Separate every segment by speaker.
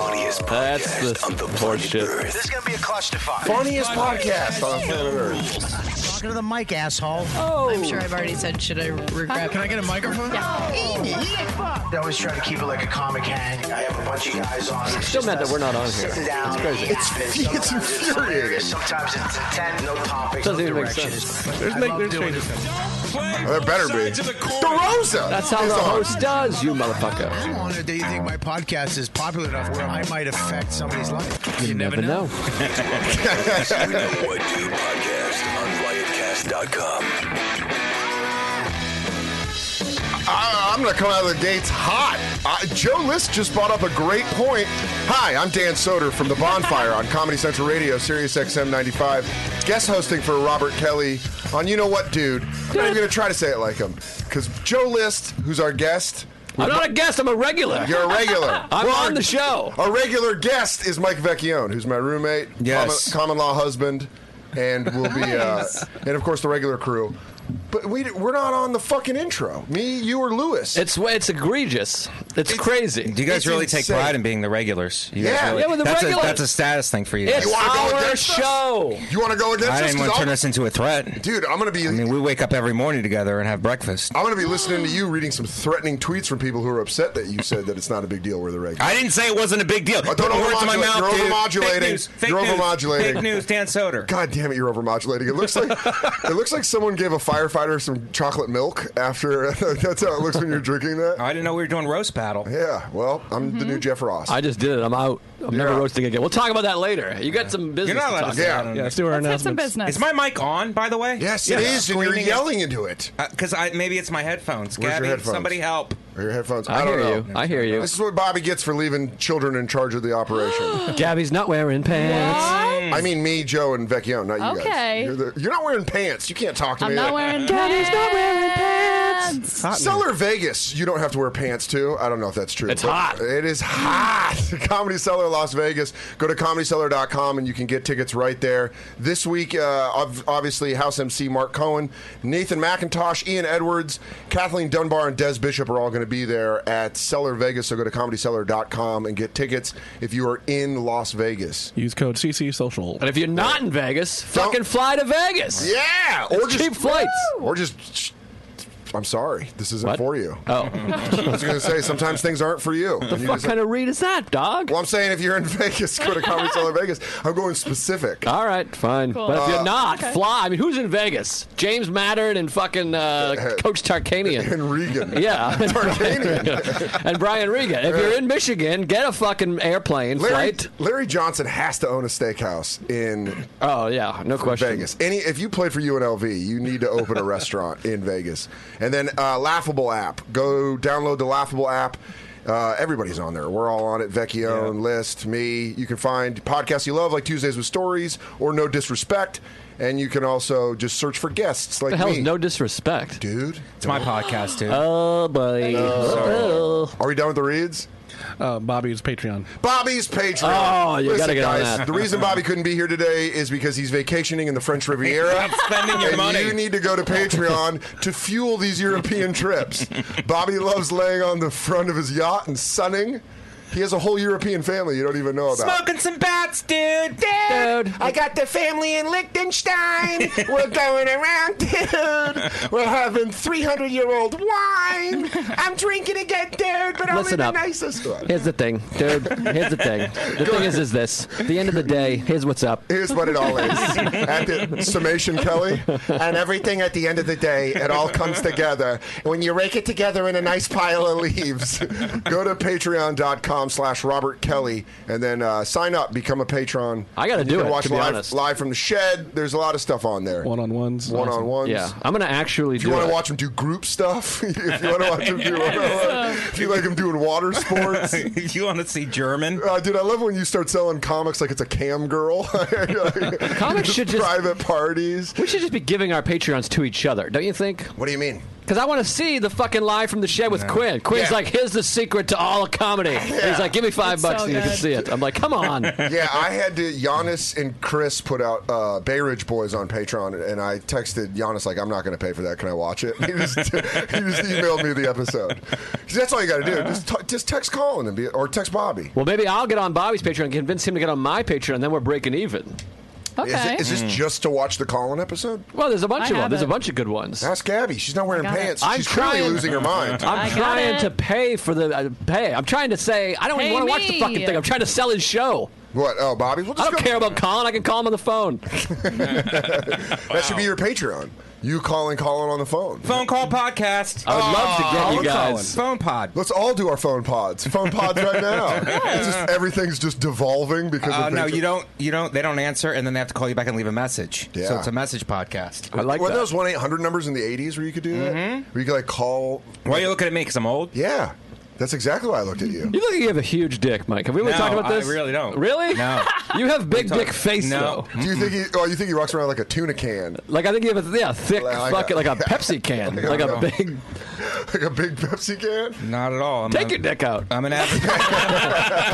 Speaker 1: Funniest podcast
Speaker 2: That's the
Speaker 1: on the
Speaker 2: board
Speaker 1: planet
Speaker 2: shit.
Speaker 1: Earth.
Speaker 2: This is gonna be a clutch to find.
Speaker 3: Funniest podcast on planet Earth.
Speaker 4: Talking to the mic, asshole.
Speaker 5: I'm sure I've already said, should I regret?
Speaker 4: Oh. Can I get a microphone?
Speaker 2: I always try to keep it like a comic hang. I have a bunch of guys on. It's
Speaker 3: Still
Speaker 2: just
Speaker 3: mad that
Speaker 2: us
Speaker 3: we're not on here.
Speaker 2: sitting Down,
Speaker 3: It's crazy.
Speaker 2: It's, it's, infuriating. Sometimes it's intent, no topic,
Speaker 3: Doesn't
Speaker 2: no
Speaker 3: even make
Speaker 2: direction.
Speaker 3: sense.
Speaker 4: There's, make, there's changes.
Speaker 6: There better be. DeRosa.
Speaker 3: That's how
Speaker 6: is
Speaker 3: the
Speaker 6: on.
Speaker 3: host does, you motherfucker.
Speaker 4: I'm honored that you think my podcast is popular enough where I might affect somebody's life.
Speaker 3: You never know.
Speaker 1: You know what, dude? Podcast on riotcast.com.
Speaker 6: I, I'm going to come out of the gates hot. Uh, Joe List just brought up a great point. Hi, I'm Dan Soder from The Bonfire on Comedy Central Radio, Sirius XM 95, guest hosting for Robert Kelly on You Know What, Dude. I'm not even going to try to say it like him because Joe List, who's our guest,
Speaker 3: I'm not a guest, I'm a regular.
Speaker 6: you're a regular.
Speaker 3: I'm
Speaker 6: Well,
Speaker 3: on
Speaker 6: our-
Speaker 3: the show.
Speaker 6: Our regular guest is Mike Vecchione, who's my roommate,
Speaker 3: Yes.
Speaker 6: common, common law husband, and will be, uh, and of course the regular crew. But we we're not on the fucking intro. Me, you, or Lewis.
Speaker 3: It's it's egregious. It's, crazy.
Speaker 7: Do you guys
Speaker 6: It's
Speaker 7: really take
Speaker 6: insane.
Speaker 7: pride in being the regulars? You guys
Speaker 6: Yeah.
Speaker 7: really,
Speaker 6: Yeah,
Speaker 3: we're the
Speaker 7: that's,
Speaker 3: regulars.
Speaker 7: A, that's a status thing for you.
Speaker 3: It's
Speaker 7: guys.
Speaker 6: You wanna go
Speaker 3: our
Speaker 6: against us?
Speaker 3: show.
Speaker 6: you want to go against
Speaker 7: I
Speaker 6: us?
Speaker 7: didn't want
Speaker 6: 'Cause
Speaker 7: to turn
Speaker 6: I'll-
Speaker 7: this into a threat.
Speaker 6: dude. I'm gonna be.
Speaker 7: I mean, we wake up every morning together and have breakfast.
Speaker 6: I'm going to be listening to you reading some threatening tweets from people who are upset that you said that it's not a big deal we're the regular.
Speaker 7: I didn't say it wasn't a big deal.
Speaker 6: don't
Speaker 7: Put words in my
Speaker 6: overmodulate.
Speaker 7: mouth.
Speaker 6: You're
Speaker 7: dude.
Speaker 6: overmodulating.
Speaker 7: Fake news. Fake
Speaker 6: You're
Speaker 7: news.
Speaker 6: overmodulating.
Speaker 7: Fake news. Dan Soder.
Speaker 6: God damn it, you're overmodulating. It looks like it looks like someone gave a firefighter some chocolate milk after. That's how it looks when you're drinking that.
Speaker 7: Oh, I Mm-hmm. didn't know we were doing roast battle.
Speaker 6: Yeah. Well, I'm the new Jeff Ross.
Speaker 3: I just did it. I'm out. I'm
Speaker 6: You're
Speaker 3: never
Speaker 6: out.
Speaker 3: roasting again. We'll talk about that later. You got some business.
Speaker 7: You're not
Speaker 3: to
Speaker 7: allowed
Speaker 3: talk
Speaker 7: to say
Speaker 6: Yeah.
Speaker 7: that. on-
Speaker 8: Let's do our
Speaker 5: Let's have some business.
Speaker 7: Is my mic on, by the way?
Speaker 6: Yes, it is, and you're
Speaker 7: Screaming
Speaker 6: yelling into it.
Speaker 7: Because I maybe it's my headphones.
Speaker 6: Where's your
Speaker 7: Gabby,
Speaker 6: headphones?
Speaker 7: somebody help.
Speaker 6: Or your headphones.
Speaker 3: I,
Speaker 6: I, don't
Speaker 3: hear
Speaker 6: know.
Speaker 3: you. I hear you.
Speaker 6: This is what Bobby gets for leaving children in charge of the operation.
Speaker 3: Gabby's not wearing pants.
Speaker 6: I mean, me, Joe, and Vecchione, not you guys.
Speaker 5: Okay.
Speaker 6: You're, the, you're not wearing pants. You can't talk to
Speaker 5: I'm
Speaker 6: me.
Speaker 5: not wearing pants. not wearing pants.
Speaker 6: Cellar Vegas, you don't have to wear pants too. I don't know if that's true.
Speaker 3: It's
Speaker 6: but
Speaker 3: hot.
Speaker 6: It is hot. Comedy Cellar Las Vegas. Go to comedycellar.com and you can get tickets right there. This week, uh, ob- obviously, House MC Mark Cohen, Nathan McIntosh, Ian Edwards, Kathleen Dunbar, and Des Bishop are all going to be there at Cellar Vegas. So go to comedycellar.com and get tickets if you are in Las Vegas.
Speaker 8: Use code CC Social.
Speaker 3: And if you're not in Vegas, fucking fly to Vegas.
Speaker 6: Yeah! Or just,
Speaker 3: Cheap flights.
Speaker 6: Or just. I'm sorry. This isn't
Speaker 3: What?
Speaker 6: for you.
Speaker 3: Oh,
Speaker 6: I was going to say, sometimes things aren't for you. And you
Speaker 3: what
Speaker 6: just-
Speaker 3: kind of read is that, dog?
Speaker 6: Well, I'm saying if you're in Vegas, go to Comedy Cellar Vegas. I'm going specific.
Speaker 3: All right, fine. But if you're not, fly. I mean, who's in Vegas? James Mattern and fucking uh, Coach Tarkanian.
Speaker 6: And Regan.
Speaker 3: Yeah,
Speaker 6: Tarkanian. Uh,
Speaker 3: and Brian Regan. If you're in Michigan, get a fucking airplane
Speaker 6: Larry,
Speaker 3: flight.
Speaker 6: Larry Johnson has to own a steakhouse in
Speaker 3: Oh yeah, no question.
Speaker 6: Vegas. Any if you play for UNLV, you need to open a restaurant in Vegas. And then uh, Laughable app. Go download the Laughable app. Uh, everybody's on there. We're all on it. Vecchione, List, me. You can find podcasts you love like Tuesdays with Stories or No Disrespect. And you can also just search for guests like
Speaker 3: The hell's
Speaker 6: me.
Speaker 3: no disrespect.
Speaker 6: Dude,
Speaker 7: It's my podcast, dude.
Speaker 6: Uh,
Speaker 3: Oh buddy. Oh.
Speaker 6: are we done with the reads?
Speaker 8: Uh, Bobby's Patreon.
Speaker 6: Bobby's Patreon.
Speaker 3: Oh, you gotta get on
Speaker 6: guys,
Speaker 3: that.
Speaker 6: The reason Bobby couldn't be here today is because he's vacationing in the French Riviera.
Speaker 7: spending your
Speaker 6: and
Speaker 7: money.
Speaker 6: You need to go to Patreon to fuel these European trips. Bobby loves laying on the front of his yacht and sunning. He has a whole European family you don't even know about.
Speaker 7: Smoking some bats, dude.
Speaker 3: Dude.
Speaker 6: I got the family in Liechtenstein. We're going around, dude. We're having 300 year old wine. I'm drinking again, dude, but
Speaker 3: Listen up.
Speaker 6: nicest one.
Speaker 3: Here's the thing, dude. Here's the thing. The thing is, is this. At the end of the day, here's what's up.
Speaker 6: Here's what it all is. At the summation, Kelly. And everything at the end of the day, it all comes together. When you rake it together in a nice pile of leaves, go to patreon.com slash Robert Kelly and then uh, sign up, become a patron.
Speaker 3: I gotta
Speaker 6: And
Speaker 3: do
Speaker 6: you can
Speaker 3: it,
Speaker 6: Watch
Speaker 3: to be
Speaker 6: live,
Speaker 3: honest.
Speaker 6: live from the shed. There's a lot of stuff on there.
Speaker 8: One on ones.
Speaker 6: One on ones.
Speaker 3: Yeah, I'm gonna actually
Speaker 6: If you
Speaker 3: do
Speaker 6: want
Speaker 3: it.
Speaker 6: to watch him do group stuff, if you want to watch him do, if you like him doing water sports,
Speaker 7: If you want to see German,
Speaker 6: Uh, dude, I love when you start selling comics like it's a cam girl.
Speaker 3: Comics should just-
Speaker 6: private parties.
Speaker 3: we should just be giving our Patreons to each other, don't you think?
Speaker 6: What do you mean?
Speaker 3: because I want to see the fucking live from the shed with Quinn. Quinn's
Speaker 6: Yeah.
Speaker 3: like, "Here's the secret to all comedy." He's like, "Give me five
Speaker 5: It's
Speaker 3: bucks
Speaker 5: so
Speaker 3: and you can
Speaker 5: good.
Speaker 3: see it." I'm like, "Come on."
Speaker 6: yeah, I had to. Giannis and Chris put out uh, Bay Ridge Boys on Patreon, and I texted Giannis like, "I'm not going to pay for that. Can I watch it?" He just, he just emailed me the episode. 'Cause That's all you got to do.
Speaker 3: Uh-huh.
Speaker 6: Just, t- just text Colin and be, or text Bobby.
Speaker 3: well, maybe I'll get on Bobby's Patreon and convince him to get on my Patreon, and then we're breaking even.
Speaker 6: Is,
Speaker 5: Okay.
Speaker 6: it, is this just to watch the Colin episode?
Speaker 3: Well, there's a bunch
Speaker 5: I
Speaker 3: of them.
Speaker 5: have
Speaker 3: There's a
Speaker 5: it.
Speaker 3: bunch of good ones.
Speaker 6: Ask Gabby. She's not wearing
Speaker 5: I got it.
Speaker 6: pants.
Speaker 3: I'm
Speaker 6: She's clearly
Speaker 3: trying-
Speaker 6: losing her mind.
Speaker 3: I'm
Speaker 5: I got
Speaker 3: trying
Speaker 5: it.
Speaker 3: to pay for the uh, pay. I'm trying to say I don't
Speaker 5: Pay
Speaker 3: even want to watch the
Speaker 5: me.
Speaker 3: fucking thing. I'm trying to sell his show.
Speaker 6: what? Oh, Bobby. We'll just
Speaker 3: I don't
Speaker 6: go-
Speaker 3: care about Colin. I can call him on the phone.
Speaker 6: That should be your Patreon. You calling Colin on the phone.
Speaker 7: Phone call podcast.
Speaker 6: Oh,
Speaker 7: Oh,
Speaker 3: I would love to get you
Speaker 6: Colin.
Speaker 3: guys.
Speaker 7: Phone pod.
Speaker 6: Let's all do our phone pods. Phone pods right now. It's just, everything's just devolving because
Speaker 7: Uh,
Speaker 6: of
Speaker 7: no,
Speaker 6: Patreon.
Speaker 7: you don't. You don't. They don't answer, and then they have to call you back and leave a message.
Speaker 6: Yeah.
Speaker 7: So it's a message podcast.
Speaker 3: I like
Speaker 6: Were
Speaker 3: that.
Speaker 6: those one eight hundred numbers in the eighties where you could do that? Where you could like call?
Speaker 7: Why are you looking at me? Because I'm old.
Speaker 6: Yeah, that's exactly why I looked at you.
Speaker 3: You look like you have a huge dick, Mike. Have we ever
Speaker 7: No,
Speaker 3: talked about
Speaker 7: I
Speaker 3: this?
Speaker 7: really don't.
Speaker 3: Really?
Speaker 7: No.
Speaker 3: You have big dick face
Speaker 7: No.
Speaker 3: though.
Speaker 6: do you think? He, oh, you think he walks around like a tuna can,
Speaker 3: Like I think you have a yeah, thick
Speaker 6: Like a-
Speaker 3: fucking like a Pepsi can,
Speaker 6: Like a-
Speaker 3: like a big.
Speaker 6: like a big Pepsi can?
Speaker 7: Not at all. I'm
Speaker 3: Take
Speaker 7: a-
Speaker 3: your dick out.
Speaker 7: I'm an advocate.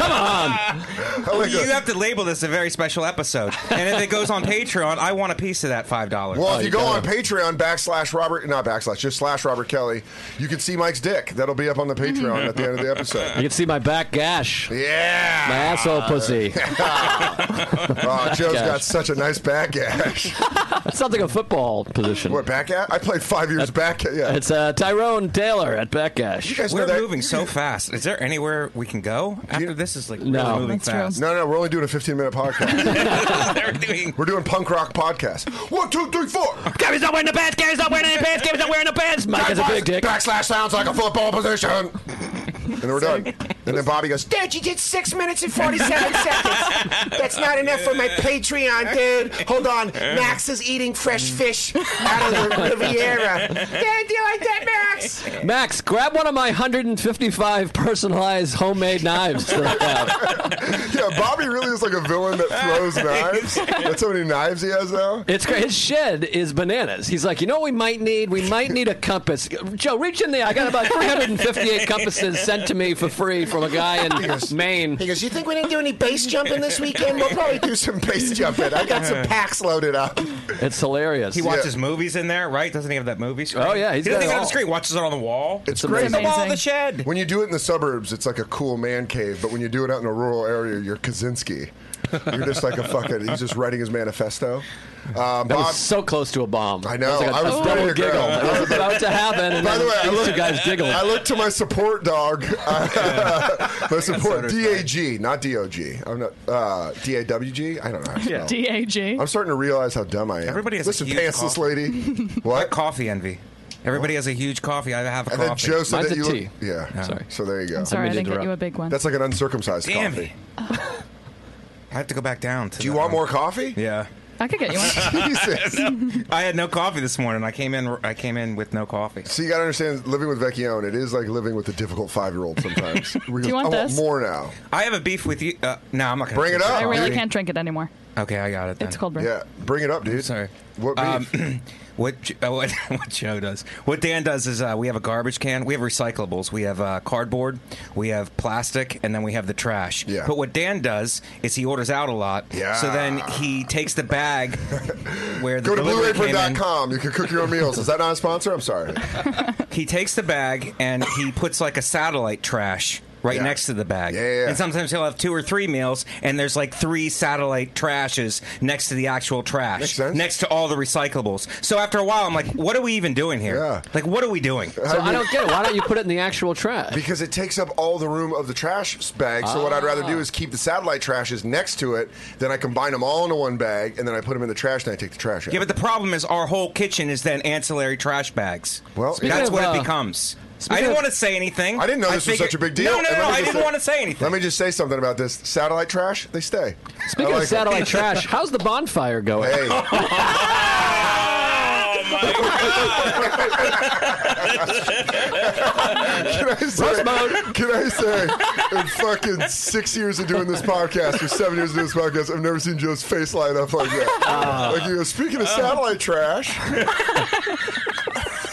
Speaker 6: I like
Speaker 7: you
Speaker 6: a-
Speaker 7: have to label this a very special episode, and if it goes on Patreon, I want a piece of that five dollars.
Speaker 6: well, if you go on Patreon backslash Robert, not backslash, just slash Robert Kelly, you can see Mike's dick. That'll be up on the Patreon at the end of the
Speaker 3: You
Speaker 6: episode.
Speaker 3: can see my back gash, my
Speaker 6: Yeah,
Speaker 3: asshole pussy.
Speaker 6: oh, Joe's
Speaker 3: Gosh.
Speaker 6: got such a nice back ash.
Speaker 3: That sounds like a football position.
Speaker 6: What back ash? I played five years back. Yeah,
Speaker 3: It's uh, Tyrone Taylor at back gash.
Speaker 6: You guys know
Speaker 7: We're
Speaker 6: that-
Speaker 7: moving so fast. Is there anywhere we can go after this? Is like
Speaker 3: No.
Speaker 7: really moving
Speaker 5: That's true.
Speaker 7: fast.
Speaker 6: No, no, we're only doing a fifteen minute podcast.
Speaker 7: They're doing-
Speaker 6: we're doing punk rock podcast. One, two, three, four.
Speaker 3: Gary's not wearing the pants. Gary's not wearing any pants. Gary's not wearing the pants. Mike has a big dick.
Speaker 6: Backslash sounds like a football position. and then we're done. And then Bobby goes, Dad, you did six minutes and 47 seconds. That's not enough for my Patreon, dude. Hold on. Max is eating fresh fish out of the Riviera. Dad, do you like that, Max?
Speaker 3: Max, grab one of my 155 personalized homemade knives that I have.
Speaker 6: Yeah, Bobby really is like a villain that throws knives. That's how many knives he has now.
Speaker 3: It's great. His shed is bananas. He's like, you know what we might need? We might need a compass. Joe, reach in there. I got about 358 compasses sent to me for free from a guy in Maine.
Speaker 6: He goes, You think we didn't do any base jumping this weekend? We'll probably do some base jumping. I got some packs loaded up.
Speaker 3: It's hilarious.
Speaker 7: He watches movies in there, right? Doesn't he have that movie screen?
Speaker 3: Oh, yeah, he's
Speaker 7: he doesn't
Speaker 3: got it
Speaker 7: even have
Speaker 3: all.
Speaker 7: the screen. Watches it on the wall.
Speaker 6: It's
Speaker 3: It's
Speaker 6: great.
Speaker 3: amazing.
Speaker 7: the wall
Speaker 5: amazing.
Speaker 7: of the shed.
Speaker 6: When you do it in the suburbs, it's like a cool man cave. But when you do it out in a rural area, you're Kaczynski. You're just like a fucking. He's just writing his manifesto. Uh,
Speaker 3: That
Speaker 6: Bob,
Speaker 3: was so close to a bomb.
Speaker 6: I know.
Speaker 3: That
Speaker 6: I was
Speaker 3: a
Speaker 6: ready
Speaker 3: double
Speaker 6: to
Speaker 3: giggle.
Speaker 6: go.
Speaker 3: That was about to happen. And
Speaker 6: by the
Speaker 3: then
Speaker 6: way, I
Speaker 3: these
Speaker 6: look,
Speaker 3: two guys giggled.
Speaker 6: I look to my support dog. my support
Speaker 7: Soder's
Speaker 6: DAG, not DOG. I'm not uh, DAWG. I don't know. How to spell.
Speaker 5: DAG.
Speaker 6: I'm starting to realize how dumb I am.
Speaker 7: Everybody has a
Speaker 6: listen,
Speaker 7: huge
Speaker 6: pantsless
Speaker 7: cough.
Speaker 6: lady. What?
Speaker 7: coffee envy. Everybody has a huge coffee. I have a
Speaker 6: And
Speaker 7: coffee.
Speaker 6: then Joe said
Speaker 3: Mine's
Speaker 6: that
Speaker 3: a
Speaker 6: you.
Speaker 3: tea.
Speaker 6: Look, yeah.
Speaker 3: Sorry.
Speaker 6: So there you go.
Speaker 5: I'm sorry, I
Speaker 3: Didn't
Speaker 5: didn't get
Speaker 3: interrupt.
Speaker 5: you a big one.
Speaker 6: That's like an uncircumcised
Speaker 7: Damn
Speaker 6: coffee.
Speaker 7: it. I have to go back down. To
Speaker 6: Do you
Speaker 7: that
Speaker 6: want
Speaker 7: one.
Speaker 6: more coffee?
Speaker 7: Yeah.
Speaker 5: I could get you one.
Speaker 6: Jesus.
Speaker 7: I had no coffee this morning. I came in. I came in with no coffee.
Speaker 6: So you gotta understand, living with Vecchione, it is like living with a difficult five-year-old sometimes. Do I
Speaker 5: you want
Speaker 6: want
Speaker 5: this?"
Speaker 6: more now.
Speaker 7: I have a beef with you. Uh, no, I'm not gonna
Speaker 6: Bring it up.
Speaker 5: I really
Speaker 6: Alrighty.
Speaker 5: can't drink it anymore.
Speaker 7: Okay, I got it. Then.
Speaker 5: It's cold brew.
Speaker 6: Yeah, bring it up, dude.
Speaker 7: Sorry.
Speaker 6: What
Speaker 7: Um,
Speaker 6: beef?
Speaker 7: what, J- uh, what what Joe does, what Dan does is uh, we have a garbage can, we have recyclables, we have uh, cardboard, we have plastic, and then we have the trash.
Speaker 6: Yeah.
Speaker 7: But what Dan does is he orders out a lot.
Speaker 6: Yeah.
Speaker 7: So then he takes the bag where the
Speaker 6: Go to
Speaker 7: delivery came in.
Speaker 6: blueapron.com. You can cook your own meals. Is that not a sponsor? I'm sorry.
Speaker 7: He takes the bag and he puts like a satellite trash. Right
Speaker 6: Yeah.
Speaker 7: next to the bag,
Speaker 6: Yeah, yeah, yeah.
Speaker 7: and sometimes he'll have two or three meals, and there's like three satellite trashes next to the actual trash,
Speaker 6: Makes sense.
Speaker 7: next to all the recyclables. So after a while, I'm like, "What are we even doing here?
Speaker 6: Yeah.
Speaker 7: Like, what are we doing?"
Speaker 3: so I don't get it. Why don't you put it in the actual trash?
Speaker 6: Because it takes up all the room of the trash bag. So what I'd rather
Speaker 7: Ah.
Speaker 6: do is keep the satellite trashes next to it. Then I combine them all into one bag, and then I put them in the trash, and I take the trash out.
Speaker 7: Yeah, but the problem is our whole kitchen is then ancillary trash bags.
Speaker 6: Well, Speaking
Speaker 7: that's
Speaker 3: of,
Speaker 7: what
Speaker 3: uh,
Speaker 7: it becomes. I
Speaker 3: speaking
Speaker 7: didn't
Speaker 3: of-
Speaker 7: want to say anything.
Speaker 6: I didn't know this was
Speaker 7: figured-
Speaker 6: such a big deal.
Speaker 7: No, no,
Speaker 6: And
Speaker 7: no.
Speaker 6: let me
Speaker 7: I
Speaker 6: just
Speaker 7: didn't want to say anything.
Speaker 6: Let me just say something about this. Satellite trash, they stay.
Speaker 3: Speaking
Speaker 6: I like
Speaker 3: of
Speaker 6: it.
Speaker 3: satellite trash, how's the bonfire going?
Speaker 6: Hey. Can I say? Can I say? In fucking six years of doing this podcast, or seven years of doing this podcast, I've never seen Joe's face
Speaker 3: Ah.
Speaker 6: light up like that. like you know, speaking of satellite trash.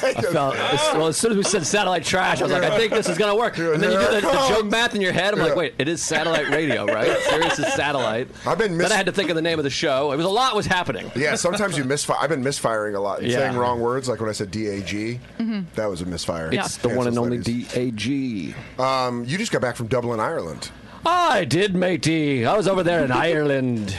Speaker 3: I felt, as, well, as soon as we said satellite trash, I was like, I think this is going to work. And then you do the, the joke math in your head. I'm like, wait, it is satellite radio, right? Sirius is satellite.
Speaker 6: I've been mis-
Speaker 3: Then I had to think of the name of the show. It was a lot was happening.
Speaker 6: Yeah, sometimes you misfire. I've been misfiring a lot and
Speaker 3: Yeah.
Speaker 6: saying wrong words, like when I said DAG. That was a misfire.
Speaker 3: It's the one and only
Speaker 6: D.
Speaker 3: DAG.
Speaker 6: Um, you just got back from Dublin, Ireland.
Speaker 3: I did, matey. I was over there in Ireland.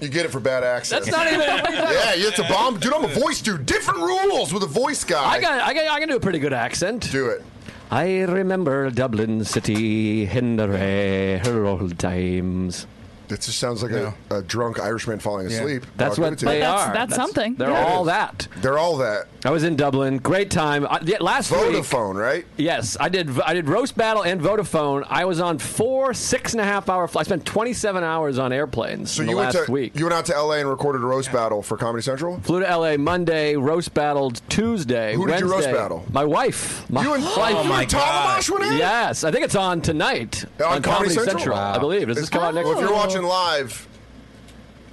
Speaker 6: You get it for bad accent.
Speaker 3: That's not even.
Speaker 6: yeah, it's a bomb, dude. I'm a voice dude. Different rules with a voice guy.
Speaker 3: I got. I got. I can do a pretty good accent.
Speaker 6: do it.
Speaker 3: I remember Dublin City in the rare old times.
Speaker 6: It just sounds like a, a drunk Irishman falling asleep.
Speaker 3: That's
Speaker 6: I'll
Speaker 3: what
Speaker 6: give it to
Speaker 3: they
Speaker 6: you.
Speaker 5: That's-
Speaker 3: are.
Speaker 5: that's something.
Speaker 3: They're
Speaker 5: Yeah.
Speaker 3: all that.
Speaker 6: They're all that.
Speaker 3: I was in Dublin. Great time. I, yeah, last week.
Speaker 6: Vodafone, right?
Speaker 3: Yes, I did. I did roast battle and Vodafone. I was on four six and a half hour. Fl- I spent twenty seven hours on airplanes.
Speaker 6: So
Speaker 3: in
Speaker 6: you
Speaker 3: the
Speaker 6: went
Speaker 3: last
Speaker 6: to
Speaker 3: week.
Speaker 6: you went out to L.A. and recorded a roast battle for Comedy Central.
Speaker 3: Flew to L.A. Monday. Roast battled Tuesday.
Speaker 6: Who did
Speaker 3: Wednesday.
Speaker 6: you roast battle?
Speaker 3: My wife. Oh My
Speaker 6: You and
Speaker 3: wife.
Speaker 6: you and Tom went in.
Speaker 3: Yes, I think it's on tonight
Speaker 6: On Comedy
Speaker 3: Comedy
Speaker 6: Central?
Speaker 3: Central.
Speaker 6: Wow.
Speaker 3: I believe. Does this come out next?
Speaker 6: Well, if you're
Speaker 3: week?
Speaker 6: watching live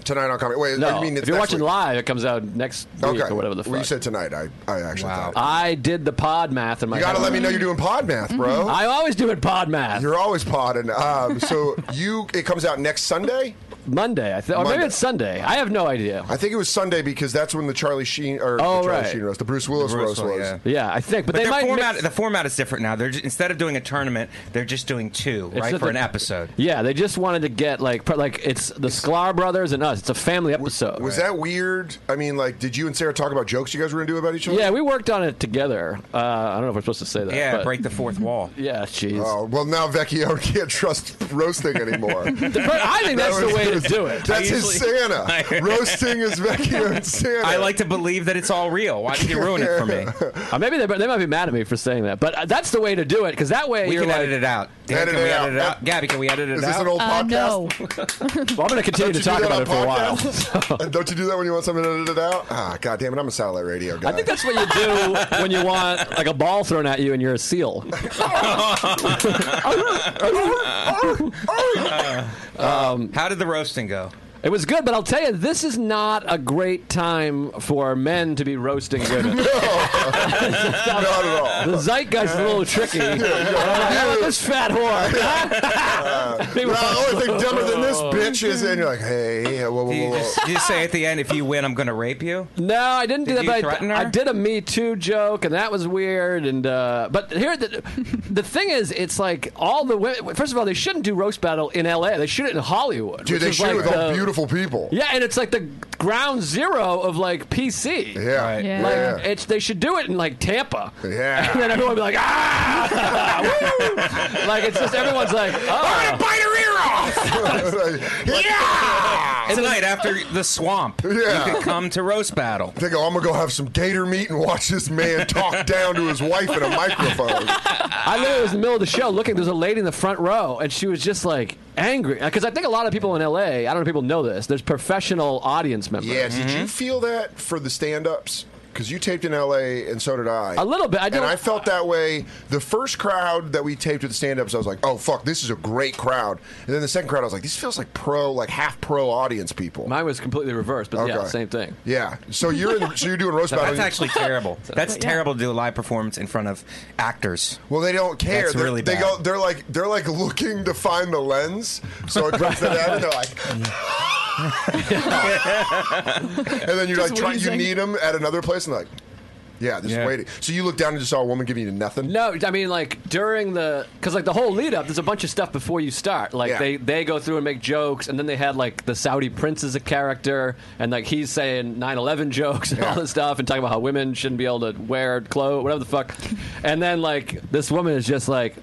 Speaker 6: tonight on Comedy, wait,
Speaker 3: no.
Speaker 6: I mean it's
Speaker 3: if you're
Speaker 6: next
Speaker 3: watching
Speaker 6: week.
Speaker 3: live, it comes out next week
Speaker 6: okay,
Speaker 3: or whatever the fuck.
Speaker 6: Well, you said tonight. I, I actually
Speaker 7: Wow.
Speaker 6: thought.
Speaker 3: I did the pod math in my.
Speaker 6: You got to
Speaker 3: head.
Speaker 6: let me know you're doing pod math, bro.
Speaker 3: Mm-hmm. I always do it pod math.
Speaker 6: You're always podding. Um, so you, it comes out next Sunday.
Speaker 3: Monday, I think, or
Speaker 6: Monday.
Speaker 3: maybe it's Sunday. I have no idea.
Speaker 6: I think it was Sunday because that's when the Charlie Sheen or
Speaker 3: Oh,
Speaker 6: the Charlie
Speaker 3: right.
Speaker 6: Sheen roast, the Bruce Willis
Speaker 7: The Bruce
Speaker 6: roast
Speaker 7: one,
Speaker 6: was.
Speaker 7: yeah.
Speaker 3: Yeah, I think, but,
Speaker 7: But
Speaker 3: they
Speaker 7: their
Speaker 3: might
Speaker 7: format,
Speaker 3: mix-
Speaker 7: the format is different now. They're just, instead of doing a tournament, they're just doing two,
Speaker 3: It's
Speaker 7: right,
Speaker 3: not
Speaker 7: for
Speaker 3: the-
Speaker 7: an episode.
Speaker 3: Yeah, they just wanted to get like pr- like it's the Sklar brothers and us. It's a family episode.
Speaker 6: Was that weird? I mean, like, did you and Sarah talk about jokes you guys were gonna do about each other?
Speaker 3: Yeah, we worked on it together. Uh, I don't know if we're supposed to say that.
Speaker 7: Yeah,
Speaker 3: but-
Speaker 7: break the fourth wall.
Speaker 3: Yeah, jeez.
Speaker 6: Oh, well, now Vecchio can't trust roasting anymore.
Speaker 3: The per- I think that's
Speaker 6: That
Speaker 3: the
Speaker 6: was-
Speaker 3: way to do it.
Speaker 6: That's his Santa. Roasting is Vecchio and Santa.
Speaker 7: I like to believe that it's all real. Why did you ruin it for me?
Speaker 3: Uh, maybe they, they might be mad at me for saying that, but uh, that's the way to do it because that way
Speaker 7: We
Speaker 3: you're
Speaker 7: can
Speaker 3: like,
Speaker 7: edit it out. Dan,
Speaker 6: Edit
Speaker 7: can
Speaker 6: it
Speaker 7: we
Speaker 6: out.
Speaker 7: edit it out? Gabby, can we edit it
Speaker 6: Is
Speaker 7: out?
Speaker 6: this an old
Speaker 5: Uh,
Speaker 6: podcast?
Speaker 5: no.
Speaker 3: well, I'm going to
Speaker 6: Don't
Speaker 3: continue to
Speaker 6: you
Speaker 3: talk
Speaker 6: do that
Speaker 3: about
Speaker 6: on
Speaker 3: it for a while.
Speaker 6: podcasts? And Don't you do that when you want something to edit it out? Ah, God damn it, I'm a satellite radio guy.
Speaker 3: I think that's what you do when you want like a ball thrown at you and you're a seal.
Speaker 7: How did the roasting go?
Speaker 3: It was good, but I'll tell you, this is not a great time for men to be roasting women.
Speaker 6: not at all.
Speaker 3: The zeitgeist is a little tricky. I'm like, "How about this fat whore. People-
Speaker 6: No, the only thing dumber than this
Speaker 3: Oh.
Speaker 6: bitch is, and you're like, hey, yeah, whoa, whoa,
Speaker 7: Do you
Speaker 6: whoa, whoa.
Speaker 7: just, do you say at the end, if you win, I'm going to rape you?
Speaker 3: no, I didn't do
Speaker 7: Did
Speaker 3: that.
Speaker 7: you
Speaker 3: But
Speaker 7: threaten her?
Speaker 3: I, I did a Me Too joke, and that was weird. And uh, but here, the, the thing is, it's like all the women. First of all, they shouldn't do roast battle in L.A. They should it in Hollywood.
Speaker 6: Dude,
Speaker 3: which
Speaker 6: they
Speaker 3: is
Speaker 6: shoot it
Speaker 3: like
Speaker 6: with all
Speaker 3: the-
Speaker 6: beautiful people.
Speaker 3: Yeah, and it's like the ground zero of like PC.
Speaker 6: Yeah.
Speaker 7: Right.
Speaker 6: Yeah.
Speaker 5: Yeah.
Speaker 3: Like it's they should do it in like Tampa.
Speaker 6: Yeah.
Speaker 3: And then everyone would be like, ah Woo!" like it's just everyone's like, oh
Speaker 6: Bite her ear off! yeah!
Speaker 7: Tonight, after the swamp,
Speaker 6: Yeah.
Speaker 7: you can come to roast battle.
Speaker 6: They go, oh, I'm going to go have some gator meat and watch this man talk down to his wife in a microphone.
Speaker 3: I literally was in the middle of the show looking. There's a lady in the front row, and she was just like angry because I think a lot of people in LA. I don't know if people know this. There's professional audience members.
Speaker 6: Yeah, did you feel that for the stand ups? Because you taped in LA and so did I.
Speaker 3: A little bit. I
Speaker 6: and
Speaker 3: don't-
Speaker 6: I felt that way. The first crowd that we taped at the stand ups, I was like, oh, fuck, this is a great crowd. And then the second crowd, I was like, this feels like pro, like half pro audience people.
Speaker 3: Mine was completely reversed, but yeah,
Speaker 6: Okay.
Speaker 3: same thing.
Speaker 6: Yeah. So you're in, so you're doing roast battle.
Speaker 7: That's actually terrible. That's terrible to do a live performance in front of actors.
Speaker 6: well, they don't care.
Speaker 7: That's
Speaker 6: They're-
Speaker 7: really
Speaker 6: they
Speaker 7: bad.
Speaker 6: go. They're like they're like looking to find the lens. So it comes to that, and they're like. and then you're
Speaker 5: Just
Speaker 6: like, try, you
Speaker 5: wheezing.
Speaker 6: need them at another place, and they're like, yeah, just
Speaker 7: Yeah.
Speaker 6: waiting. So you look down and just saw a woman giving you nothing.
Speaker 3: No, I mean like during the because like the whole lead up, there's a bunch of stuff before you start. Like
Speaker 6: Yeah.
Speaker 3: they they go through and make jokes, and then they had like the Saudi prince is a character, and like he's saying 9/11 jokes and all
Speaker 6: Yeah.
Speaker 3: this stuff, and talking about how women shouldn't be able to wear clothes, whatever the fuck. and then like this woman is just like.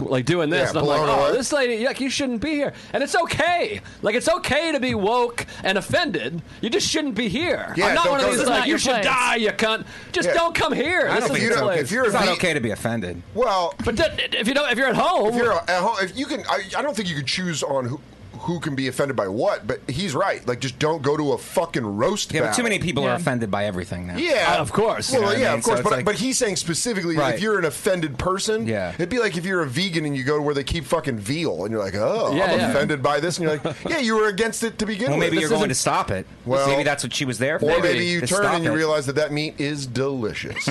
Speaker 3: Like doing this,
Speaker 6: Yeah,
Speaker 3: and I'm like,
Speaker 6: blown
Speaker 3: oh,
Speaker 6: away.
Speaker 3: this lady, like, you shouldn't be here, and it's okay. Like, it's okay to be woke and offended. You just shouldn't be here.
Speaker 6: Yeah,
Speaker 3: I'm not
Speaker 6: don't
Speaker 3: one of
Speaker 6: go
Speaker 3: these
Speaker 6: there.
Speaker 3: like,
Speaker 5: Not
Speaker 3: you
Speaker 5: your
Speaker 3: should
Speaker 5: place.
Speaker 3: die, you cunt. Just
Speaker 6: Yeah.
Speaker 3: don't come
Speaker 6: I
Speaker 3: here. This
Speaker 6: don't
Speaker 3: is
Speaker 6: think
Speaker 3: the
Speaker 6: you don't.
Speaker 3: place.
Speaker 6: If you're a
Speaker 7: It's not
Speaker 6: V-
Speaker 7: okay to be offended.
Speaker 6: well,
Speaker 3: But that, if you don't, if you're at home,
Speaker 6: if you're a, at home, if you can, I, I don't think you could choose on who who can be offended by what, but he's right. Like, just don't go to a fucking roast.
Speaker 7: Yeah, but too
Speaker 6: battle.
Speaker 7: many people
Speaker 5: Yeah.
Speaker 7: are offended by everything now.
Speaker 6: Yeah,
Speaker 3: Uh, of course.
Speaker 6: Well,
Speaker 3: You know
Speaker 7: what I
Speaker 6: yeah,
Speaker 7: mean?
Speaker 6: of course.
Speaker 7: So it's
Speaker 6: but,
Speaker 7: like-
Speaker 6: but he's saying specifically,
Speaker 7: Right.
Speaker 6: if you're an offended person,
Speaker 7: Yeah.
Speaker 6: it'd be like if you're a vegan and you go to where they keep fucking veal, and you're like, oh,
Speaker 3: Yeah,
Speaker 6: I'm
Speaker 3: yeah.
Speaker 6: offended by this, and you're like, yeah, you were against it to begin
Speaker 7: Well,
Speaker 6: with.
Speaker 7: maybe
Speaker 6: This
Speaker 7: you're going to
Speaker 6: isn't-
Speaker 7: stop it.
Speaker 6: Well-
Speaker 7: maybe that's what she was there for.
Speaker 6: or maybe you
Speaker 7: to
Speaker 6: turn
Speaker 7: stop
Speaker 6: and you
Speaker 7: it.
Speaker 6: realize that that meat is delicious.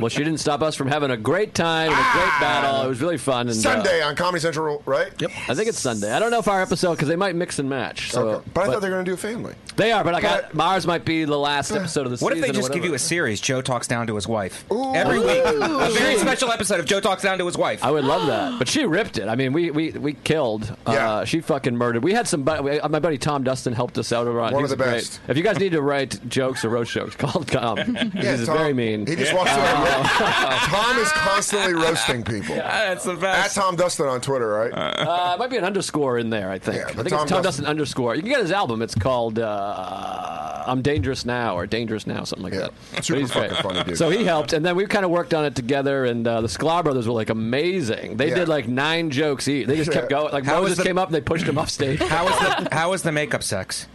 Speaker 3: Well, she didn't stop us from having a great time and a great battle. It was really fun. And, uh,
Speaker 6: Ah! Sunday on Comedy Central, right? Yep.
Speaker 3: I think it's Sunday. I don't know if our episode because they might mix and match. So,
Speaker 6: okay. But, I thought they were going to do a family.
Speaker 3: they are. But I got
Speaker 6: but-
Speaker 3: Mars might be the last episode of the
Speaker 7: What if
Speaker 3: season.
Speaker 7: they
Speaker 3: or
Speaker 7: just give you
Speaker 3: whatever.
Speaker 7: a series? Joe talks down to his wife every week. A very special episode of Joe talks down to his wife.
Speaker 3: I would love that. But she ripped it. I mean, we we, we killed.
Speaker 6: Yeah.
Speaker 3: Uh, she fucking murdered. We had some. bu- we- uh, My buddy Tom Dustin helped us out over on.
Speaker 6: One of
Speaker 3: he
Speaker 6: the
Speaker 3: was great.
Speaker 6: best.
Speaker 3: If you guys need to write jokes or roast jokes, call Tom.
Speaker 6: Yeah,
Speaker 3: he's
Speaker 6: Tom-
Speaker 3: very mean.
Speaker 6: He just walks around. Tom is constantly roasting people.
Speaker 7: That's the
Speaker 6: At
Speaker 7: best.
Speaker 6: Tom Dustin on Twitter, right?
Speaker 3: Uh, it might be an underscore in there. I think.
Speaker 6: Yeah,
Speaker 3: I
Speaker 6: but
Speaker 3: think
Speaker 6: Tom
Speaker 3: it's Tom Dustin.
Speaker 6: Dustin-
Speaker 3: underscore. You can get his album. It's called uh, "I'm Dangerous Now" or "Dangerous Now," something like
Speaker 6: Yeah.
Speaker 3: that. But
Speaker 6: Super
Speaker 3: he's
Speaker 6: fucking
Speaker 3: great.
Speaker 6: funny dude.
Speaker 3: So he helped, and then we kind of worked on it together. And uh, the Sklar brothers were like amazing. They
Speaker 6: Yeah.
Speaker 3: did like nine jokes each. They just kept going. Like
Speaker 7: How
Speaker 3: Moses
Speaker 7: was the-
Speaker 3: came up and they pushed him off stage.
Speaker 7: How is the how is the makeup sex?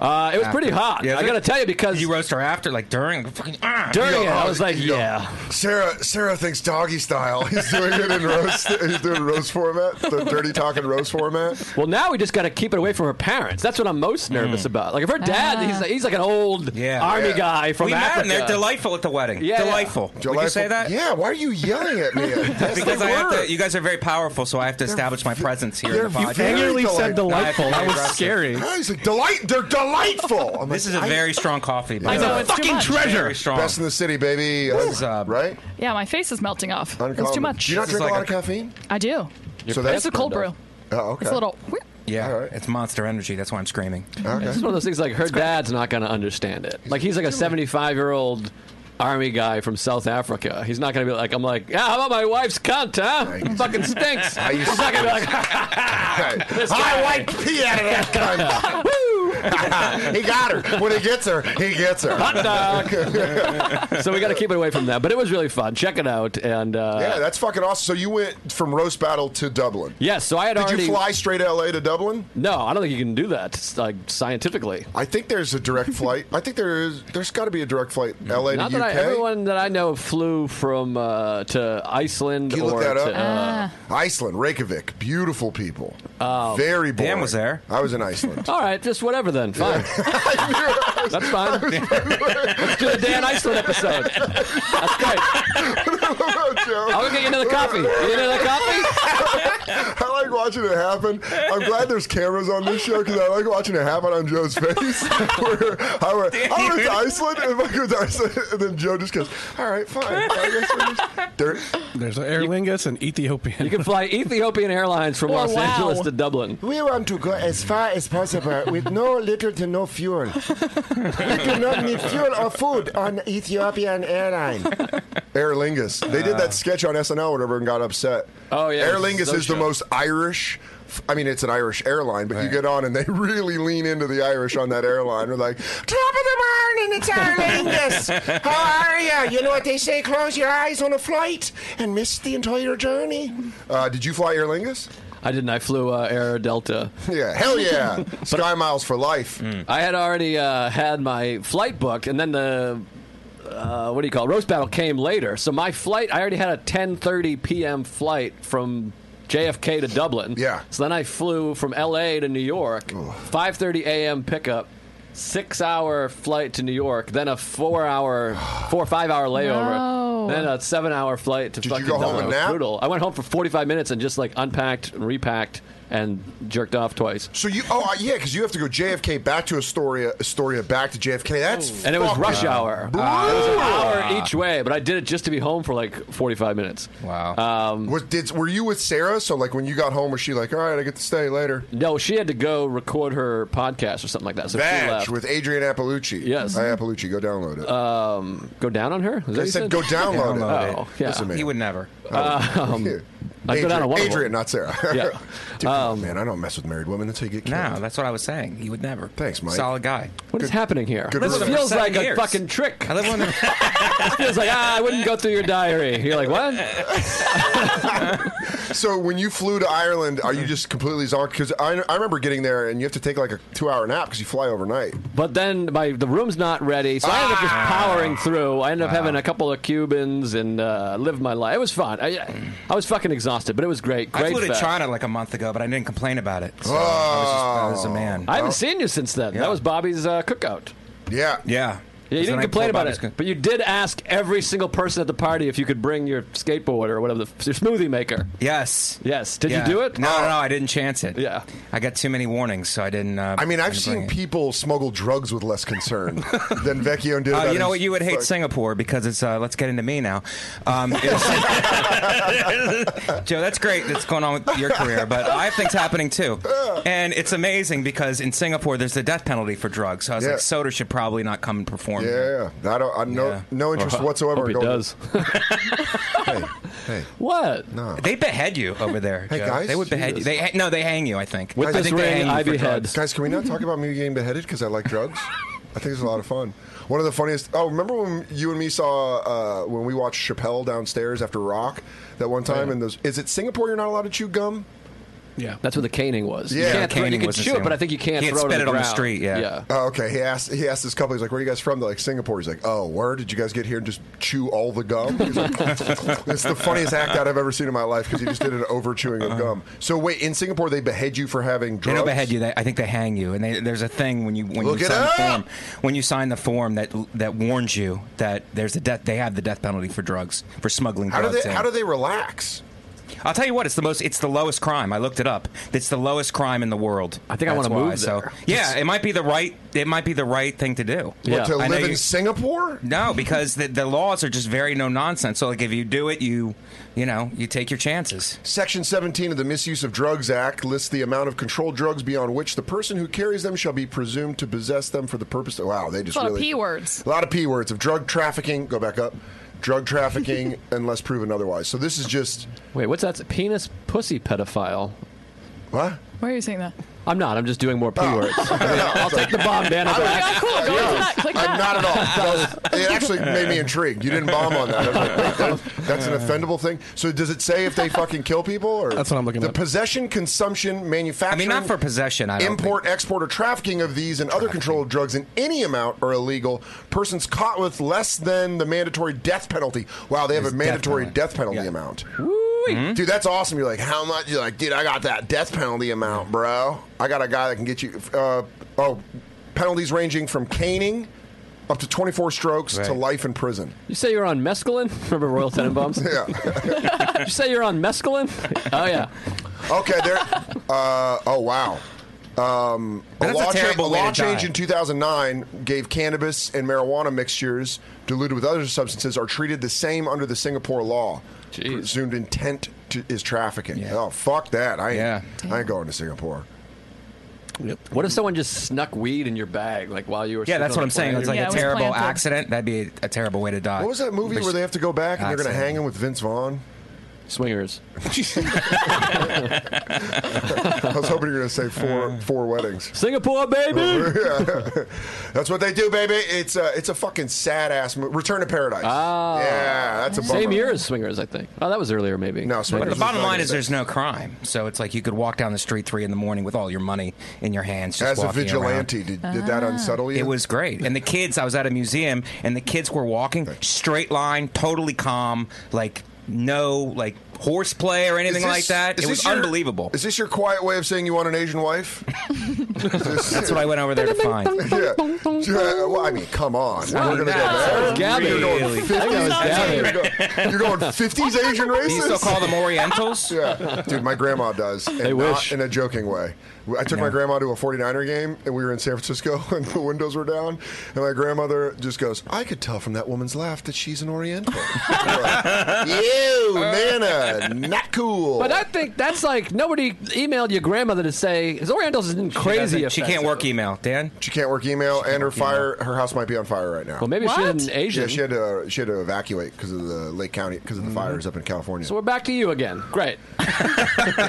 Speaker 3: Uh, it was pretty hot.
Speaker 7: Yeah,
Speaker 3: I
Speaker 7: they-
Speaker 3: got to tell you because
Speaker 7: You roast her after, like during. Fucking, ah.
Speaker 3: during
Speaker 6: Yo,
Speaker 3: it, I was
Speaker 6: uh,
Speaker 3: like,
Speaker 6: yo,
Speaker 3: yeah.
Speaker 6: Sarah, Sarah thinks doggy style. He's doing it in roast. He's doing roast format, the dirty talking roast format.
Speaker 3: Well, now we just got to keep it away from her parents. That's what I'm most nervous about. Like if her dad,
Speaker 5: Ah.
Speaker 3: he's like, he's like an old
Speaker 7: Yeah.
Speaker 3: army
Speaker 6: Yeah.
Speaker 3: guy from
Speaker 7: we met
Speaker 3: Africa.
Speaker 7: them. They're delightful at the wedding.
Speaker 3: Yeah, yeah.
Speaker 7: delightful. Would you say that?
Speaker 6: Yeah. Why are you yelling at me? Yes,
Speaker 7: Because
Speaker 6: they
Speaker 7: I have
Speaker 6: were.
Speaker 7: to, you guys are very powerful, so I have to establish my presence here
Speaker 6: they're
Speaker 7: in the
Speaker 6: you
Speaker 7: podcast.
Speaker 8: Angrily
Speaker 6: Very
Speaker 8: said delightful.
Speaker 7: No, I-
Speaker 8: That was
Speaker 7: aggressive.
Speaker 8: scary.
Speaker 6: Ah, He's like delight. They're delightful. I'm
Speaker 7: This
Speaker 6: like,
Speaker 7: is a
Speaker 6: I-
Speaker 7: very strong coffee.
Speaker 5: I
Speaker 7: but-
Speaker 5: know it's too
Speaker 8: fucking
Speaker 5: much.
Speaker 8: treasure.
Speaker 7: Very strong.
Speaker 6: best in the city, baby. This
Speaker 7: is, uh,
Speaker 6: right.
Speaker 5: Yeah, my face is melting off. It's too
Speaker 6: Uncommon.
Speaker 5: much.
Speaker 6: Do you not
Speaker 7: This is
Speaker 6: drink
Speaker 7: like
Speaker 6: a lot
Speaker 7: a-
Speaker 6: of caffeine?
Speaker 5: I do.
Speaker 6: So
Speaker 5: It's a cold brew.
Speaker 6: Oh, okay.
Speaker 5: It's a little.
Speaker 7: Yeah,
Speaker 6: All right.
Speaker 7: it's monster energy. That's why I'm screaming.
Speaker 3: It's just one of those things. Like her dad's not going to understand it. Like he's like a 75 year old army guy from South Africa. He's not going to be like, I'm like, yeah, how about my wife's cunt, huh? It fucking stinks.
Speaker 6: I used
Speaker 3: He's not going to be like,
Speaker 6: I wiped pee out of that cunt. he got her. When he gets her, he gets her.
Speaker 3: hot dog. so we got to keep it away from that. But it was really fun. Check it out. And uh,
Speaker 6: Yeah, that's fucking awesome. So you went from roast battle to Dublin.
Speaker 3: yes, so I had
Speaker 6: Did
Speaker 3: already.
Speaker 6: you fly straight to LA to Dublin?
Speaker 3: No, I don't think you can do that it's, like scientifically.
Speaker 6: I think there's a direct flight. I think there is. There's got to be a direct flight LA
Speaker 3: Mm. Not
Speaker 6: to
Speaker 3: that
Speaker 6: UK.
Speaker 3: I, everyone that I know flew from uh, to Iceland
Speaker 6: Can you
Speaker 3: or
Speaker 6: look that up?
Speaker 3: to. Uh, Oh.
Speaker 6: Iceland, Reykjavik, beautiful people. Very boring.
Speaker 7: Dan was there.
Speaker 6: I was in Iceland.
Speaker 3: all right, just whatever then. Fine. That's fine. Let's do the Dan Iceland episode. That's great. I'll go get you another coffee. You need another coffee?
Speaker 6: I like watching it happen. I'm glad there's cameras on this show because I like watching it happen on Joe's face. Where I went, I went to Iceland, and I go to Iceland, and then Joe just goes, "All right, fine." I guess we're just- Dirt.
Speaker 8: There's an Aer Lingus and Ethiopian.
Speaker 3: You can fly Ethiopian Airlines from
Speaker 5: Or
Speaker 3: Los
Speaker 5: wow.
Speaker 3: Angeles to Dublin.
Speaker 6: We want to go as far as possible with no little to no fuel. We do not need fuel or food on Ethiopian airline. Aer Lingus. They did that sketch on SNL or whatever and got upset.
Speaker 3: Ah. Oh, yeah,
Speaker 6: Aer
Speaker 3: it was
Speaker 6: Lingus
Speaker 3: those
Speaker 6: is the
Speaker 3: shows.
Speaker 6: most Irish. I mean, it's an Irish airline, but you get on and they really lean into the Irish on that airline. They're like, top of the morning, it's Aer Lingus. How are you? You know what they say? Close your eyes on a flight and miss the entire journey. Uh, did you fly Aer Lingus?
Speaker 3: I didn't. I flew uh, Air Delta.
Speaker 6: Yeah, hell yeah. Sky Miles for life.
Speaker 3: I had already uh, had my flight booked, and then the uh, what do you call it? roast battle came later. So my flight, I already had a 10:30 p.m. flight from JFK to Dublin.
Speaker 6: Yeah.
Speaker 3: So then I flew from L.A. to New York, 5:30 a.m. pickup. Six hour flight to New York, then a four hour, four or five hour layover,
Speaker 5: No.
Speaker 3: then a seven hour flight to
Speaker 6: Did you
Speaker 3: fucking
Speaker 6: go home
Speaker 3: Dublin.
Speaker 6: and
Speaker 3: It was
Speaker 6: nap?
Speaker 3: brutal. I went home for 45 minutes and just like unpacked and repacked and jerked off twice.
Speaker 6: So you, oh uh, yeah, because you have to go JFK back to Astoria, Astoria back to JFK. That's
Speaker 3: And it was Ah,
Speaker 6: fucking
Speaker 3: rush hour.
Speaker 6: brutal.
Speaker 3: hour each way, but I did it just to be home for like 45 minutes.
Speaker 7: Wow.
Speaker 3: Uh,
Speaker 6: Was- did, were you with Sarah? So like when you got home, was she like, all right, I get to stay later?
Speaker 3: No, she had to go record her podcast or something like that. So she
Speaker 6: Badge
Speaker 3: left.
Speaker 6: with Adrian Appalucci.
Speaker 3: Yes. Uh,
Speaker 6: Hey, Appalucci, go download it.
Speaker 3: go down on her? Is that what
Speaker 6: I
Speaker 3: you
Speaker 6: said go download,
Speaker 7: Download
Speaker 6: it.
Speaker 3: Oh, yeah.
Speaker 6: Listen, man.
Speaker 7: he would never.
Speaker 6: um,
Speaker 3: I go
Speaker 6: Adrian,
Speaker 3: down on one of
Speaker 6: Adrian
Speaker 3: them.
Speaker 6: not Sarah.
Speaker 3: Yeah.
Speaker 6: Two Oh, man, I don't mess with married women until you get killed.
Speaker 7: No, Um, that's what I was saying. He would never.
Speaker 6: Thanks, Mike.
Speaker 7: Solid guy.
Speaker 3: What is happening here?
Speaker 6: good
Speaker 3: this
Speaker 6: rule.
Speaker 3: feels
Speaker 7: Seven
Speaker 3: like
Speaker 7: years.
Speaker 3: a fucking trick.
Speaker 7: I live on the.
Speaker 3: It feels like ah, I wouldn't go through your diary. You're like what?
Speaker 6: So when you flew to Ireland, are you just completely zonked? Because I, I remember getting there and you have to take like a two-hour nap because you fly overnight.
Speaker 3: But then my the room's not ready, so I ended up just powering through. I ended up having a couple of Cubans and uh, lived my life. It was fun. I, I was fucking exhausted, but it was great. Great
Speaker 7: I flew to
Speaker 3: fest.
Speaker 7: China like a month ago, but I didn't complain about it. So I was just I was a man.
Speaker 3: Oh. I haven't seen you since then.
Speaker 7: Yeah.
Speaker 3: That was Bobby's uh, cookout.
Speaker 6: Yeah.
Speaker 7: yeah.
Speaker 3: Yeah, you
Speaker 7: It was the
Speaker 3: didn't
Speaker 7: night
Speaker 3: complain
Speaker 7: before
Speaker 3: about
Speaker 7: Bobby's
Speaker 3: it,
Speaker 7: con-
Speaker 3: but you did ask every single person at the party if you could bring your skateboard or whatever, the, your smoothie maker.
Speaker 7: Yes.
Speaker 3: Yes. Did you
Speaker 7: Yeah.
Speaker 3: do it?
Speaker 7: No,
Speaker 3: Oh.
Speaker 7: no, no, I didn't chance it.
Speaker 3: Yeah.
Speaker 7: I got too many warnings, so I didn't. Uh,
Speaker 6: I mean, I've
Speaker 7: didn't bring
Speaker 6: seen
Speaker 7: it.
Speaker 6: people smuggle drugs with less concern than Vecchio did.
Speaker 7: Uh,
Speaker 6: about
Speaker 7: you know
Speaker 6: his-
Speaker 7: what? You would hate
Speaker 6: fuck.
Speaker 7: Singapore because it's. Uh, let's get into me now. Um, it's- Joe, that's great. That's going on with your career, but I have things happening too, and it's amazing because in Singapore there's the death penalty for drugs. So I was
Speaker 6: Yeah.
Speaker 7: like, soda should probably not come and perform.
Speaker 6: Yeah, yeah. I don't. I no,
Speaker 7: Yeah.
Speaker 6: no interest whatsoever.
Speaker 3: Hope
Speaker 6: in
Speaker 3: he
Speaker 6: going-
Speaker 3: does.
Speaker 6: Hey, hey.
Speaker 3: what?
Speaker 7: They behead you over there.
Speaker 6: Hey,
Speaker 7: Joe.
Speaker 6: guys.
Speaker 7: They would behead you. They ha- no, they hang you. I think
Speaker 3: With
Speaker 7: I
Speaker 3: this
Speaker 7: think they
Speaker 3: ring,
Speaker 7: hang you
Speaker 3: I
Speaker 7: for
Speaker 3: behead.
Speaker 7: drugs.
Speaker 6: Guys, can we not talk about me getting beheaded because I like drugs? I think it's a lot of fun. One of the funniest. Oh, remember when you and me saw uh, when we watched Chappelle downstairs after Rock that one time? And those is it Singapore? You're not allowed to chew gum.
Speaker 8: Yeah.
Speaker 3: That's what the caning was.
Speaker 6: Yeah,
Speaker 3: you can't throw,
Speaker 7: caning
Speaker 3: you can
Speaker 7: was the
Speaker 3: shoot
Speaker 7: same
Speaker 3: it, but
Speaker 7: one.
Speaker 3: I think you can't
Speaker 7: You can't
Speaker 3: throw it on
Speaker 7: spit it
Speaker 3: the,
Speaker 7: on the
Speaker 3: ground.
Speaker 7: street, yeah.
Speaker 3: yeah.
Speaker 6: Oh, okay. He asked. He asked this couple. He's like, "Where are you guys from?" They're like, "Singapore." He's like, "Oh, where did you guys get here and just chew all the gum?" He's like, it's the funniest act out I've ever seen in my life because he just did an over chewing of gum. So wait, in Singapore they behead you for having
Speaker 7: Uh-huh. They
Speaker 6: drugs.
Speaker 7: don't behead you. They, I think they hang you. And they, there's a thing when you when
Speaker 6: Look
Speaker 7: you
Speaker 6: it
Speaker 7: sign the
Speaker 6: up!
Speaker 7: form when you sign the form that that warns you that there's a death. They have the death penalty for drugs for smuggling
Speaker 6: How do
Speaker 7: drugs.
Speaker 6: they?
Speaker 7: in.
Speaker 6: How do they relax?
Speaker 7: I'll tell you what. It's the most. It's the lowest crime. I looked it up. It's the lowest crime in the world.
Speaker 3: I think I
Speaker 7: That's
Speaker 3: wanna move
Speaker 7: why. So
Speaker 3: there.
Speaker 7: yeah, it might be the right. It might be the right thing to do.
Speaker 3: Yeah.
Speaker 6: To
Speaker 7: I know
Speaker 6: live in
Speaker 7: you-
Speaker 6: Singapore?
Speaker 7: No, because the, the laws are just very no nonsense. So like, if you do it, you you know you take your chances.
Speaker 6: Section 17 of the Misuse of Drugs Act lists the amount of controlled drugs beyond which the person who carries them shall be presumed to possess them for the purpose of. Wow, they just
Speaker 5: A lot of
Speaker 6: really-
Speaker 5: P words.
Speaker 6: A lot of P words of drug trafficking. Go back up. Drug trafficking, unless proven otherwise. So this is just
Speaker 3: Wait, what's that? Penis pussy pedophile.
Speaker 6: what?
Speaker 5: Why are you saying that?
Speaker 3: I'm not. I'm just doing more
Speaker 7: Oh.
Speaker 3: P words. I'll take the bomb, Dan. I'm back.
Speaker 5: Oh, Yeah, cool. Go into that. Click
Speaker 6: I'm Uh,
Speaker 5: that.
Speaker 6: not at all. That was- it actually made me intrigued. You didn't bomb on that. I was like, wait, that- that's an offendable thing. So does it say if they fucking kill people? Or
Speaker 8: That's what I'm looking
Speaker 6: The
Speaker 8: up.
Speaker 6: possession, consumption,
Speaker 7: I
Speaker 6: manufacturing.
Speaker 7: mean, not for possession. I don't
Speaker 6: import, export, or trafficking of these and other controlled drugs in any amount are illegal. Persons caught with less than the mandatory death penalty. Wow, they have
Speaker 7: There's
Speaker 6: a
Speaker 7: death
Speaker 6: mandatory
Speaker 7: penalty.
Speaker 6: death penalty,
Speaker 7: Yeah.
Speaker 6: amount. Hmm? Dude, that's awesome. You're like, how much? You're like, dude, I got that death penalty amount, bro. I got a guy that can get you. Uh, oh, penalties ranging from caning up to 24 strokes to
Speaker 7: Right.
Speaker 6: life in prison.
Speaker 3: You say you're on mescaline? Remember Royal Tenenbaums? yeah. you say you're on mescaline? Oh yeah.
Speaker 6: Okay, there. uh, oh wow. Um,
Speaker 7: That's a
Speaker 6: law
Speaker 7: terrible
Speaker 6: a
Speaker 7: way
Speaker 6: law
Speaker 7: to
Speaker 6: change
Speaker 7: die.
Speaker 6: in 2009 gave cannabis and marijuana mixtures diluted with other substances are treated the same under the Singapore law.
Speaker 3: Jeez.
Speaker 6: Presumed intent to, is trafficking.
Speaker 7: Yeah.
Speaker 6: Oh fuck that! I ain't,
Speaker 7: Yeah.
Speaker 6: I ain't going to Singapore.
Speaker 3: What if someone just snuck weed in your bag, like while you were?
Speaker 7: Yeah, that's
Speaker 3: sleeping
Speaker 7: what
Speaker 3: on
Speaker 7: I'm
Speaker 3: the
Speaker 7: saying.
Speaker 3: plane?
Speaker 7: It's like
Speaker 5: Yeah, it
Speaker 7: a
Speaker 5: was
Speaker 7: terrible
Speaker 5: planted.
Speaker 7: accident. That'd be a, a terrible way to die.
Speaker 6: What was that movie where they have to go back and they're going to
Speaker 7: Accident.
Speaker 6: hang him with Vince Vaughn?
Speaker 3: swingers.
Speaker 6: I was hoping you were going to say four four weddings.
Speaker 3: Singapore, baby.
Speaker 6: That's what they do, baby. It's a it's a fucking sad ass movie. Return to Paradise.
Speaker 3: Ah.
Speaker 6: yeah, that's a
Speaker 3: Same
Speaker 6: bummer.
Speaker 3: year as swingers, I think. Oh, that was earlier, maybe.
Speaker 6: No,
Speaker 7: But
Speaker 6: Swingers
Speaker 7: the
Speaker 6: was
Speaker 7: bottom line
Speaker 6: 96.
Speaker 7: is there's no crime, so it's like you could walk down the street three in the morning with all your money in your hands. Just
Speaker 6: As a
Speaker 7: walking
Speaker 6: vigilante,
Speaker 7: around.
Speaker 6: did, did that unsettle you?
Speaker 7: It was great, and the kids. I was at a museum, and the kids were walking straight line, totally calm, like no like horseplay or anything
Speaker 6: Is this-
Speaker 7: like that.
Speaker 6: is
Speaker 7: It
Speaker 6: this
Speaker 7: was
Speaker 6: your-
Speaker 7: unbelievable.
Speaker 6: Is this your quiet way of saying you want an Asian wife?
Speaker 7: That's what I went over there to find.
Speaker 6: yeah. Yeah, Well, I mean, come on. We're gonna go
Speaker 7: That's
Speaker 6: there.
Speaker 3: Gabby.
Speaker 6: You're going
Speaker 7: really-
Speaker 6: 50s. You're going- You're going 50s Asian
Speaker 7: Do you still
Speaker 6: races.
Speaker 7: call them Orientals?
Speaker 6: Yeah, dude, my grandma does, and not
Speaker 3: wish.
Speaker 6: in a joking way. I took my grandma to a 49er game, and we were in San Francisco, and the windows were down, and my grandmother just goes, "I could tell from that woman's laugh that she's an Oriental." We're like, Ew, Nana! uh, not cool.
Speaker 3: But I think that's like nobody emailed your grandmother to say Zoriandos isn't crazy.
Speaker 7: She can't
Speaker 3: offensive."
Speaker 7: work email, Dan.
Speaker 6: she can't work email, and her fire, her house might be on fire right now.
Speaker 3: Well, maybe
Speaker 5: What?
Speaker 3: she's an Asian.
Speaker 6: yeah, she Mm-hmm. had to she had to evacuate because of the Lake County because of the fires up in California.
Speaker 3: so we're back to you again. Great.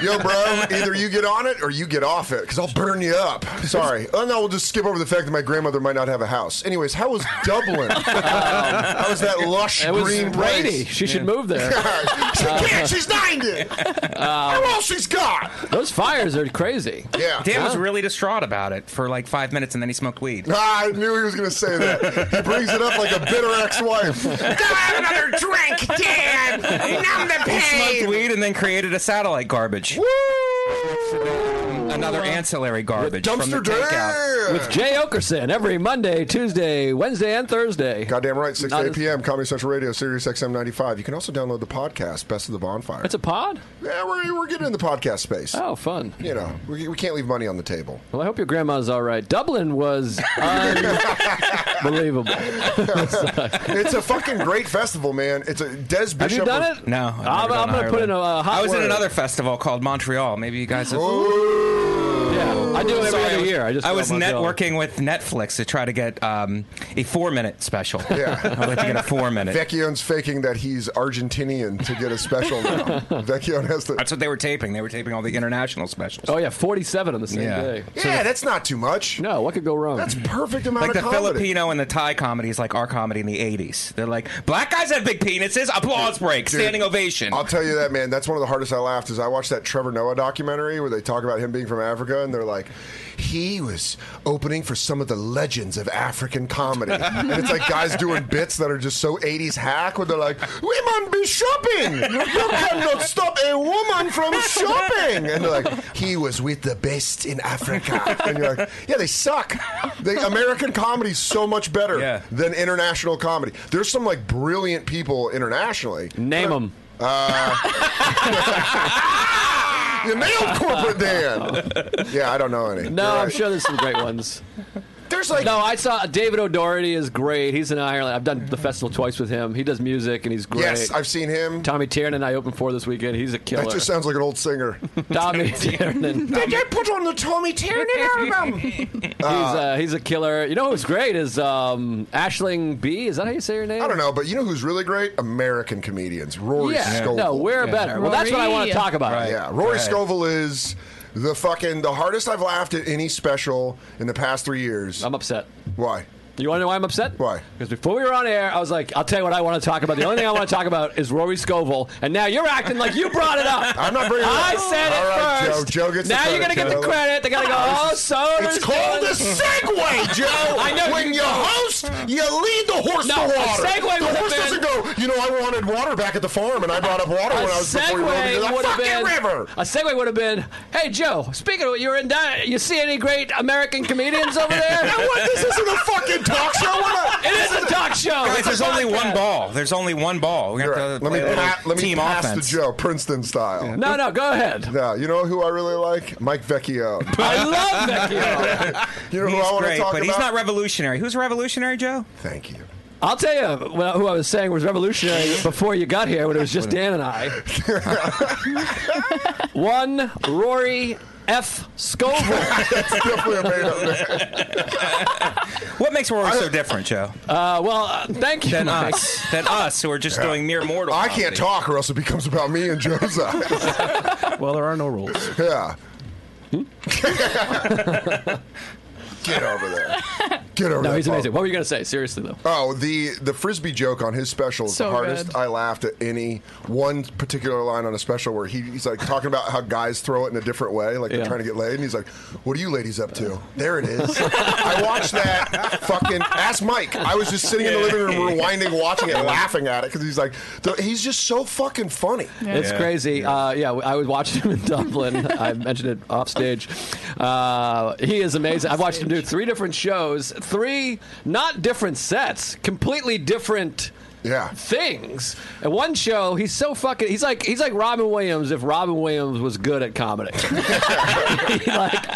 Speaker 6: Yo, bro, either you get on it or you get off it because I'll burn you up. Sorry. Oh, no, we'll just skip over the fact that my grandmother might not have a house. Anyways, how was Dublin? how was that lush
Speaker 3: It was
Speaker 6: green
Speaker 3: Brady.
Speaker 6: place?
Speaker 3: She should move there.
Speaker 6: she can't. She's 90.
Speaker 3: Um,
Speaker 6: how old she's got?
Speaker 3: Those fires are crazy.
Speaker 6: Yeah.
Speaker 7: Dan was
Speaker 3: Huh?
Speaker 7: really distraught about it for like five minutes, and then he smoked weed.
Speaker 6: Ah, I knew he was going to say that. He brings it up like a bitter ex-wife.
Speaker 7: have another drink, Dan. Numb the pain. He smoked weed and then created a satellite garbage. Another ancillary garbage from the
Speaker 6: Dumpster
Speaker 7: takeout.
Speaker 6: Dan.
Speaker 3: With Jay Okerson every Monday, Tuesday, Wednesday, and Thursday.
Speaker 6: Goddamn right, 6
Speaker 3: Not
Speaker 6: to 8
Speaker 3: as-
Speaker 6: p.m. Comedy Central Radio, Sirius XM 95. You can also download the podcast, Best of the Bonfire.
Speaker 3: It's a pod?
Speaker 6: yeah, we're, we're getting in the podcast space.
Speaker 3: Oh, fun.
Speaker 6: You know, we, we can't leave money on the table.
Speaker 3: Well, I hope your grandma's all right. Dublin was unbelievable.
Speaker 6: It's a fucking great festival, man. It's a Des Bishop.
Speaker 3: Have you done it? Ah,
Speaker 7: No, I've
Speaker 3: I'm,
Speaker 7: never
Speaker 3: I'm
Speaker 7: done
Speaker 3: going to put in a uh, hot
Speaker 7: I was in
Speaker 3: word.
Speaker 7: another festival called Montreal. Maybe you guys. Have,
Speaker 6: Oh,
Speaker 3: Yeah, I do it every
Speaker 7: Sorry, I
Speaker 3: other
Speaker 7: was-
Speaker 3: year. I just
Speaker 7: I
Speaker 3: go
Speaker 7: was
Speaker 3: on my bill.
Speaker 7: networking with Netflix to try to get um, a four-minute special.
Speaker 6: Yeah.
Speaker 7: I'd like to get a four-minute.
Speaker 6: Vecchione's faking that he's Argentinian to get a special now. Vecchione has to.
Speaker 7: That's what they were taping. They were taping all the international specials.
Speaker 3: Oh yeah, forty-seven on the same
Speaker 7: Yeah.
Speaker 3: day.
Speaker 6: yeah, that's not too much.
Speaker 3: No, what could go wrong?
Speaker 6: That's perfect amount
Speaker 7: like the
Speaker 6: of comedy.
Speaker 7: Filipino and the Thai comedies, like our comedy in the '80s. They're like, black guys have big penises. Applause break,
Speaker 6: Dude,
Speaker 7: standing ovation.
Speaker 6: I'll tell you that, man. That's one of the hardest I laughed is I watched that Trevor Noah documentary where they talk about him being from Africa, and they're like, he was opening for some of the legends of African comedy, and it's like guys doing bits that are just so '80s hack, where they're like, "Women be shopping. You cannot stop a woman from shopping." And they're like, "He was with the best in Africa," and you're like, "Yeah, they suck. The American comedy's so much better
Speaker 7: Yeah.
Speaker 6: than international comedy. There's some like brilliant people internationally."
Speaker 3: Name them.
Speaker 6: You nailed corporate Dan. yeah, I don't know any.
Speaker 3: No,
Speaker 6: You're
Speaker 3: I'm
Speaker 6: right.
Speaker 3: sure there's some great ones.
Speaker 6: There's like
Speaker 3: No, I saw David O'Doherty is great. He's in Ireland. I've done the festival twice with him. He does music and he's great.
Speaker 6: yes, I've seen him.
Speaker 3: Tommy Tiernan I opened for this weekend. He's a killer.
Speaker 6: That just sounds like an old singer.
Speaker 3: Tommy Tiernan.
Speaker 6: Did they put on the Tommy Tiernan album?
Speaker 3: He's uh, he's a killer. You know who's great is um, Ashling B. Is that how you say your name?
Speaker 6: I don't know, but you know who's really great? American comedians. Rory
Speaker 3: Yeah.
Speaker 6: Scovel.
Speaker 3: No, we're
Speaker 7: Yeah.
Speaker 3: better. Well, that's what I want
Speaker 5: Rory.
Speaker 3: to talk about.
Speaker 6: Yeah, Rory Scovel is the fucking the hardest I've laughed at any special in the past three years.
Speaker 3: I'm upset.
Speaker 6: Why?
Speaker 3: You want to know why I'm upset?
Speaker 6: Why?
Speaker 3: Because before we were on air, I was like, I'll tell you what I want to talk about. The only thing I want to talk about is Rory Scovel, and now you're acting like you brought it up.
Speaker 6: I'm not bringing it
Speaker 3: I
Speaker 6: up.
Speaker 3: said it
Speaker 6: All right, Joe.
Speaker 3: first.
Speaker 6: Joe gets the
Speaker 3: now you're
Speaker 6: credit,
Speaker 3: gonna get
Speaker 6: Joe.
Speaker 3: the credit. They're gonna go, oh, so
Speaker 6: It's called a segue, Joe.
Speaker 3: I know
Speaker 6: When
Speaker 3: you
Speaker 6: you
Speaker 3: know.
Speaker 6: host, you lead the horse
Speaker 3: No,
Speaker 6: to
Speaker 3: a
Speaker 6: water.
Speaker 3: segue
Speaker 6: the
Speaker 3: would've
Speaker 6: horse doesn't
Speaker 3: been-
Speaker 6: go. You know, I wanted water back at the farm, and I brought up water
Speaker 3: A
Speaker 6: when I was before you went
Speaker 3: segue
Speaker 6: into
Speaker 3: would
Speaker 6: the
Speaker 3: have
Speaker 6: fucking
Speaker 3: been.
Speaker 6: river.
Speaker 3: A segue would have been. Hey Joe, speaking of, you're in. Di- you see any great American comedians over there?
Speaker 6: And what? This isn't a fucking talk show. What a-
Speaker 3: It is a talk show.
Speaker 7: Guys,
Speaker 3: It's a
Speaker 7: there's only
Speaker 3: podcast.
Speaker 7: one ball. There's only one ball. We have
Speaker 6: You're
Speaker 7: to
Speaker 6: right. Let
Speaker 7: play
Speaker 6: me,
Speaker 7: a little
Speaker 6: pat, let me
Speaker 7: team
Speaker 6: pass
Speaker 7: offense.
Speaker 6: the Joe Princeton style.
Speaker 3: No, no, go ahead.
Speaker 6: No, you know who I really like? Mike Vecchio.
Speaker 3: I love Vecchio.
Speaker 6: You know who
Speaker 7: He's
Speaker 6: I want
Speaker 7: great,
Speaker 6: to talk
Speaker 7: but
Speaker 6: about?
Speaker 7: he's not revolutionary. Who's revolutionary, Joe?
Speaker 6: Thank you.
Speaker 3: I'll tell you wh- who I was saying was revolutionary before you got here when it was just Dan and I. One Rory F. Scovel.
Speaker 6: That's definitely a made up name.
Speaker 7: What makes Rory so different, Joe?
Speaker 3: Uh, well, uh, thank you.
Speaker 7: than
Speaker 3: Mike.
Speaker 7: us, than us who are just doing mere mortal.
Speaker 6: I can't
Speaker 7: comedy.
Speaker 6: talk, or else it becomes about me and Joe's eyes.
Speaker 8: Well, there are no rules.
Speaker 6: Yeah.
Speaker 7: Hmm?
Speaker 6: Get over there. Get over
Speaker 3: No,
Speaker 6: there.
Speaker 3: he's amazing. What were you going to say? Seriously, though.
Speaker 6: Oh, the the frisbee joke on his special is
Speaker 5: So
Speaker 6: the hardest
Speaker 5: good.
Speaker 6: I laughed at any one particular line on a special where he, he's like talking about how guys throw it in a different way, like they're
Speaker 3: Yeah.
Speaker 6: trying to get laid, and he's like, "What are you ladies up to?" There it is. I watched that fucking ask Mike. I was just sitting in the living room, rewinding, watching it, laughing at it because he's like, th- he's just so fucking funny.
Speaker 3: It's crazy. Yeah. Uh, yeah, I was watching him in Dublin. I mentioned it off stage. Uh, he is amazing. I've watched him do three different shows, three not different sets, completely different
Speaker 6: Yeah.
Speaker 3: things. At one show, he's so fucking. He's like he's like Robin Williams if Robin Williams was good at comedy. He, like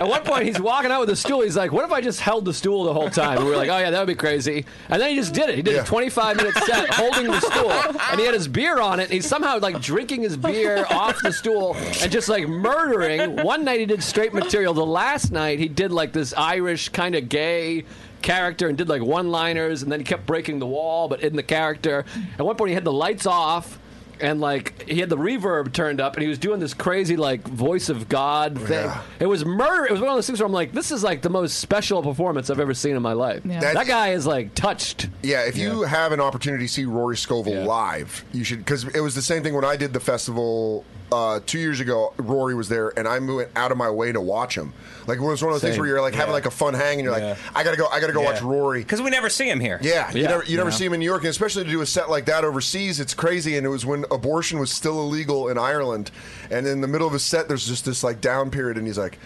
Speaker 3: At one point, he's walking out with a stool. He's like, "What if I just held the stool the whole time?" And we were like, "Oh yeah, that would be crazy." And then he just did it. He did
Speaker 6: Yeah.
Speaker 3: a 25 minute set holding the stool, and he had his beer on it. And he's somehow like drinking his beer off the stool and just like murdering. One night he did straight material. The last night he did like this Irish kind of gay character and did like one liners, and then he kept breaking the wall, but in the character. At one point, he had the lights off and like he had the reverb turned up and he was doing this crazy like voice of god thing
Speaker 6: Yeah.
Speaker 3: it was murder it was one of those things where i'm like this is like the most special performance i've ever seen in my life
Speaker 5: Yeah.
Speaker 6: That's-
Speaker 3: that guy is like touched
Speaker 6: Yeah, if you have an opportunity to see Rory Scovel
Speaker 3: Yeah.
Speaker 6: live, you should because it was the same thing when I did the festival uh, two years ago. Rory was there, and I went out of my way to watch him. Like it was one of those things
Speaker 7: Same.
Speaker 6: where you're like having
Speaker 7: Yeah.
Speaker 6: like a fun hang, and you're
Speaker 7: Yeah.
Speaker 6: like, I gotta go, I gotta go watch Rory.
Speaker 7: because we never see him here.
Speaker 6: Yeah, you
Speaker 3: Yeah.
Speaker 6: never, you never
Speaker 7: Yeah.
Speaker 6: see him in New York, and especially to do a set like that overseas, it's crazy. And it was when abortion was still illegal in Ireland, and in the middle of a set, there's just this like down period, and he's like.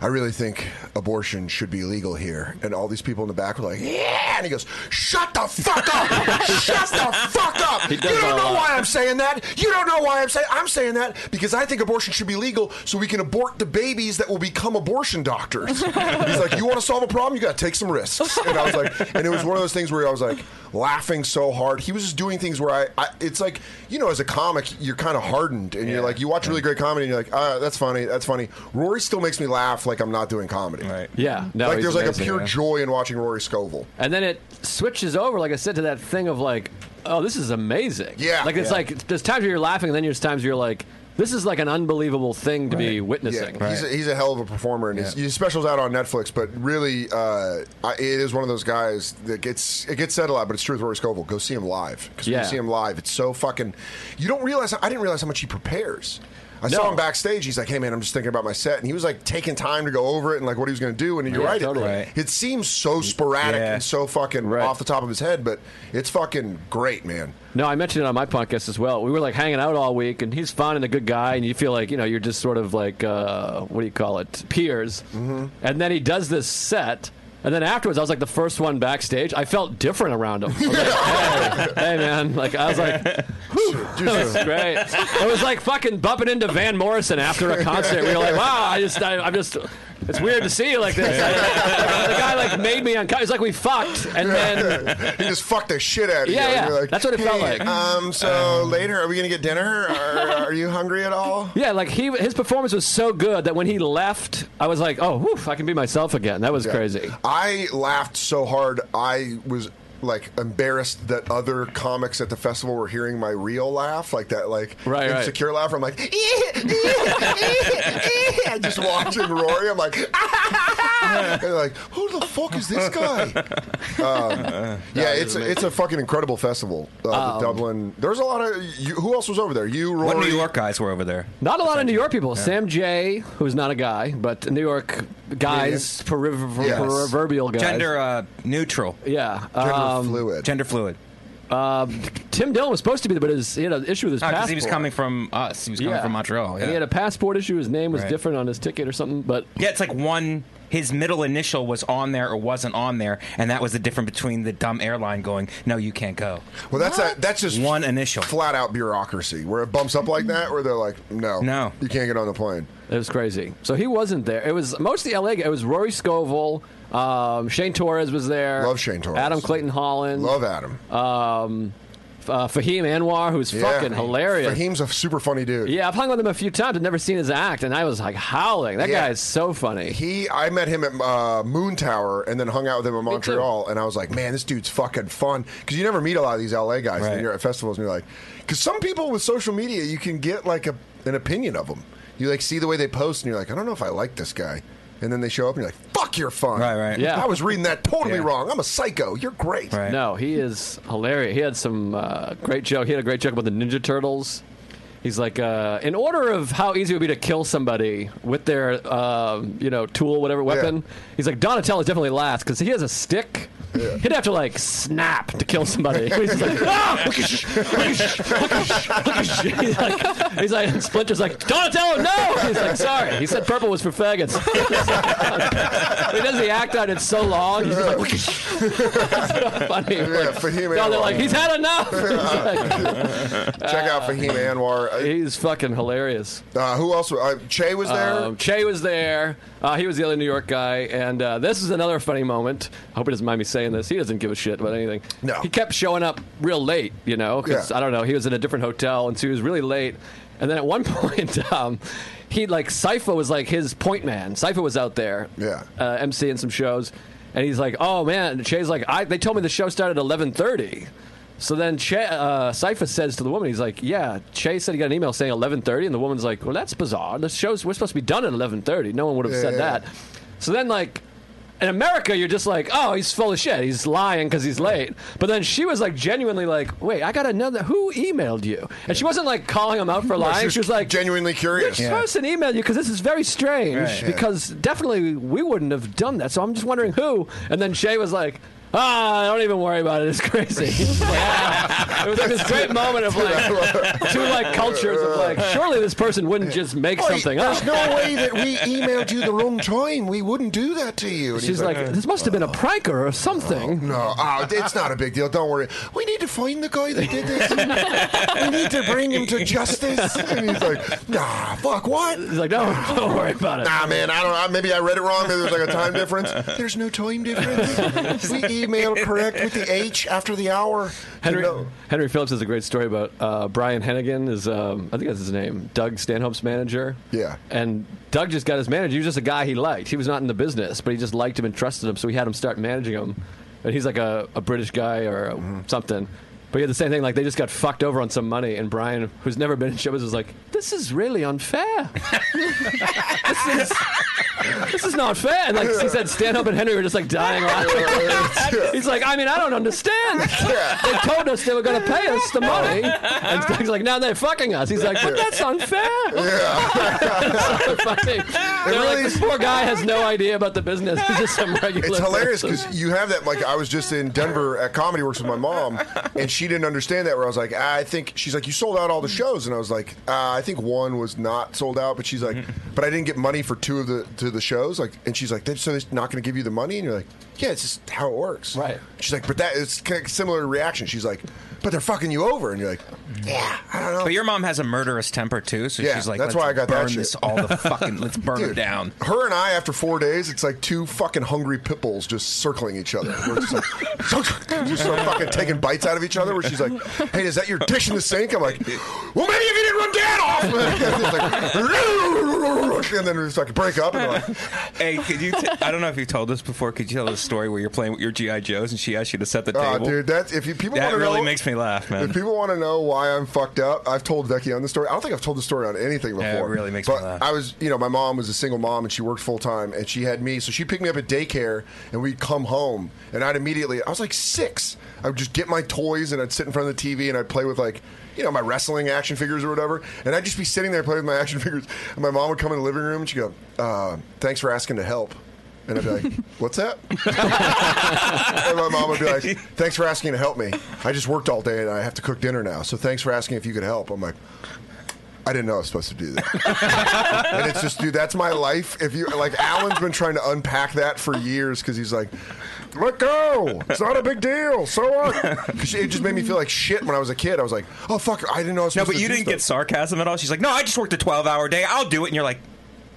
Speaker 6: I really think abortion should be legal here. And all these people in the back were like, yeah. And he goes, shut the fuck up. shut the fuck up. You
Speaker 3: does that
Speaker 6: don't
Speaker 3: a
Speaker 6: know
Speaker 3: lot.
Speaker 6: why I'm saying that. You don't know why I'm saying I'm saying that because I think abortion should be legal so we can abort the babies that will become abortion doctors. He's like, you want to solve a problem, you got to take some risks. And I was like, and it was one of those things where I was like laughing so hard. He was just doing things where I, I it's like you know, as a comic, you're kind of hardened, and you're like, you watch really great comedy, and you're like, ah, that's funny, that's funny. Rory still makes me laugh like I'm not doing comedy.
Speaker 7: Right.
Speaker 3: yeah no
Speaker 6: Like
Speaker 3: he's
Speaker 6: there's like a
Speaker 3: amazing.
Speaker 6: pure joy in watching Rory Scovel.
Speaker 3: and then it switches over like i said to that thing of like oh this is amazing
Speaker 6: Yeah.
Speaker 3: like it's
Speaker 6: Yeah.
Speaker 3: like there's times where you're laughing and then there's times where you're like this is like an unbelievable thing to be witnessing
Speaker 6: Yeah, he's, a, he's a hell of a performer, and his,
Speaker 7: Yeah.
Speaker 6: his special's out on Netflix. But really, uh, I, it is one of those guys that gets it gets said a lot, but it's true with Rory Scovel. Go see him live because when
Speaker 3: Yeah.
Speaker 6: you see him live, it's so fucking. You don't realize. I didn't realize how much he prepares. I saw
Speaker 3: No.
Speaker 6: him backstage. He's like, "Hey man, I'm just thinking about my set," and he was like taking time to go over it and like what he was going to do. And you're
Speaker 3: Yeah,
Speaker 6: right, it-
Speaker 3: totally.
Speaker 6: it, seems so sporadic
Speaker 7: Yeah.
Speaker 6: and so fucking
Speaker 3: Right.
Speaker 6: off the top of his head, but it's fucking great, man.
Speaker 3: No, I mentioned it on my podcast as well. We were like hanging out all week, and he's fun and a good guy, and you feel like you know you're just sort of like uh, what do you call it, peers. Mm-hmm. And then he does this set, and then afterwards, I was like the first one backstage. I felt different around him. I was like, hey, hey, man, like I was like,
Speaker 6: Dude,
Speaker 3: that was great. It was like fucking bumping into Van Morrison after a concert. We were like, wow, I just, I, I'm just. It's weird to see you like this. the guy like made me uncomfortable. It's like we fucked, and then
Speaker 6: he just fucked the shit out of
Speaker 3: Yeah,
Speaker 6: you.
Speaker 3: yeah.
Speaker 6: You're
Speaker 3: That's what it felt
Speaker 6: "Hey,
Speaker 3: like."
Speaker 6: Um, so later, are we gonna get dinner? Or are you hungry at all?
Speaker 3: Yeah, like he his performance was so good that when he left, I was like, oh, whew, I can be myself again. That was crazy.
Speaker 6: I laughed so hard, I was like embarrassed that other comics at the festival were hearing my real laugh, like that, like
Speaker 3: Right, right.
Speaker 6: insecure laugh. I'm like, I just watching Rory. I'm like, and they're like, who the fuck is this guy? Um, yeah, it's a, it's a fucking incredible festival. Uh, the
Speaker 3: Um,
Speaker 6: Dublin. There's a lot of you, who else was over there? You, Rory,
Speaker 7: What New York guys were over there?
Speaker 3: Not a lot of New York people. Sam J, who's not a guy, but New York guys, perver-
Speaker 6: Yes.
Speaker 3: proverbial guys.
Speaker 7: Gender uh, neutral,
Speaker 3: Yeah.
Speaker 6: Gender
Speaker 3: Um,
Speaker 6: fluid.
Speaker 7: gender fluid.
Speaker 3: Tim Dillon was supposed to be there, but his, he had an issue with his
Speaker 7: Because
Speaker 3: passport.
Speaker 7: Oh, he was coming from us. He was coming
Speaker 3: Yeah.
Speaker 7: from Montreal. Yeah.
Speaker 3: He had a passport issue. His name was
Speaker 7: Right.
Speaker 3: different on his ticket or something, but
Speaker 7: Yeah, it's like one. His middle initial was on there or wasn't on there, and that was the difference between the dumb airline going, "No, you can't go."
Speaker 6: Well, that's a, that's just
Speaker 7: One initial.
Speaker 6: flat out bureaucracy where it bumps up like that, where they're like, no,
Speaker 7: No.
Speaker 6: you can't get on the plane.
Speaker 3: It was crazy. So he wasn't there. It was mostly LA. It was Rory Scovel. Um, Shane Torres was there.
Speaker 6: Love Shane Torres.
Speaker 3: Adam Clayton Holland.
Speaker 6: Love Adam.
Speaker 3: um, f- uh, Fahim Anwar, who's
Speaker 6: Yeah.
Speaker 3: fucking hilarious.
Speaker 6: Fahim's a super funny dude.
Speaker 3: Yeah, I've hung with him a few times. I've never seen his act, and I was like howling. That
Speaker 6: Yeah.
Speaker 3: guy is so funny.
Speaker 6: He, I met him at uh, Moon Tower, and then hung out with him in
Speaker 3: too.
Speaker 6: Montreal, and I was like, "Man, this dude's fucking fun." Because you never meet a lot of these LA guys.
Speaker 7: Right.
Speaker 6: And you're at festivals, and you're like, because some people with social media, you can get like a, an opinion of them. You like see the way they post, and you're like, "I don't know if I like this guy." And then they show up, and you're like, "Fuck, you're fun."
Speaker 7: Right, right.
Speaker 3: Yeah.
Speaker 6: I was reading that totally
Speaker 7: Yeah.
Speaker 6: wrong. I'm a psycho. You're great.
Speaker 7: Right.
Speaker 3: No, he is hilarious. He had some uh, great joke. He had a great joke about the Ninja Turtles. He's like, uh, in order of how easy it would be to kill somebody with their, uh, you know, tool, whatever weapon. He's like, Donatello's definitely last because he has a stick. He'd have to like snap to kill somebody. He's just like, "Ah!" he's like, he's like, and Splinter's like, Donatello, no! He's like, sorry. He said purple was for faggots. he does the act out. It's so long. He's just like, funny. Like,
Speaker 6: Fahim
Speaker 3: no, they're
Speaker 6: Anwar.
Speaker 3: like, he's had enough. He's, like-
Speaker 6: Check out Fahim Anwar.
Speaker 3: he's fucking hilarious.
Speaker 6: Uh, who else? Uh, che was there.
Speaker 3: Um, che was there. Uh, he was the other New York guy, and uh, this is another funny moment. I hope he doesn't mind me saying this. He doesn't give a shit about anything.
Speaker 6: No.
Speaker 3: he kept showing up real late. You know, because
Speaker 6: Yeah.
Speaker 3: I don't know. He was in a different hotel, and so he was really late. And then at one point, um, he like Sypha was like his point man. Sypha was out there,
Speaker 6: Yeah.
Speaker 3: uh, MC in some shows, and he's like, "Oh man," and Che's like, I, "They told me the show started at 11.30. So then che, uh, Sypha says to the woman, "He's like, yeah." Che said he got an email saying 11.30, and the woman's like, "Well, that's bizarre. The show's we're supposed to be done at 11.30. No one would have said
Speaker 6: Yeah.
Speaker 3: that." So then, like. In America, you're just like, oh, he's full of shit. He's lying because he's late. But then she was like, genuinely, like, wait, I got another. Who emailed you? And she wasn't like calling him out for lying. She was like,
Speaker 6: genuinely curious.
Speaker 3: which person emailed you? Because this is very strange.
Speaker 7: Right.
Speaker 3: because definitely we wouldn't have done that. So I'm just wondering who. And then Shay was like, Ah, don't even worry about it. It's crazy. it was like this great moment of like two like cultures of like surely this person wouldn't just make
Speaker 6: Oi,
Speaker 3: something
Speaker 6: There's
Speaker 3: up.
Speaker 6: no way that we emailed you the wrong time. We wouldn't do that to you. And he's
Speaker 3: She's like, this must have been a pranker or something.
Speaker 6: no, oh, it's not a big deal. Don't worry. We need to find the guy that did this. we need to bring him to justice. And he's like, nah, fuck, what?
Speaker 3: He's like, no, don't worry about it.
Speaker 6: Nah, man, I don't. I, maybe I read it wrong. Maybe there's like a time difference. There's no time difference. we email correct with the H after the hour.
Speaker 3: Henry,
Speaker 6: You know.
Speaker 3: Henry Phillips has a great story about uh, Brian Hennigan is um, I think that's his name, Doug Stanhope's manager.
Speaker 6: Yeah.
Speaker 3: and Doug just got his manager. He was just a guy he liked. He was not in the business, but he just liked him and trusted him, so he had him start managing him. And he's like a, a British guy or a-
Speaker 6: Mm-hmm.
Speaker 3: something. But he had the same thing. Like they just got fucked over on some money, and Brian, who's never been in showbiz, was like, "This is really unfair. this is." This is not fair. And like he said, Stanhope and Henry were just like dying laughing. He's like, I mean, I don't understand. They told us they were going to pay us the money, and Doug's like, now they're fucking us. He's like, but that's unfair. It's so funny. They're
Speaker 6: really
Speaker 3: like,
Speaker 6: is-
Speaker 3: this poor guy has no idea about the business. He's just some regular.
Speaker 6: It's hilarious
Speaker 3: person.
Speaker 6: because you have that. Like, I was just in Denver at Comedy Works with my mom, and she didn't understand that. Where I was like, I think she's like, you sold out all the shows, and I was like, uh, I think one was not sold out, but she's like, but I didn't get money for two of the to the shows. Like, and she's like, so they're not going to give you the money, and you're like, yeah, it's just how it works,
Speaker 3: Right.
Speaker 6: She's like, but that is kind of similar reaction. She's like, but they're fucking you over, and you're like, yeah, I don't know.
Speaker 7: But your mom has a murderous temper too, so
Speaker 6: Yeah,
Speaker 7: she's like,
Speaker 6: that's
Speaker 7: "Let's
Speaker 6: why I got that
Speaker 7: burn
Speaker 6: shit."
Speaker 7: this all the fucking. Let's burn it
Speaker 6: Dude,
Speaker 7: down.
Speaker 6: Her and I, after four days, it's like two fucking hungry pit bulls just circling each other. We're just like, just sort of fucking taking bites out of each other. Where she's like, "Hey, is that your dish in the sink?" I'm like, "Well, maybe if you didn't run dad off." It's like, and then we just like break up and we're like,
Speaker 7: Hey, could you? T- I don't know if you told this before. Could you tell the story where you're playing with your GI Joes and she asked you to set the
Speaker 6: "Oh,
Speaker 7: table?
Speaker 6: dude, that's if you, people
Speaker 7: that
Speaker 6: want to
Speaker 7: really
Speaker 6: know,
Speaker 7: makes me laugh,
Speaker 6: If
Speaker 7: man.
Speaker 6: people want to know why I'm fucked up, I've told Becky on the story. I don't think I've told the story on anything before.
Speaker 7: Yeah, it really makes
Speaker 6: but
Speaker 7: me laugh.
Speaker 6: I was, you know, my mom was a single mom and she worked full time, and she had me, so she picked me up at daycare, and we'd come home, and I'd immediately, I was like six, I would just get my toys and I'd sit in front of the TV and I'd play with like, you know, my wrestling action figures or whatever, and I'd just be sitting there playing with my action figures, and my mom would come in the living room and she'd go, uh, "Thanks for asking to help." And I'd be like, "What's that?" and my mom would be like, "Thanks for asking to help me. I just worked all day and I have to cook dinner now. So thanks for asking if you could help." I'm like, "I didn't know I was supposed to do that." and it's just, dude, that's my life. If you like, Alan's been trying to unpack that for years because he's like. Let go. It's not a big deal. So what? 'Cause It just made me feel like shit when I was a kid. I was like, "Oh fuck, I didn't know." I was
Speaker 7: No,
Speaker 6: supposed
Speaker 7: but
Speaker 6: to
Speaker 7: you
Speaker 6: do
Speaker 7: didn't get
Speaker 6: stuff."
Speaker 7: sarcasm at all. She's like, "No, I just worked a 12 hour day. I'll do it." And you're like,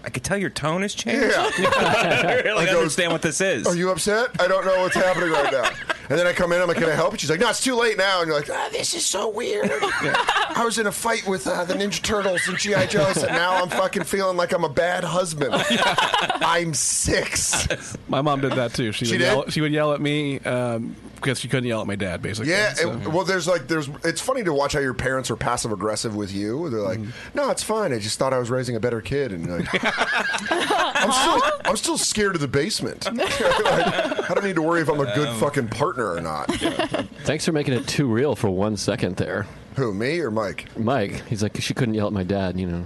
Speaker 7: "I could tell your tone has changed.
Speaker 6: Yeah.
Speaker 7: I really
Speaker 6: I go,
Speaker 7: understand what this is."
Speaker 6: Are you upset? I don't know what's happening right now. And then I come in, I'm like, can I help? And she's like, no, it's too late now. And you're like, ah, this is so weird. I was in a fight with uh, the Ninja Turtles and G.I. Joe's, and now I'm fucking feeling like I'm a bad husband. I'm six.
Speaker 8: My mom did that too. She,
Speaker 6: She
Speaker 8: would,
Speaker 6: did?
Speaker 8: yell, she would yell at me um, because she couldn't yell at my dad, basically.
Speaker 6: Yeah,
Speaker 8: so-
Speaker 6: it- well, there's like, there's. It's funny to watch how your parents are passive aggressive with you. They're like,
Speaker 7: Mm-hmm.
Speaker 6: "No, it's fine. I just thought I was raising a better kid." And you're like, I'm still, I'm still scared of the basement. Like, I don't need to worry if I'm a good
Speaker 7: Oh.
Speaker 6: fucking partner or not.
Speaker 3: Thanks for making it too real for one second there.
Speaker 6: Who, me or Mike?
Speaker 3: Mike, he's like, she couldn't yell at my dad, you know.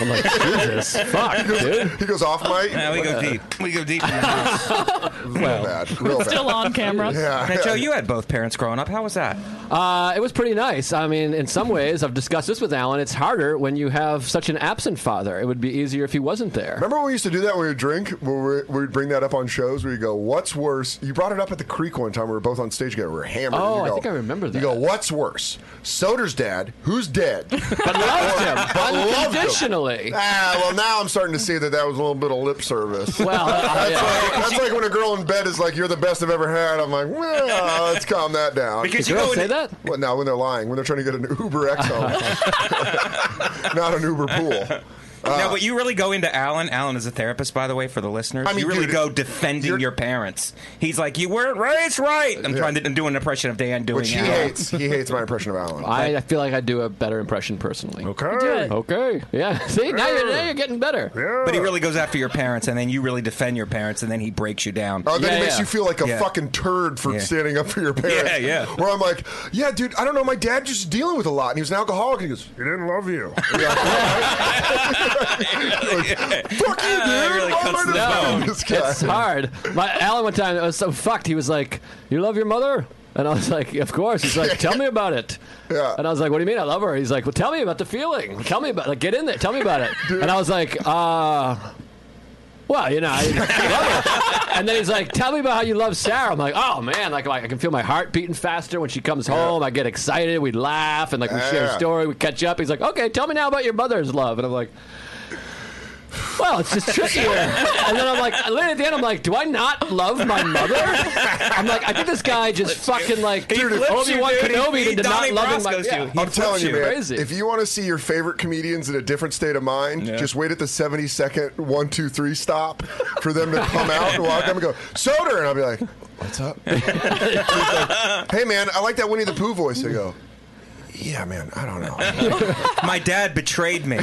Speaker 3: I'm like, Jesus, fuck, dude.
Speaker 6: He goes off mic.
Speaker 7: Nah, we go deep. We go deep. in the house.
Speaker 6: real bad. Real bad.
Speaker 5: Still on camera.
Speaker 6: yeah.
Speaker 7: now, Joe, you had both parents growing up. How was that?
Speaker 3: Uh, it was pretty nice. I mean, in some ways, I've discussed this with Alan. It's harder when you have such an absent father. It would be easier if he wasn't there.
Speaker 6: Remember when we used to do that when we would drink? Where we- we'd bring that up on shows where you go, What's worse? You brought it up at the creek one time. We were both on stage together. We were hammered.
Speaker 3: Oh,
Speaker 6: You
Speaker 3: I
Speaker 6: go-
Speaker 3: think I remember that.
Speaker 6: You go, What's worse? Soder's dad, who's dead,
Speaker 3: But loved him
Speaker 6: But loved him.
Speaker 3: Really?
Speaker 6: Ah, well, now I'm starting to see that that was a little bit of lip service.
Speaker 3: Well, uh,
Speaker 6: that's, like, that's like when a girl in bed is like, "You're the best I've ever had." I'm like, "Well, let's calm that down."
Speaker 7: Because
Speaker 3: Did
Speaker 7: you go
Speaker 3: girls say
Speaker 7: into,
Speaker 3: that?
Speaker 6: Well, now when they're lying, when they're trying to get an Uber XL, not an Uber pool.
Speaker 7: no, but you really go into Alan. Alan is a therapist, by the way, for the listeners.
Speaker 6: I mean,
Speaker 7: you really
Speaker 6: dude,
Speaker 7: go defending
Speaker 6: you're-
Speaker 7: your parents. He's like, you weren't raised right. I'm trying to I'm doing an impression of Dan doing
Speaker 6: Which he
Speaker 7: Alan.
Speaker 6: hates. He hates my impression of Alan.
Speaker 3: I, I feel like I do a better impression personally.
Speaker 5: Do it.
Speaker 3: Okay. Yeah. See, now you're, now you're getting better.
Speaker 7: But he really goes after your parents, and then you really defend your parents, and then he breaks you down.
Speaker 6: Oh, then
Speaker 3: Yeah,
Speaker 6: he makes
Speaker 3: yeah.
Speaker 6: you feel like a
Speaker 7: Yeah.
Speaker 6: fucking turd for
Speaker 7: Yeah.
Speaker 6: standing up for your parents.
Speaker 7: Yeah, yeah.
Speaker 6: Where I'm like, yeah, dude, I don't know. My dad just dealing with a lot, and he was an alcoholic. And he goes, he didn't love you. Fuck you, dude.
Speaker 7: That really
Speaker 6: Why am
Speaker 7: cuts
Speaker 6: I
Speaker 7: the
Speaker 6: defending
Speaker 7: bone.
Speaker 6: this guy?
Speaker 3: It's hard. My Alan one time I was so fucked. He was like, "You love your mother?" And I was like, "Of course." He's like, "Tell me about it."
Speaker 6: Yeah.
Speaker 3: And I was like, "What do you mean I love her?" He's like, "Well, tell me about the feeling. Tell me about like get in there. Tell me about it." And I was like, "Uh, well, you know, I love her." And then he's like, "Tell me about how you love Sarah." I'm like, "Oh man, like, like I can feel my heart beating faster when she comes home. I get excited. We laugh and like we share a
Speaker 6: Yeah.
Speaker 3: story. We catch up." He's like, "Okay, tell me now about your mother's love." And I'm like. Well, it's just trickier. and then I'm like, later at the end, I'm like, do I not love my mother? I'm like, I think this guy just fucking like
Speaker 7: Dude, if- flips you,
Speaker 3: Obi Wan
Speaker 7: dude.
Speaker 3: Kenobi
Speaker 7: He- he
Speaker 3: into not
Speaker 7: Donnie
Speaker 3: loving my.
Speaker 7: Brasco's
Speaker 3: Yeah.
Speaker 7: you. He
Speaker 6: I'm telling
Speaker 7: flips
Speaker 6: you,
Speaker 7: you.
Speaker 6: man.
Speaker 3: Crazy.
Speaker 6: If you want to see your favorite comedians in a different state of mind,
Speaker 7: Yeah.
Speaker 6: just wait at the 70 second one, two, three stop for them to come out and walk up and go, Soder! And I'll be like, what's up? He's like, hey, man, I like that Winnie the Pooh voice. I go, yeah, man, I don't know.
Speaker 7: My dad betrayed me.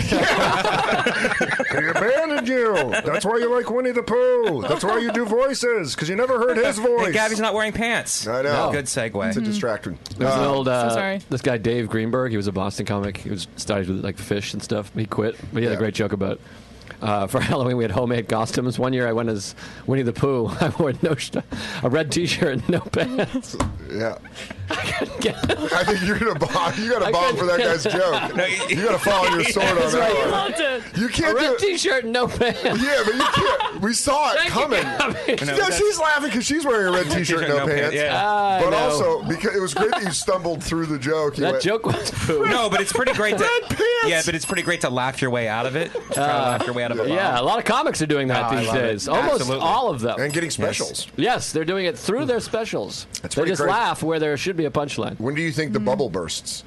Speaker 6: he abandoned you. That's why you like Winnie the Pooh. That's why you do voices, because you never heard his voice.
Speaker 7: Hey, Gabby's not wearing pants.
Speaker 6: I know.
Speaker 7: Good segue. Mm.
Speaker 6: It's a distraction.
Speaker 3: There was an old, uh,
Speaker 5: So sorry.
Speaker 3: this guy Dave Greenberg. He was a Boston comic. He was started with like fish and stuff. He quit, but he had
Speaker 6: Yeah.
Speaker 3: a great joke about. Uh, for Halloween, we had homemade costumes. One year, I went as Winnie the Pooh. I wore no sh- a red T-shirt and no pants.
Speaker 6: Yeah. I think you're gonna bomb. You got to
Speaker 3: I
Speaker 6: bomb for that
Speaker 3: couldn't-
Speaker 6: guy's joke. You got to follow your sword on that
Speaker 5: I
Speaker 6: one.
Speaker 5: loved it.
Speaker 6: You
Speaker 3: A
Speaker 6: can't do
Speaker 3: red
Speaker 6: it.
Speaker 3: T-shirt and no pants.
Speaker 6: Yeah, but you can't. We saw it
Speaker 3: Thank you,
Speaker 6: coming.
Speaker 3: Gabby.
Speaker 7: No,
Speaker 6: yeah,
Speaker 7: that's-
Speaker 6: she's laughing because she's wearing a red T-shirt, no, pants.
Speaker 7: Yeah.
Speaker 3: I
Speaker 6: But
Speaker 3: know.
Speaker 6: also because it was great that you stumbled through the joke. You
Speaker 3: that
Speaker 6: went,
Speaker 3: joke was poo.
Speaker 7: No, but it's pretty great to yeah, but it's pretty great to laugh your way out of it. Try to laugh your way out of a
Speaker 3: Yeah, a
Speaker 7: bomb.
Speaker 3: lot of comics are doing that
Speaker 7: Oh, I
Speaker 3: these
Speaker 7: love it.
Speaker 3: days. Almost
Speaker 7: Absolutely. Hmm.
Speaker 3: all of them.
Speaker 6: and getting specials.
Speaker 3: yes, they're doing it through their specials.
Speaker 6: That's
Speaker 3: they
Speaker 6: pretty
Speaker 3: just
Speaker 6: crazy.
Speaker 3: laugh where there should be a punchline.
Speaker 6: When do you think the bubble bursts?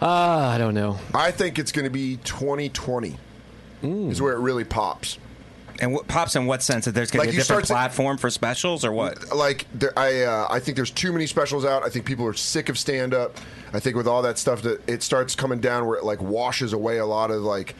Speaker 3: Ah, I don't know.
Speaker 6: I think it's going to be 2020 is where it really pops.
Speaker 7: And what pops in what sense? That there's going
Speaker 6: Like,
Speaker 7: to be
Speaker 6: you
Speaker 7: a different
Speaker 6: start to-
Speaker 7: platform for specials or what?
Speaker 6: like there, I uh, I think there's too many specials out. I think people are sick of stand up. I think with all that stuff that it starts coming down where it like washes away a lot of like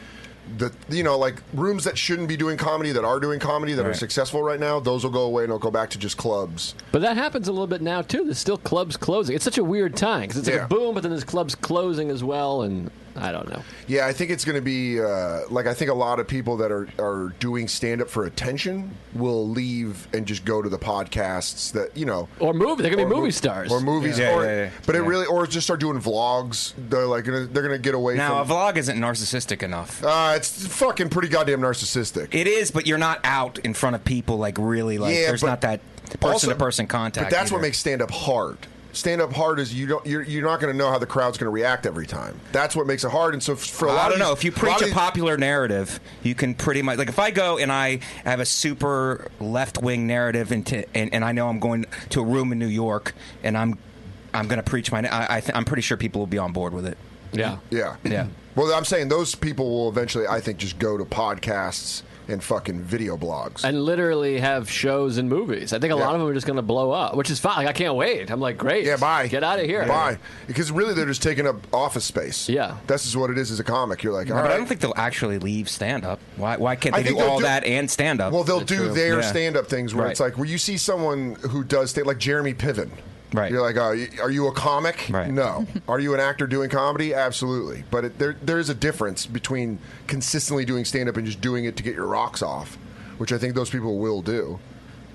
Speaker 6: the you know like rooms that shouldn't be doing comedy that are doing comedy that are
Speaker 7: Right.
Speaker 6: successful right now. Those will go away and it'll go back to just clubs.
Speaker 3: But that happens a little bit now too. There's still clubs closing. It's such a weird time because it's like
Speaker 6: Yeah.
Speaker 3: a boom, but then there's clubs closing as well, and I don't know.
Speaker 6: Yeah, I think it's going to be uh, like I think a lot of people that are are doing stand up for attention will leave and just go to the podcasts that you know
Speaker 3: Or movie. They're gonna be
Speaker 6: Or
Speaker 3: movie
Speaker 6: mov-
Speaker 3: stars.
Speaker 6: or movies,
Speaker 7: Yeah,
Speaker 6: or,
Speaker 7: yeah, yeah.
Speaker 6: but it
Speaker 7: Yeah.
Speaker 6: really or just start doing vlogs. They're like gonna, they're going to get away
Speaker 7: Now, a
Speaker 6: from
Speaker 7: vlog isn't narcissistic enough.
Speaker 6: Uh, it's fucking pretty goddamn narcissistic.
Speaker 7: It is, but you're not out in front of people like really like
Speaker 6: Yeah,
Speaker 7: there's
Speaker 6: but
Speaker 7: not that
Speaker 6: Also-
Speaker 7: person to person contact.
Speaker 6: But that's what
Speaker 7: either.
Speaker 6: makes stand up hard. Stand up hard is you don't you're, you're not going to know how the crowd's going to react every time. That's what makes it hard. And so f- for a lot
Speaker 7: I don't
Speaker 6: of these-
Speaker 7: know. If you
Speaker 6: lot of
Speaker 7: preach a
Speaker 6: these-
Speaker 7: popular narrative, you can pretty much like if I go and I have a super left wing narrative into, and and I know I'm going to a room in New York and I'm I'm going to preach my I, I th- I'm pretty sure people will be on board with it.
Speaker 3: Yeah.
Speaker 6: yeah,
Speaker 7: Yeah.
Speaker 6: Well, I'm saying those people will eventually, I think, just go to podcasts and fucking video blogs.
Speaker 3: And literally have shows and movies. I think a
Speaker 6: Yeah.
Speaker 3: lot of them are just going to blow up, which is fine. Like, I can't wait. I'm like, great.
Speaker 6: yeah, bye.
Speaker 3: Get out of here.
Speaker 6: Bye. Because really, they're just taking up office space.
Speaker 3: Yeah.
Speaker 6: this is what it is as a comic. You're like, all
Speaker 7: But
Speaker 6: right.
Speaker 7: I don't think they'll actually leave stand up. Why why can't
Speaker 6: I
Speaker 7: they do
Speaker 6: think they'll
Speaker 7: all
Speaker 6: do-
Speaker 7: that and stand up?
Speaker 6: Well, they'll do their
Speaker 7: Yeah.
Speaker 6: stand-up things where it's
Speaker 7: Right.
Speaker 6: like, where you see someone who does stand, like Jeremy Piven.
Speaker 7: Right.
Speaker 6: You're like, oh, y- are you a comic?
Speaker 7: Right.
Speaker 6: No. are you an actor doing comedy? Absolutely. But it, there, there is a difference between consistently doing stand-up and just doing it to get your rocks off, which I think those people will do.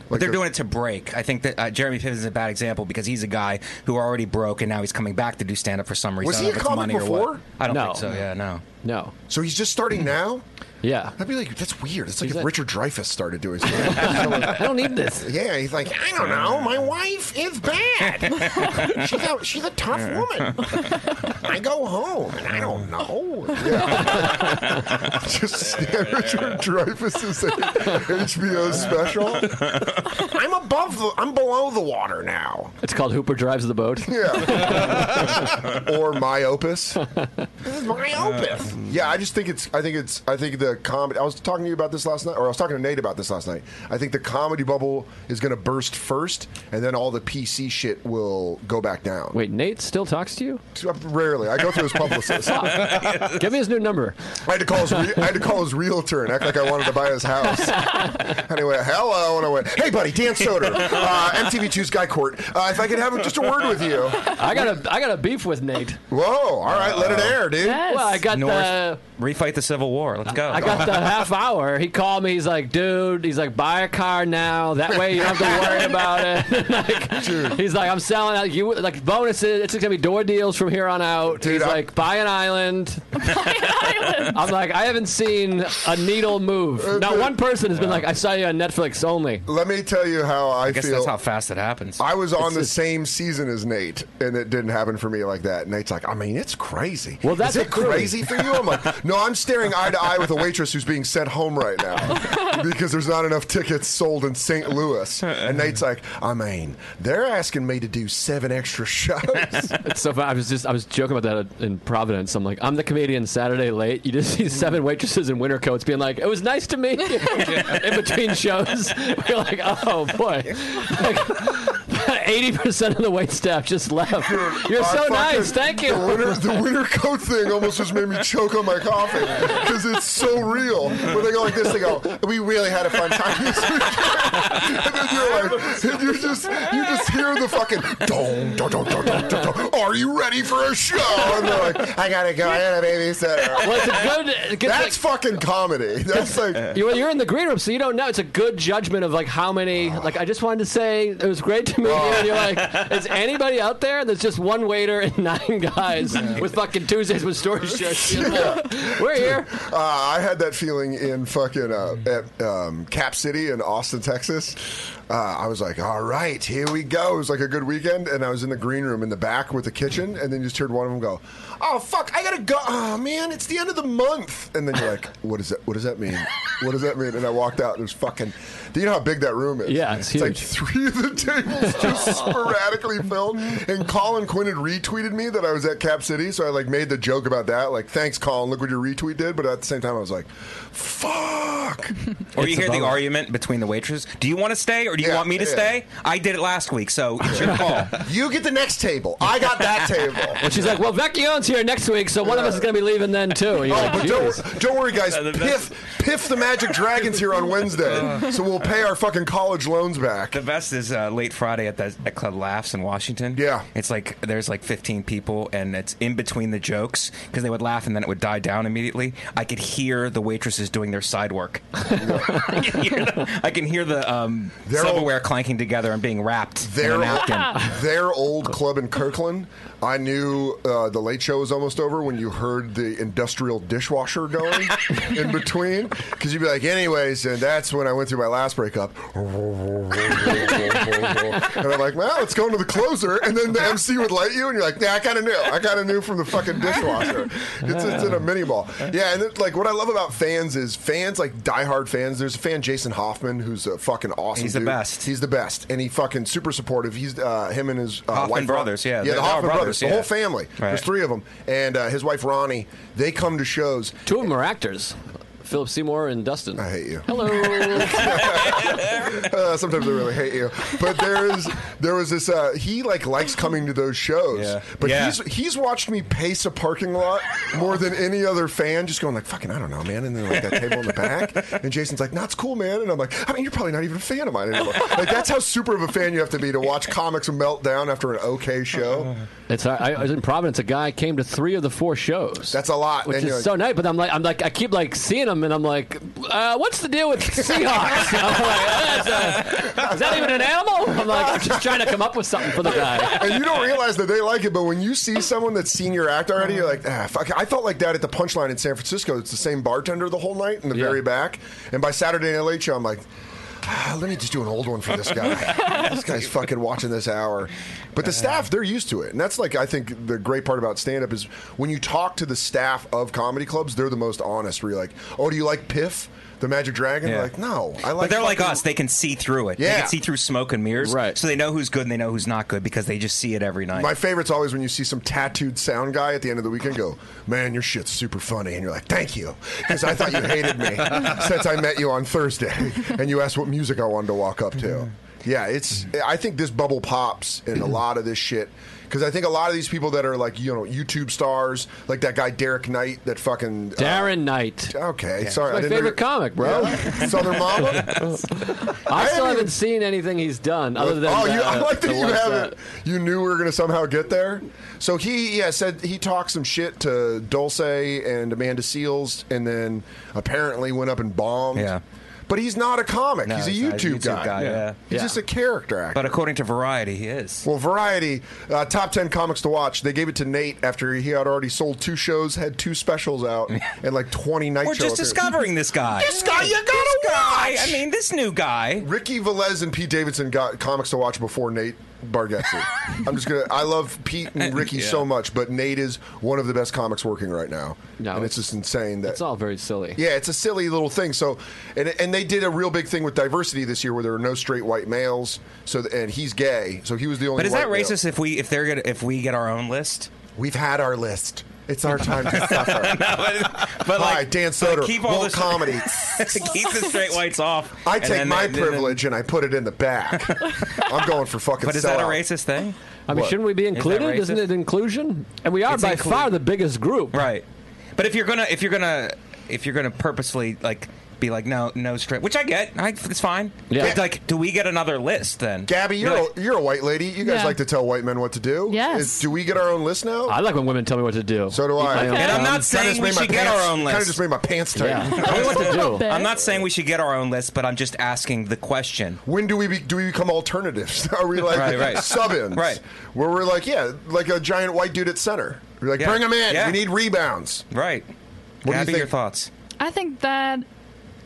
Speaker 7: But they're doing it to break. I think that uh, Jeremy Piven is a bad example because he's a guy who already broke and now he's coming back to do stand up for some reason.
Speaker 6: Was
Speaker 7: I
Speaker 6: he
Speaker 7: don't know
Speaker 6: a
Speaker 7: if it's
Speaker 6: comic
Speaker 7: money or what.
Speaker 6: before?
Speaker 7: I don't
Speaker 3: No.
Speaker 7: think so. Yeah, no.
Speaker 3: No.
Speaker 6: So he's just starting now.
Speaker 3: Yeah.
Speaker 6: That'd be like that's weird. It's like
Speaker 3: He's
Speaker 6: if
Speaker 3: like-
Speaker 6: Richard Dreyfuss started doing.
Speaker 3: I don't need this.
Speaker 6: yeah, he's like I don't know. My wife is bad. she's a she's a tough woman. I go home and I don't know. Yeah. just Richard Dreyfuss is a HBO special. I'm above the. I'm below the water now.
Speaker 3: It's called Hooper Drives the Boat.
Speaker 6: Yeah. or my opus. This is my opus. Yeah, I just think it's. I think it's. I think the comedy. I was talking to you about this last night, or I was talking to Nate about this last night. I think the comedy bubble is going to burst first, and then all the PC shit will go back down. Uh,
Speaker 3: Wait, Nate still talks to you?
Speaker 6: Rarely, I go through his publicist. I
Speaker 3: Give me his new number.
Speaker 6: had to call his. Re- I had to call his realtor and act like I wanted to buy his house. And he went, "Hello," and I went, "Hey, buddy, Dan Soder, uh, MTV2's Guy Court. Uh, if I could have just a word with you."
Speaker 3: I got a I got a beef with Nate.
Speaker 6: Whoa! All right, let it air, dude.
Speaker 5: Yes.
Speaker 3: Well, I got
Speaker 7: North,
Speaker 3: the
Speaker 7: refight the Civil War. Let's go.
Speaker 3: I got the half hour. He called me. He's like, dude. He's like, buy a car now. That way you don't have to worry about it. like, he's like, I'm selling out. You like bonuses. It's gonna be door deals from here on out.
Speaker 6: Dude,
Speaker 3: he's
Speaker 6: I'm-
Speaker 3: like, buy an island.
Speaker 5: Island.
Speaker 3: I'm like, I haven't seen a needle move. Not one person has been like, I saw you on Netflix only.
Speaker 6: Let me tell you how I,
Speaker 7: I guess
Speaker 6: feel.
Speaker 7: that's how fast it happens.
Speaker 6: I was on the
Speaker 3: just-
Speaker 6: same season as Nate, and it didn't happen for me like that. Nate's like, I mean, it's crazy.
Speaker 3: Well, that's
Speaker 6: Is it
Speaker 3: a clue.
Speaker 6: crazy for you? I'm like, no, I'm staring eye to eye with a waitress who's being sent home right now because there's not enough tickets sold in St. Louis. And Nate's like, I mean, they're asking me to do seven extra shows.
Speaker 3: It's so funny. I was just I was joking about that in Providence. I'm like, I'm the comedian Saturday late. You just see seven waitresses in winter coats being like, "It was nice to meet you." in between shows, you're like, "Oh boy." Eighty percent of the wait staff just left. You're
Speaker 6: I
Speaker 3: so
Speaker 6: fucking-
Speaker 3: nice. Thank
Speaker 6: The
Speaker 3: you.
Speaker 6: winter, the winter coat thing almost just made me choke on my coffee because it's so real. When they go like this, they go, "We really had a fun time." this weekend." and then you're like, and you just you just hear the fucking dong, dong, dong, dong, dong, dong, dong. Are you ready for a show? And they're like, "I gotta go. I got a babysitter."
Speaker 3: Well, it's a good. good
Speaker 6: That's fucking comedy. That's like.
Speaker 3: you, well, you're in the green room, so you don't know. It's a good judgment of like how many. Like, I just wanted to say it was great to meet you. And you're like, is anybody out there? And there's just one waiter and nine guys with fucking Tuesdays with story shirts. You're like, We're here.
Speaker 6: Uh, I had that feeling in fucking uh, at um, Cap City in Austin, Texas. Uh, I was like, all right, here we go. It was like a good weekend, and I was in the green room in the back with the kitchen, and then you just heard one of them go, "Oh fuck, I gotta go. Oh man, it's the end of the month." And then you're like, "What is that? What does that mean? What does that mean?" And I walked out, and there's fucking. Do you know how big that room is?
Speaker 3: Yeah, it's
Speaker 6: like
Speaker 3: huge.
Speaker 6: three of the tables just sporadically filled. And Colin Quinn had retweeted me that I was at Cap City, so I like made the joke about that. Like, thanks, Colin. Look what your retweet did. But at the same time, I was like, fuck.
Speaker 7: or you
Speaker 3: It's a
Speaker 7: hear the
Speaker 3: bummer.
Speaker 7: argument between the waitresses. Do you want to stay or do you
Speaker 6: Yeah,
Speaker 7: want me to
Speaker 6: yeah.
Speaker 7: stay? I did it last week, so it's your call.
Speaker 6: You get the next table. I got that table.
Speaker 3: But she's like, well, Vecchione's here next week, so one of us is going to be leaving then, too. And you're
Speaker 6: Oh,
Speaker 3: like,
Speaker 6: but
Speaker 3: "Jesus."
Speaker 6: don't, don't worry, guys. Piff, Piff the Magic Dragons here on Wednesday, so we'll pay our fucking college loans back.
Speaker 7: The best is uh, late Friday at the at Club Laughs in Washington.
Speaker 6: Yeah.
Speaker 7: it's like there's like 15 people, and it's in between the jokes because they would laugh and then it would die down immediately. I could hear the waitresses doing their side work. I can hear the, I can hear the um,
Speaker 6: They're all-
Speaker 7: silverware clanking together and being wrapped in
Speaker 6: Their,
Speaker 7: a napkin.
Speaker 6: their old club in Kirkland. I knew uh, the late show was almost over when you heard the industrial dishwasher going in between. Because you'd be like, anyways, and that's when I went through my last breakup. and I'm like, well, let's go into the closer. And then the MC would light you, and you're like, yeah, I kind of knew. I kind of knew from the fucking dishwasher. It's, it's in a mini mall. Yeah, and it, like what I love about fans is fans, like diehard fans, there's a fan, Jason Hoffman, who's a fucking awesome
Speaker 7: He's the
Speaker 6: dude.
Speaker 7: best.
Speaker 6: He's the best, and he fucking super supportive. He's uh, him and his uh,
Speaker 7: Hoffman
Speaker 6: wife,
Speaker 7: brothers, yeah.
Speaker 6: yeah,
Speaker 7: They're
Speaker 6: the
Speaker 7: all
Speaker 6: Hoffman brothers,
Speaker 7: brothers,
Speaker 6: the
Speaker 7: yeah.
Speaker 6: whole family. There's
Speaker 7: Right.
Speaker 6: three of them, and uh, his wife Ronnie. They come to shows.
Speaker 3: Two of them are actors Philip Seymour and Dustin.
Speaker 6: I hate you.
Speaker 3: Hello.
Speaker 6: Uh, sometimes I really hate you, but there is there was this. Uh, he like likes coming to those shows,
Speaker 7: Yeah.
Speaker 6: but
Speaker 7: Yeah.
Speaker 6: he's he's watched me pace a parking lot more than any other fan. Just going like fucking I don't know, man. And then like that table in the back, and Jason's like, "No, it's cool, man." And I'm like, "I mean, you're probably not even a fan of mine anymore." Like that's how super of a fan you have to be to watch comics melt down after an okay show.
Speaker 3: It's all right. I was in Providence. A guy came to three of the four shows.
Speaker 6: That's a lot.
Speaker 3: Which
Speaker 6: And you're
Speaker 3: is
Speaker 6: like-
Speaker 3: so nice. But I'm like, I'm like, I keep like seeing him them, and I'm like, uh, "What's the deal with Seahawks?" I'm like, "Oh, "That's a- "Is that even an animal?" I'm like, "I'm just trying to come up with something for the guy."
Speaker 6: and you don't realize that they like it, but when you see someone that's seen your act already, you're like, ah, fuck. I felt like that at the punchline in San Francisco. It's the same bartender the whole night in the
Speaker 3: Yeah.
Speaker 6: very back. And by Saturday Night Late Show, I'm like, ah, let me just do an old one for this guy. this guy's fucking watching this hour. But
Speaker 7: Uh.
Speaker 6: the staff, they're used to it. And that's like, I think the great part about stand up is when you talk to the staff of comedy clubs, they're the most honest, where you're like, oh, do you like Piff? The Magic Dragon? They're
Speaker 7: Yeah.
Speaker 6: Like, no, I like.
Speaker 7: but they're like
Speaker 6: fucking-
Speaker 7: us; they can see through it.
Speaker 6: Yeah.
Speaker 7: They can see through smoke and mirrors,
Speaker 3: Right.
Speaker 7: So they know who's good and they know who's not good because they just see it every night.
Speaker 6: My favorite's always when you see some tattooed sound guy at the end of the weekend go, "Man, your shit's super funny," and you're like, "Thank you," because I thought you hated me since I met you on Thursday, and you asked what music I wanted to walk up to. Yeah, it's. I think this bubble pops in a lot of this shit because I think a lot of these people that are like you know YouTube stars, like that guy Derek Knight, that fucking uh,
Speaker 3: Darren Knight,
Speaker 6: Okay, sorry,
Speaker 3: my
Speaker 6: I didn't know
Speaker 3: favorite
Speaker 6: you-
Speaker 3: comic, bro.
Speaker 6: Yeah? Southern Mama.
Speaker 3: I, still
Speaker 6: haven't
Speaker 3: haven't
Speaker 6: even-
Speaker 3: seen anything he's done other than.
Speaker 6: oh, you,
Speaker 3: uh,
Speaker 6: I like
Speaker 3: the
Speaker 6: that you
Speaker 3: ones
Speaker 6: haven't. You knew we were going to somehow get there. So he, yeah, said he talked some shit to Dulce and Amanda Seals, and then apparently went up and bombed.
Speaker 7: Yeah.
Speaker 6: but he's not a comic.
Speaker 7: No,
Speaker 6: he's a
Speaker 7: not
Speaker 6: YouTube, guy.
Speaker 7: yeah.
Speaker 6: He's
Speaker 3: Yeah.
Speaker 6: just a character actor.
Speaker 7: But according to Variety, he is.
Speaker 6: Well, Variety, uh, top 10 comics to watch. They gave it to Nate after he had already sold two shows, had two specials out, and like 20 night
Speaker 7: We're
Speaker 6: show
Speaker 7: just
Speaker 6: appearances.
Speaker 7: discovering this guy.
Speaker 6: This guy you gotta
Speaker 7: This guy.
Speaker 6: watch.
Speaker 7: I mean, this new guy.
Speaker 6: Ricky Velez and Pete Davidson got comics to watch before Nate Bargatze. I'm just gonna. I love Pete and Ricky
Speaker 7: Yeah.
Speaker 6: so much, but Nate is one of the best comics working right now,
Speaker 3: No,
Speaker 6: and it's just insane that
Speaker 3: It's all very silly.
Speaker 6: yeah, it's a silly little thing. So, and and they did a real big thing with diversity this year, where there were no straight white males. So, th- and he's gay, so he was the only.
Speaker 7: But is that
Speaker 6: white male.
Speaker 7: racist if we if they're gonna if we get our own list?
Speaker 6: We've had our list. It's our time to suffer.
Speaker 7: but, but
Speaker 6: Hi, Dan Soder,
Speaker 7: keep all
Speaker 6: woke
Speaker 7: the
Speaker 6: comedy.
Speaker 7: keep the straight whites off.
Speaker 6: I
Speaker 7: and
Speaker 6: take
Speaker 7: then-
Speaker 6: my
Speaker 7: then-
Speaker 6: privilege and I put it in the back. I'm going for fucking.
Speaker 7: But is that a
Speaker 6: sellout.
Speaker 7: racist thing?
Speaker 3: I mean,
Speaker 6: What?
Speaker 3: shouldn't we be included?
Speaker 7: racist?
Speaker 3: Isn't it inclusion? And we are
Speaker 7: It's
Speaker 3: by
Speaker 7: inclu-
Speaker 3: far the biggest group.
Speaker 7: Right. But if you're gonna if you're gonna if you're gonna purposely like be like no no straight, which I get, I, it's fine.
Speaker 3: Yeah.
Speaker 7: But, Like, do we get another list then?
Speaker 6: Gabby, you're
Speaker 7: Like,
Speaker 6: a, you're a white lady. You guys
Speaker 5: Yeah.
Speaker 6: like to tell white men what to do.
Speaker 5: Yes.
Speaker 6: do we get our own list now?
Speaker 3: I like when women tell me what to do. um,
Speaker 6: so do
Speaker 3: Eat
Speaker 6: I.
Speaker 3: my own
Speaker 7: And I'm
Speaker 3: cum.
Speaker 7: not saying we should get our own
Speaker 6: Kind of
Speaker 7: list.
Speaker 6: just made my pants tight.
Speaker 3: Yeah. Tell me what to do.
Speaker 5: Bit.
Speaker 7: I'm not saying we should get our own list, but I'm just asking the question.
Speaker 6: When do we be, do we become alternatives? Are we like
Speaker 7: Right, right.
Speaker 6: sub-ins?
Speaker 7: Right.
Speaker 6: Where we're like, yeah, like a giant white dude at center. We're like,
Speaker 7: Yeah.
Speaker 6: bring him in.
Speaker 7: Yeah.
Speaker 6: We need rebounds.
Speaker 7: Right.
Speaker 6: What do you
Speaker 7: Gabby,
Speaker 6: think?
Speaker 7: your thoughts?
Speaker 5: I think that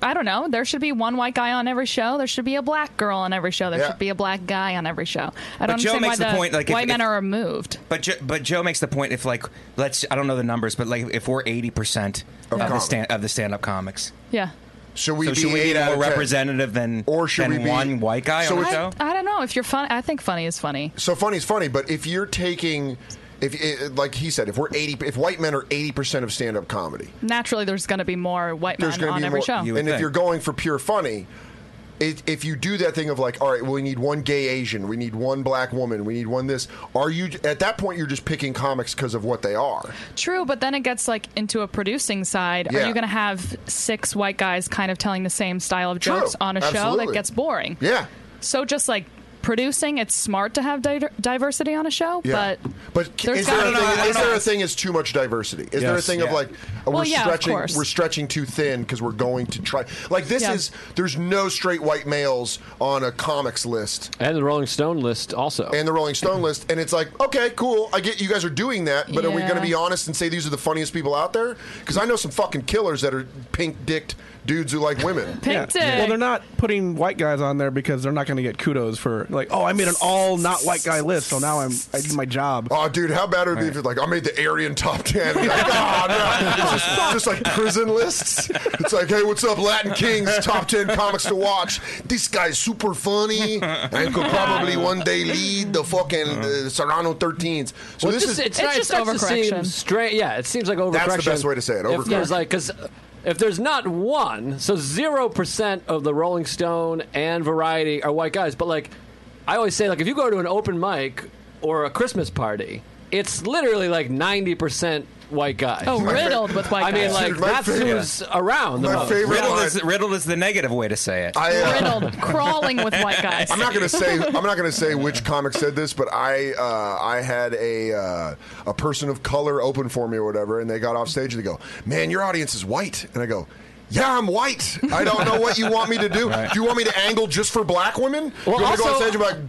Speaker 5: I don't know. There should be one white guy on every show. There should be a black girl on every show. There
Speaker 6: Yeah.
Speaker 5: should be a black guy on every show. I
Speaker 7: But
Speaker 5: don't
Speaker 7: Joe
Speaker 5: understand why
Speaker 7: makes the point, like, if-
Speaker 5: white men
Speaker 7: if-
Speaker 5: are removed.
Speaker 7: But jo- but Joe makes the point if like let's I don't know the numbers, but like if we're eighty percent of, the
Speaker 6: comics.
Speaker 7: stand of the stand up comics,
Speaker 5: Yeah.
Speaker 6: Should we
Speaker 7: so
Speaker 6: be
Speaker 7: should we
Speaker 6: eight
Speaker 7: be
Speaker 6: out
Speaker 7: more
Speaker 6: of 10?
Speaker 7: representative than
Speaker 6: Or should
Speaker 7: than
Speaker 6: we be-
Speaker 7: one white guy
Speaker 6: so
Speaker 7: on the
Speaker 6: it's-
Speaker 7: show?
Speaker 5: I, I don't know if you're fun. I think funny is funny.
Speaker 6: So funny's funny, but if you're taking, if it, like he said, if we're eighty, if white men are eighty percent of stand-up comedy,
Speaker 5: Naturally, there's going to be more white
Speaker 6: there's
Speaker 5: men
Speaker 6: going to
Speaker 5: on
Speaker 6: be
Speaker 5: every
Speaker 6: more.
Speaker 5: show.
Speaker 7: You would
Speaker 6: and if
Speaker 7: think.
Speaker 6: you're going for pure funny, it, if you do that thing of like, all right, well, we need one gay Asian, we need one black woman, we need one this. Are you at that point? You're just picking comics because of what they are.
Speaker 5: True, but then it gets like into a producing side.
Speaker 6: Yeah.
Speaker 5: Are you going to have six white guys kind of telling the same style of
Speaker 6: True.
Speaker 5: jokes on a show
Speaker 6: Absolutely.
Speaker 5: that gets boring?
Speaker 6: Yeah.
Speaker 5: So just like producing, it's smart to have di- diversity on a show,
Speaker 6: Yeah.
Speaker 5: but
Speaker 6: But,
Speaker 5: there's
Speaker 6: is there,
Speaker 5: gotta
Speaker 6: a
Speaker 5: be-
Speaker 6: thing,
Speaker 7: I don't
Speaker 6: is
Speaker 7: know.
Speaker 6: there a thing as too much diversity? Is there a
Speaker 8: Yes.
Speaker 6: thing of
Speaker 7: Yeah.
Speaker 6: like uh, we're
Speaker 5: yeah, of
Speaker 6: stretching
Speaker 5: course.
Speaker 6: we're stretching too thin because we're going to try like this
Speaker 5: Yeah.
Speaker 6: is there's no straight white males on a comics list
Speaker 3: And the Rolling Stone list also.
Speaker 6: and the Rolling Stone list, and it's like, okay, cool. I get you guys are doing that, but are we
Speaker 5: Yeah.
Speaker 6: going to be honest and say these are the funniest people out there? Because I know some fucking killers that are pink dicked dudes who like women.
Speaker 5: Pink dick.
Speaker 8: Well, they're not putting white guys on there because they're not going to get kudos for like, oh, I made an all not white guy list, so now I'm I did my job.
Speaker 6: Oh, dude, how bad would it be if it's like I made the Aryan top ten? Like, oh, no. It's just, just like prison lists. It's like, hey, what's up, Latin Kings? Top ten comics to watch. This guy's super funny and could probably one day lead the fucking
Speaker 3: Uh-huh.
Speaker 6: uh, Serrano Thirteens. So
Speaker 3: Well,
Speaker 6: this
Speaker 3: just-
Speaker 6: is
Speaker 3: it's,
Speaker 5: It's
Speaker 3: nice-
Speaker 5: just
Speaker 3: that's the same
Speaker 5: overcorrection.
Speaker 3: Straight, yeah, it seems like overcorrection.
Speaker 6: That's the best way to say it,
Speaker 3: If
Speaker 6: overcorrection.
Speaker 3: there's like, because if there's not one, so zero percent of the Rolling Stone and Variety are white guys. But like, I always say, like, if you go to an open mic or a Christmas party, it's literally like ninety percent white guys.
Speaker 5: oh, riddled with white
Speaker 3: I
Speaker 5: guys.
Speaker 3: mean, like
Speaker 6: Dude, my
Speaker 3: that's
Speaker 6: favorite-
Speaker 3: who's around. The
Speaker 6: my
Speaker 3: most.
Speaker 6: favorite
Speaker 7: riddled
Speaker 6: line-
Speaker 7: is riddled is the negative way to say it.
Speaker 6: I, uh,
Speaker 5: riddled, crawling with white guys.
Speaker 6: I'm not gonna say I'm not gonna say which comic said this, but I uh, I had a uh, a person of color open for me or whatever, and they got off stage and they go, "Man, your audience is white," and I go. yeah, I'm white. I don't know what you want me to do. Do you want me to angle just for black women?
Speaker 3: Well,
Speaker 6: you want me to go on
Speaker 3: also- Uh,
Speaker 6: stage and be like,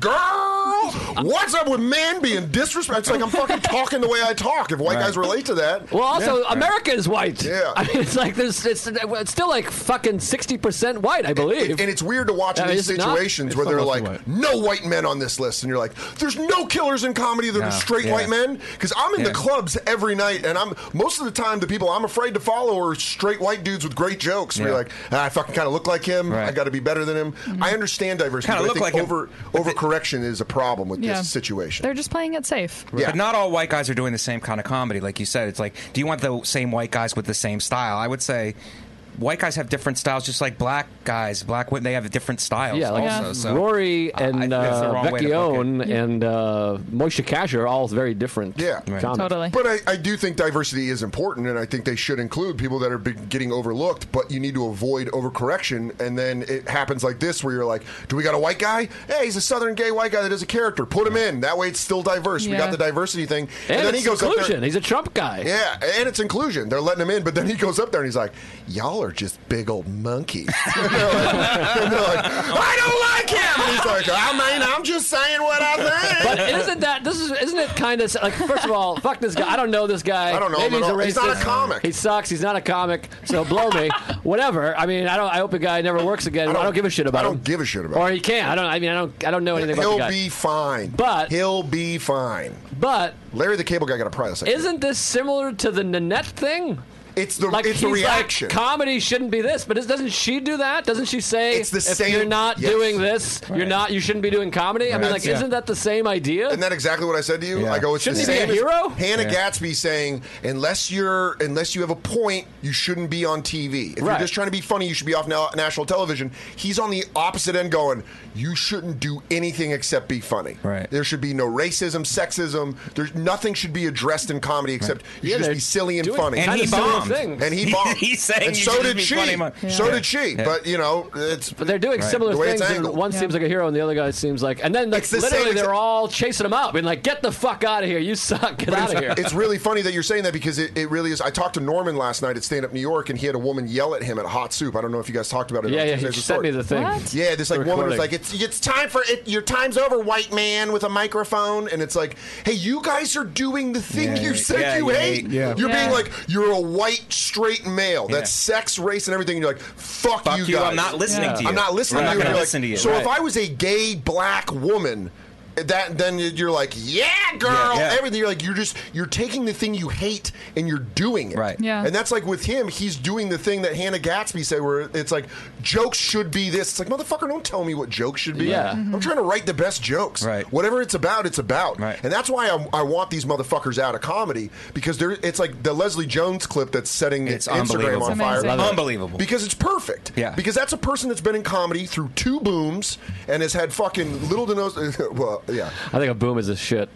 Speaker 6: girls, what's up with men being disrespectful? It's like I'm fucking talking the way I talk. If white guys relate to that,
Speaker 3: Well, also America is white.
Speaker 6: Yeah.
Speaker 3: I mean, it's like there's it's, it's still like fucking sixty percent white, I believe.
Speaker 6: And it's weird to watch
Speaker 3: Yeah,
Speaker 6: in these
Speaker 3: it's not-
Speaker 6: situations
Speaker 8: it's
Speaker 6: where they're
Speaker 8: not
Speaker 6: like,
Speaker 8: mostly white.
Speaker 6: no white men on this list. And you're like, there's no killers in comedy that are
Speaker 7: No,
Speaker 6: straight
Speaker 7: yeah.
Speaker 6: white men. Because I'm in the
Speaker 7: Yeah.
Speaker 6: clubs every night, and I'm most of the time, the people I'm afraid to follow are straight white dudes with great jokes. we We're
Speaker 7: Yeah.
Speaker 6: like, "Ah, I fucking kind of look like him.
Speaker 7: Right. Mm-hmm.
Speaker 6: I got to be better than him. I understand diversity. but
Speaker 7: Kinda look
Speaker 6: I think
Speaker 7: like him.
Speaker 6: over, overcorrection is a problem with
Speaker 5: Yeah.
Speaker 6: this situation.
Speaker 5: They're just playing it safe.
Speaker 6: Yeah.
Speaker 7: But not all white guys are doing the same kind of comedy. Like you said, it's like, do you want the same white guys with the same style? I would say white guys have different styles, just like black guys, black women, they have different styles
Speaker 3: yeah, like
Speaker 7: also. So
Speaker 3: Rory
Speaker 7: I- I think
Speaker 3: and
Speaker 7: that's the
Speaker 3: uh,
Speaker 7: wrong way to look at it.
Speaker 3: Vecchione and uh, Moishe Kasher are all very different.
Speaker 6: Yeah. Right.
Speaker 3: comics.
Speaker 5: Totally.
Speaker 6: But I, I do think diversity is important, and I think they should include people that are be- getting overlooked. But you need to avoid overcorrection, and then it happens like this, where you're like, "Do we got a white guy? Hey, he's a Southern gay white guy that is a character. Put him in. That way, it's still diverse. We got
Speaker 5: Yeah.
Speaker 6: the diversity thing,
Speaker 3: And,
Speaker 6: then
Speaker 3: it's
Speaker 6: he goes up
Speaker 3: inclusion.
Speaker 6: there.
Speaker 3: He's a Trump guy.
Speaker 6: Yeah, and it's inclusion. They're letting him in, but then he goes up there and he's like, "Y'all are just big old monkeys." and they're like, and they're like, "I don't like him." And he's like, "I mean, I'm just saying what I think."
Speaker 3: But isn't that this is isn't it kind of like first of all fuck this guy I don't know this guy
Speaker 6: I don't know
Speaker 3: maybe
Speaker 6: him
Speaker 3: he's
Speaker 6: at
Speaker 3: a
Speaker 6: all.
Speaker 3: racist
Speaker 6: He's not a comic.
Speaker 3: he sucks he's not a comic so blow me whatever I mean I don't I hope the guy never works again I don't, give a shit about
Speaker 6: I don't
Speaker 3: him.
Speaker 6: give a shit about
Speaker 3: or
Speaker 6: him.
Speaker 3: he can't I don't I mean I don't I don't know anything about
Speaker 6: He'll
Speaker 3: the guy
Speaker 6: be fine.
Speaker 3: But-
Speaker 6: he'll be fine.
Speaker 3: but
Speaker 6: Larry the Cable Guy got a prize. I think.
Speaker 3: isn't this similar to the Nanette thing
Speaker 6: It's the
Speaker 3: like
Speaker 6: it's the
Speaker 3: he's
Speaker 6: reaction.
Speaker 3: like comedy shouldn't be this but is, doesn't she do that doesn't she say
Speaker 6: It's the
Speaker 3: if
Speaker 6: same-
Speaker 3: you're not
Speaker 6: yes.
Speaker 3: doing this you're not you shouldn't be doing comedy I mean
Speaker 6: That's-
Speaker 3: like
Speaker 6: yeah.
Speaker 3: isn't that the same idea
Speaker 6: Isn't that exactly what I said to you?
Speaker 7: Yeah.
Speaker 6: I go, it's
Speaker 3: Shouldn't
Speaker 6: the
Speaker 3: he be
Speaker 6: same
Speaker 3: a
Speaker 6: as
Speaker 3: hero?
Speaker 6: Hannah
Speaker 7: Yeah.
Speaker 6: Gatsby saying, unless you're unless you have a point, you shouldn't be on TV. If
Speaker 3: Right.
Speaker 6: you're just trying to be funny, you should be off na- national television. He's on the opposite end, going, you shouldn't do anything except be funny.
Speaker 7: Right.
Speaker 6: There should be no racism, sexism. There's nothing should be addressed in comedy except you
Speaker 3: Yeah,
Speaker 6: should
Speaker 3: they're
Speaker 6: just be silly and
Speaker 3: doing
Speaker 6: funny.
Speaker 7: And
Speaker 3: Kinda
Speaker 7: he
Speaker 3: similar
Speaker 7: bombed.
Speaker 3: things.
Speaker 6: And he bombed.
Speaker 7: He's saying
Speaker 6: and
Speaker 7: you
Speaker 6: so
Speaker 7: shouldn't
Speaker 6: did
Speaker 7: be
Speaker 6: she.
Speaker 7: funny, man.
Speaker 6: So
Speaker 7: Yeah.
Speaker 6: did she.
Speaker 7: Yeah.
Speaker 6: But you know, it's
Speaker 3: But they're doing similar
Speaker 6: The way
Speaker 3: things,
Speaker 6: it's
Speaker 3: and
Speaker 6: angled.
Speaker 3: one seems like a hero, and the other guy seems like. And then, like,
Speaker 6: It's the
Speaker 3: literally,
Speaker 6: same
Speaker 3: they're
Speaker 6: exa-
Speaker 3: all chasing him up and like, "Get the fuck out of here! You suck! Get out of here!"
Speaker 6: it's really funny that you're saying that because it, it really is. I talked to Norman last night at Stand Up New York, and he had a woman yell at him at Hot Soup. I don't know if you guys talked about it.
Speaker 3: yeah,
Speaker 6: on
Speaker 3: yeah. He
Speaker 6: Tuesdays with
Speaker 3: sent me
Speaker 6: Sword.
Speaker 3: the thing.
Speaker 5: What?
Speaker 6: Yeah, this like woman was
Speaker 3: recording.
Speaker 6: like, "It's it's time for it. Your time's over, white man with a microphone." And it's like, "Hey, you guys are doing the thing
Speaker 7: Yeah,
Speaker 6: you
Speaker 7: yeah,
Speaker 6: said
Speaker 7: yeah,
Speaker 6: you
Speaker 7: yeah,
Speaker 6: hate.
Speaker 8: yeah.
Speaker 6: You're
Speaker 5: Yeah.
Speaker 6: being like, you're a white straight male. That's sex, race, and everything. And you're like, fuck,
Speaker 7: Fuck
Speaker 6: you
Speaker 7: you,
Speaker 6: guys.
Speaker 7: I'm not listening
Speaker 3: Yeah.
Speaker 7: to you.
Speaker 6: I'm not listening
Speaker 7: I'm
Speaker 6: to you.
Speaker 7: not
Speaker 6: And you're
Speaker 7: going to
Speaker 6: like,
Speaker 7: listen to you.
Speaker 6: So
Speaker 7: right.
Speaker 6: if I was a gay black woman, that then you're like, yeah, girl,
Speaker 7: Yeah, yeah.
Speaker 6: everything. You're like, you're just you're taking the thing you hate and you're doing it.
Speaker 7: Right.
Speaker 5: Yeah.
Speaker 6: And that's like with him, he's doing the thing that Hannah Gatsby said, where it's like jokes should be this. It's like motherfucker, don't tell me what jokes should be.
Speaker 3: Yeah.
Speaker 6: I'm trying to write the best jokes.
Speaker 7: Right.
Speaker 6: Whatever it's about, it's about.
Speaker 7: Right.
Speaker 6: And that's why I, I want these motherfuckers out of comedy because they're it's like the Leslie Jones clip that's setting
Speaker 7: it's
Speaker 6: Instagram
Speaker 7: unbelievable.
Speaker 6: on
Speaker 5: It's
Speaker 6: fire
Speaker 5: amazing.
Speaker 7: Unbelievable.
Speaker 6: because it's perfect.
Speaker 7: Yeah.
Speaker 6: Because that's a person that's been in comedy through two booms and has had fucking little to no. Well, yeah.
Speaker 3: I think a boom is a shit.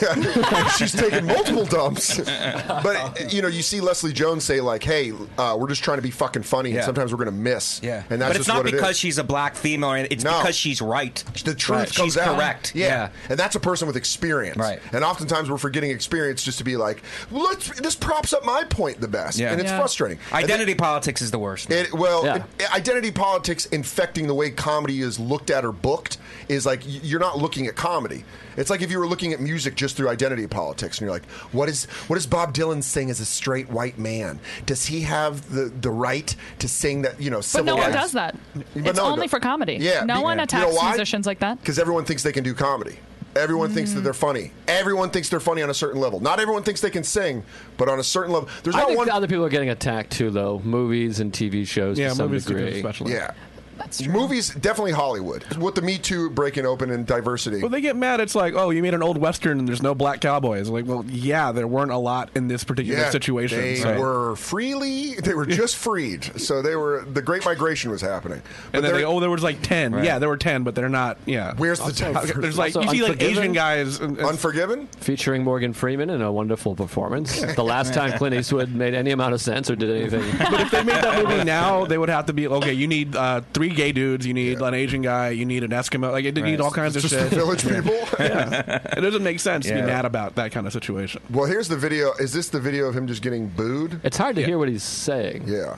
Speaker 6: Yeah. She's taken multiple dumps. but, you know, you see Leslie Jones say, like, hey, uh, we're just trying to be fucking funny, and
Speaker 7: Yeah.
Speaker 6: sometimes we're going to miss.
Speaker 7: Yeah,
Speaker 6: And that's
Speaker 7: but it's
Speaker 6: just
Speaker 7: not
Speaker 6: what
Speaker 7: because
Speaker 6: it is.
Speaker 7: she's a black female. or anything. It's
Speaker 6: No.
Speaker 7: because she's right.
Speaker 6: the truth
Speaker 7: Right.
Speaker 6: comes
Speaker 7: she's
Speaker 6: out.
Speaker 7: correct. yeah.
Speaker 6: and that's a person with experience.
Speaker 7: Right.
Speaker 6: and oftentimes we're forgetting experience just to be like, well, let's, this props up my point the best,
Speaker 7: Yeah.
Speaker 6: and it's
Speaker 5: Yeah.
Speaker 6: frustrating. And then-
Speaker 7: Identity politics is the worst.
Speaker 6: It, well,
Speaker 3: Yeah.
Speaker 6: it- identity politics infecting the way comedy is looked at or booked is like y- you're not looking at comedy. It's like if you were looking at music just through identity politics, and you're like, what is what does Bob Dylan sing as a straight white man? Does he have the, the right to sing that? You know,
Speaker 5: But
Speaker 6: civil
Speaker 5: no one
Speaker 6: rights?
Speaker 5: does that.
Speaker 6: But
Speaker 5: it's
Speaker 6: no one
Speaker 5: only
Speaker 6: does.
Speaker 5: for comedy.
Speaker 6: Yeah,
Speaker 5: no
Speaker 6: be-
Speaker 5: one
Speaker 6: you know
Speaker 5: attacks
Speaker 6: why?
Speaker 5: musicians like that. Hmm.
Speaker 6: because everyone thinks they can do comedy. Everyone thinks that they're funny. Everyone thinks they're funny on a certain level. Not everyone thinks they can sing, but on a certain level, there's
Speaker 3: I
Speaker 6: not
Speaker 3: think
Speaker 6: one.
Speaker 3: the other people are getting attacked too, though. Movies and TV shows
Speaker 8: Yeah,
Speaker 3: to some
Speaker 8: movies do
Speaker 3: degree.
Speaker 8: especially.
Speaker 6: yeah.
Speaker 5: That's true.
Speaker 6: Movies, definitely Hollywood. With the Me Too breaking open and diversity.
Speaker 8: Well, they get mad. It's like, oh, you made an old western and there's no black cowboys. Like, well, yeah, there weren't a lot in this particular situation.
Speaker 6: They
Speaker 8: so-
Speaker 6: were freely, they were just freed. So they were, the Great Migration was happening. But
Speaker 8: and then
Speaker 6: they're-
Speaker 8: they, oh, there was like ten.
Speaker 7: Right.
Speaker 8: Yeah, there were ten, but they're not. Yeah,
Speaker 6: Where's the
Speaker 8: Also-
Speaker 6: diversity?
Speaker 8: There's like
Speaker 3: Also
Speaker 8: you see like
Speaker 3: Unforgiven?
Speaker 8: Asian guys. And, and-
Speaker 6: Unforgiven?
Speaker 3: Featuring Morgan Freeman in a wonderful performance. the last time Clint Eastwood made any amount of sense or did anything.
Speaker 8: but if they made that movie now, they would have to be okay. You need uh, three gay dudes. You need an Asian guy. You need an Eskimo. Like, you need
Speaker 7: Right.
Speaker 8: all kinds of
Speaker 6: Just
Speaker 8: shit.
Speaker 6: the village people?
Speaker 8: It doesn't make sense to
Speaker 7: Yeah.
Speaker 8: be mad about that kind of situation.
Speaker 6: Well, here's the video. Is this the video of him just getting booed?
Speaker 3: It's hard to hear what he's saying.
Speaker 6: Yeah.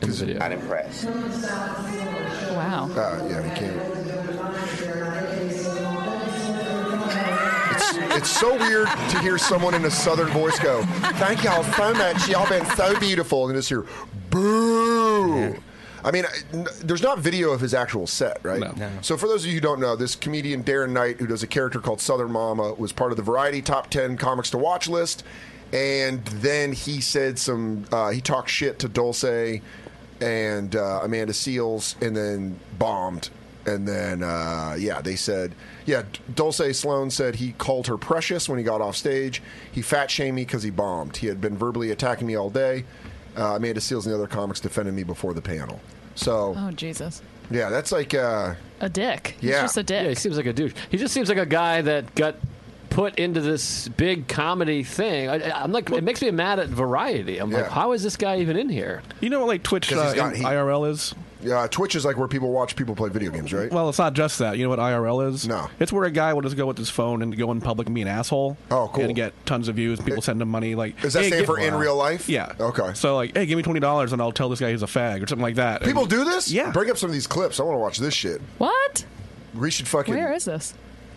Speaker 3: in the video.
Speaker 9: Unimpressed.
Speaker 5: Wow.
Speaker 6: Uh, yeah, he can't. It's, it's so weird to hear someone in a southern voice go, "Thank y'all so much. Y'all been so beautiful," and just hear, "Boo." I mean, I- n- there's not video of his actual set, right?
Speaker 8: No. No.
Speaker 6: So, for those of you who don't know, this comedian Darren Knight, who does a character called Southern Mama, was part of the Variety Top 10 Comics to Watch list. And then he said some, uh, he talked shit to Dulce and uh, Amanda Seals and then bombed. And then, uh, yeah, they said, yeah, Dulce Sloan said he called her precious when he got off stage. He fat shamed me because he bombed. He had been verbally attacking me all day. Uh, Amanda Seals and the other comics defended me before the panel. So,
Speaker 5: Oh Jesus.
Speaker 6: yeah, that's like, uh,
Speaker 5: A dick. He's
Speaker 6: Yeah.
Speaker 5: just a
Speaker 3: Yeah, he
Speaker 5: dick.
Speaker 3: seems like a douche. He just seems like a guy that got put into this big comedy thing. I, I- I'm like, it makes me mad at Variety. I'm
Speaker 6: Yeah.
Speaker 3: like, how is this guy even in here?
Speaker 8: You know what like Twitch
Speaker 6: 'Cause he's
Speaker 8: uh,
Speaker 6: got
Speaker 8: in
Speaker 6: heat.
Speaker 8: IRL is?
Speaker 6: uh, Twitch is like where people watch people play video games, right?
Speaker 8: Well, it's not just that. You know what IRL is?
Speaker 6: No.
Speaker 8: It's where a guy will just go with his phone and go in public and be an asshole.
Speaker 6: Oh, cool.
Speaker 8: And get tons of views. People send him money. Like
Speaker 6: Does that
Speaker 8: hey,
Speaker 6: stand
Speaker 8: give-
Speaker 6: for in real life?
Speaker 8: Yeah.
Speaker 6: Okay.
Speaker 8: So like, hey, give me twenty dollars and I'll tell this guy he's a fag or something like that. And-
Speaker 6: People do this?
Speaker 8: Yeah.
Speaker 6: Bring up some of these clips. I want to watch this shit.
Speaker 5: What?
Speaker 6: We should fucking.
Speaker 5: Where is this?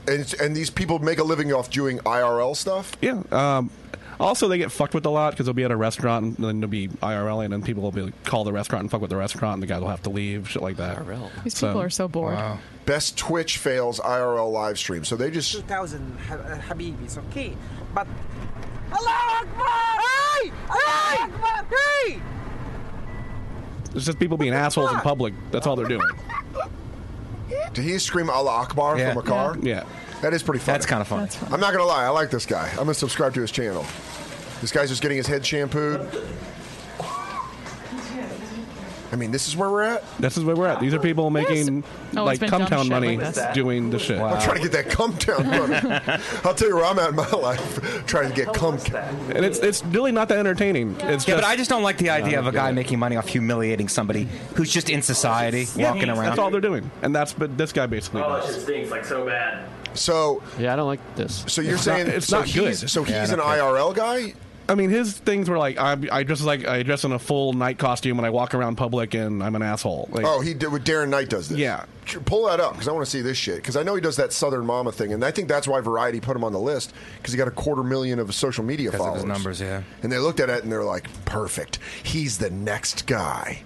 Speaker 6: And, it's- and these people make a living off doing IRL stuff.
Speaker 8: Yeah. Um, also, they get fucked with a lot because they'll be at a restaurant and then they'll be IRL and then people will be like, call the restaurant and fuck with the restaurant and the guys will have to leave, shit like that.
Speaker 3: IRL.
Speaker 5: These people are so bored.
Speaker 6: Best Twitch fails IRL live stream. So they just.
Speaker 10: 2000 ha- uh, Habibi, it's okay. But. Allah Akbar! Hey! Hey! Hey!
Speaker 8: It's just people being assholes in public. That's all they're doing.
Speaker 6: Did he scream Allah Akbar
Speaker 7: Yeah.
Speaker 6: from a car?
Speaker 8: Yeah.
Speaker 6: That is pretty funny.
Speaker 7: That's kind of fun.
Speaker 5: That's fun.
Speaker 6: I'm not going to lie. I like this guy. I'm going to subscribe to his channel. This guy's just getting his head shampooed. I mean, this is where we're at.
Speaker 8: This is where we're at. These are people making
Speaker 5: Oh,
Speaker 8: like
Speaker 5: it's been dumb
Speaker 8: Cumtown
Speaker 5: shit
Speaker 8: money
Speaker 5: like this.
Speaker 8: doing the shit.
Speaker 6: I'm trying to get that cum down. brother. I'll tell you where I'm at in my life, trying to get cum.
Speaker 8: And it's it's really not that entertaining. It's
Speaker 7: Yeah,
Speaker 8: just,
Speaker 7: but I just don't like the idea of a guy making money off humiliating somebody who's just in society, walking around.
Speaker 8: That's all they're doing. And that's but this guy basically
Speaker 6: Oh,
Speaker 8: does.
Speaker 10: stings like so bad.
Speaker 6: So,
Speaker 3: Yeah, I don't like this.
Speaker 6: so you're
Speaker 8: It's not-
Speaker 6: saying
Speaker 8: it's
Speaker 6: so
Speaker 8: not
Speaker 6: he's-
Speaker 8: good.
Speaker 6: So he's
Speaker 7: Yeah,
Speaker 6: an
Speaker 7: not good.
Speaker 6: IRL guy.
Speaker 8: I mean, his things were like I, I dress like I dress in a full night costume and I walk around public and I'm an asshole. Like,
Speaker 6: Oh, he did. with Darren Knight does this.
Speaker 8: Yeah.
Speaker 6: Ch- pull that up because I want to see this shit because I know he does that Southern Mama thing, and I think that's why Variety put him on the list because he got a quarter million of social media
Speaker 7: Because of
Speaker 6: followers.
Speaker 7: his numbers, yeah.
Speaker 6: And they looked at it and they're like, "Perfect. He's the next guy."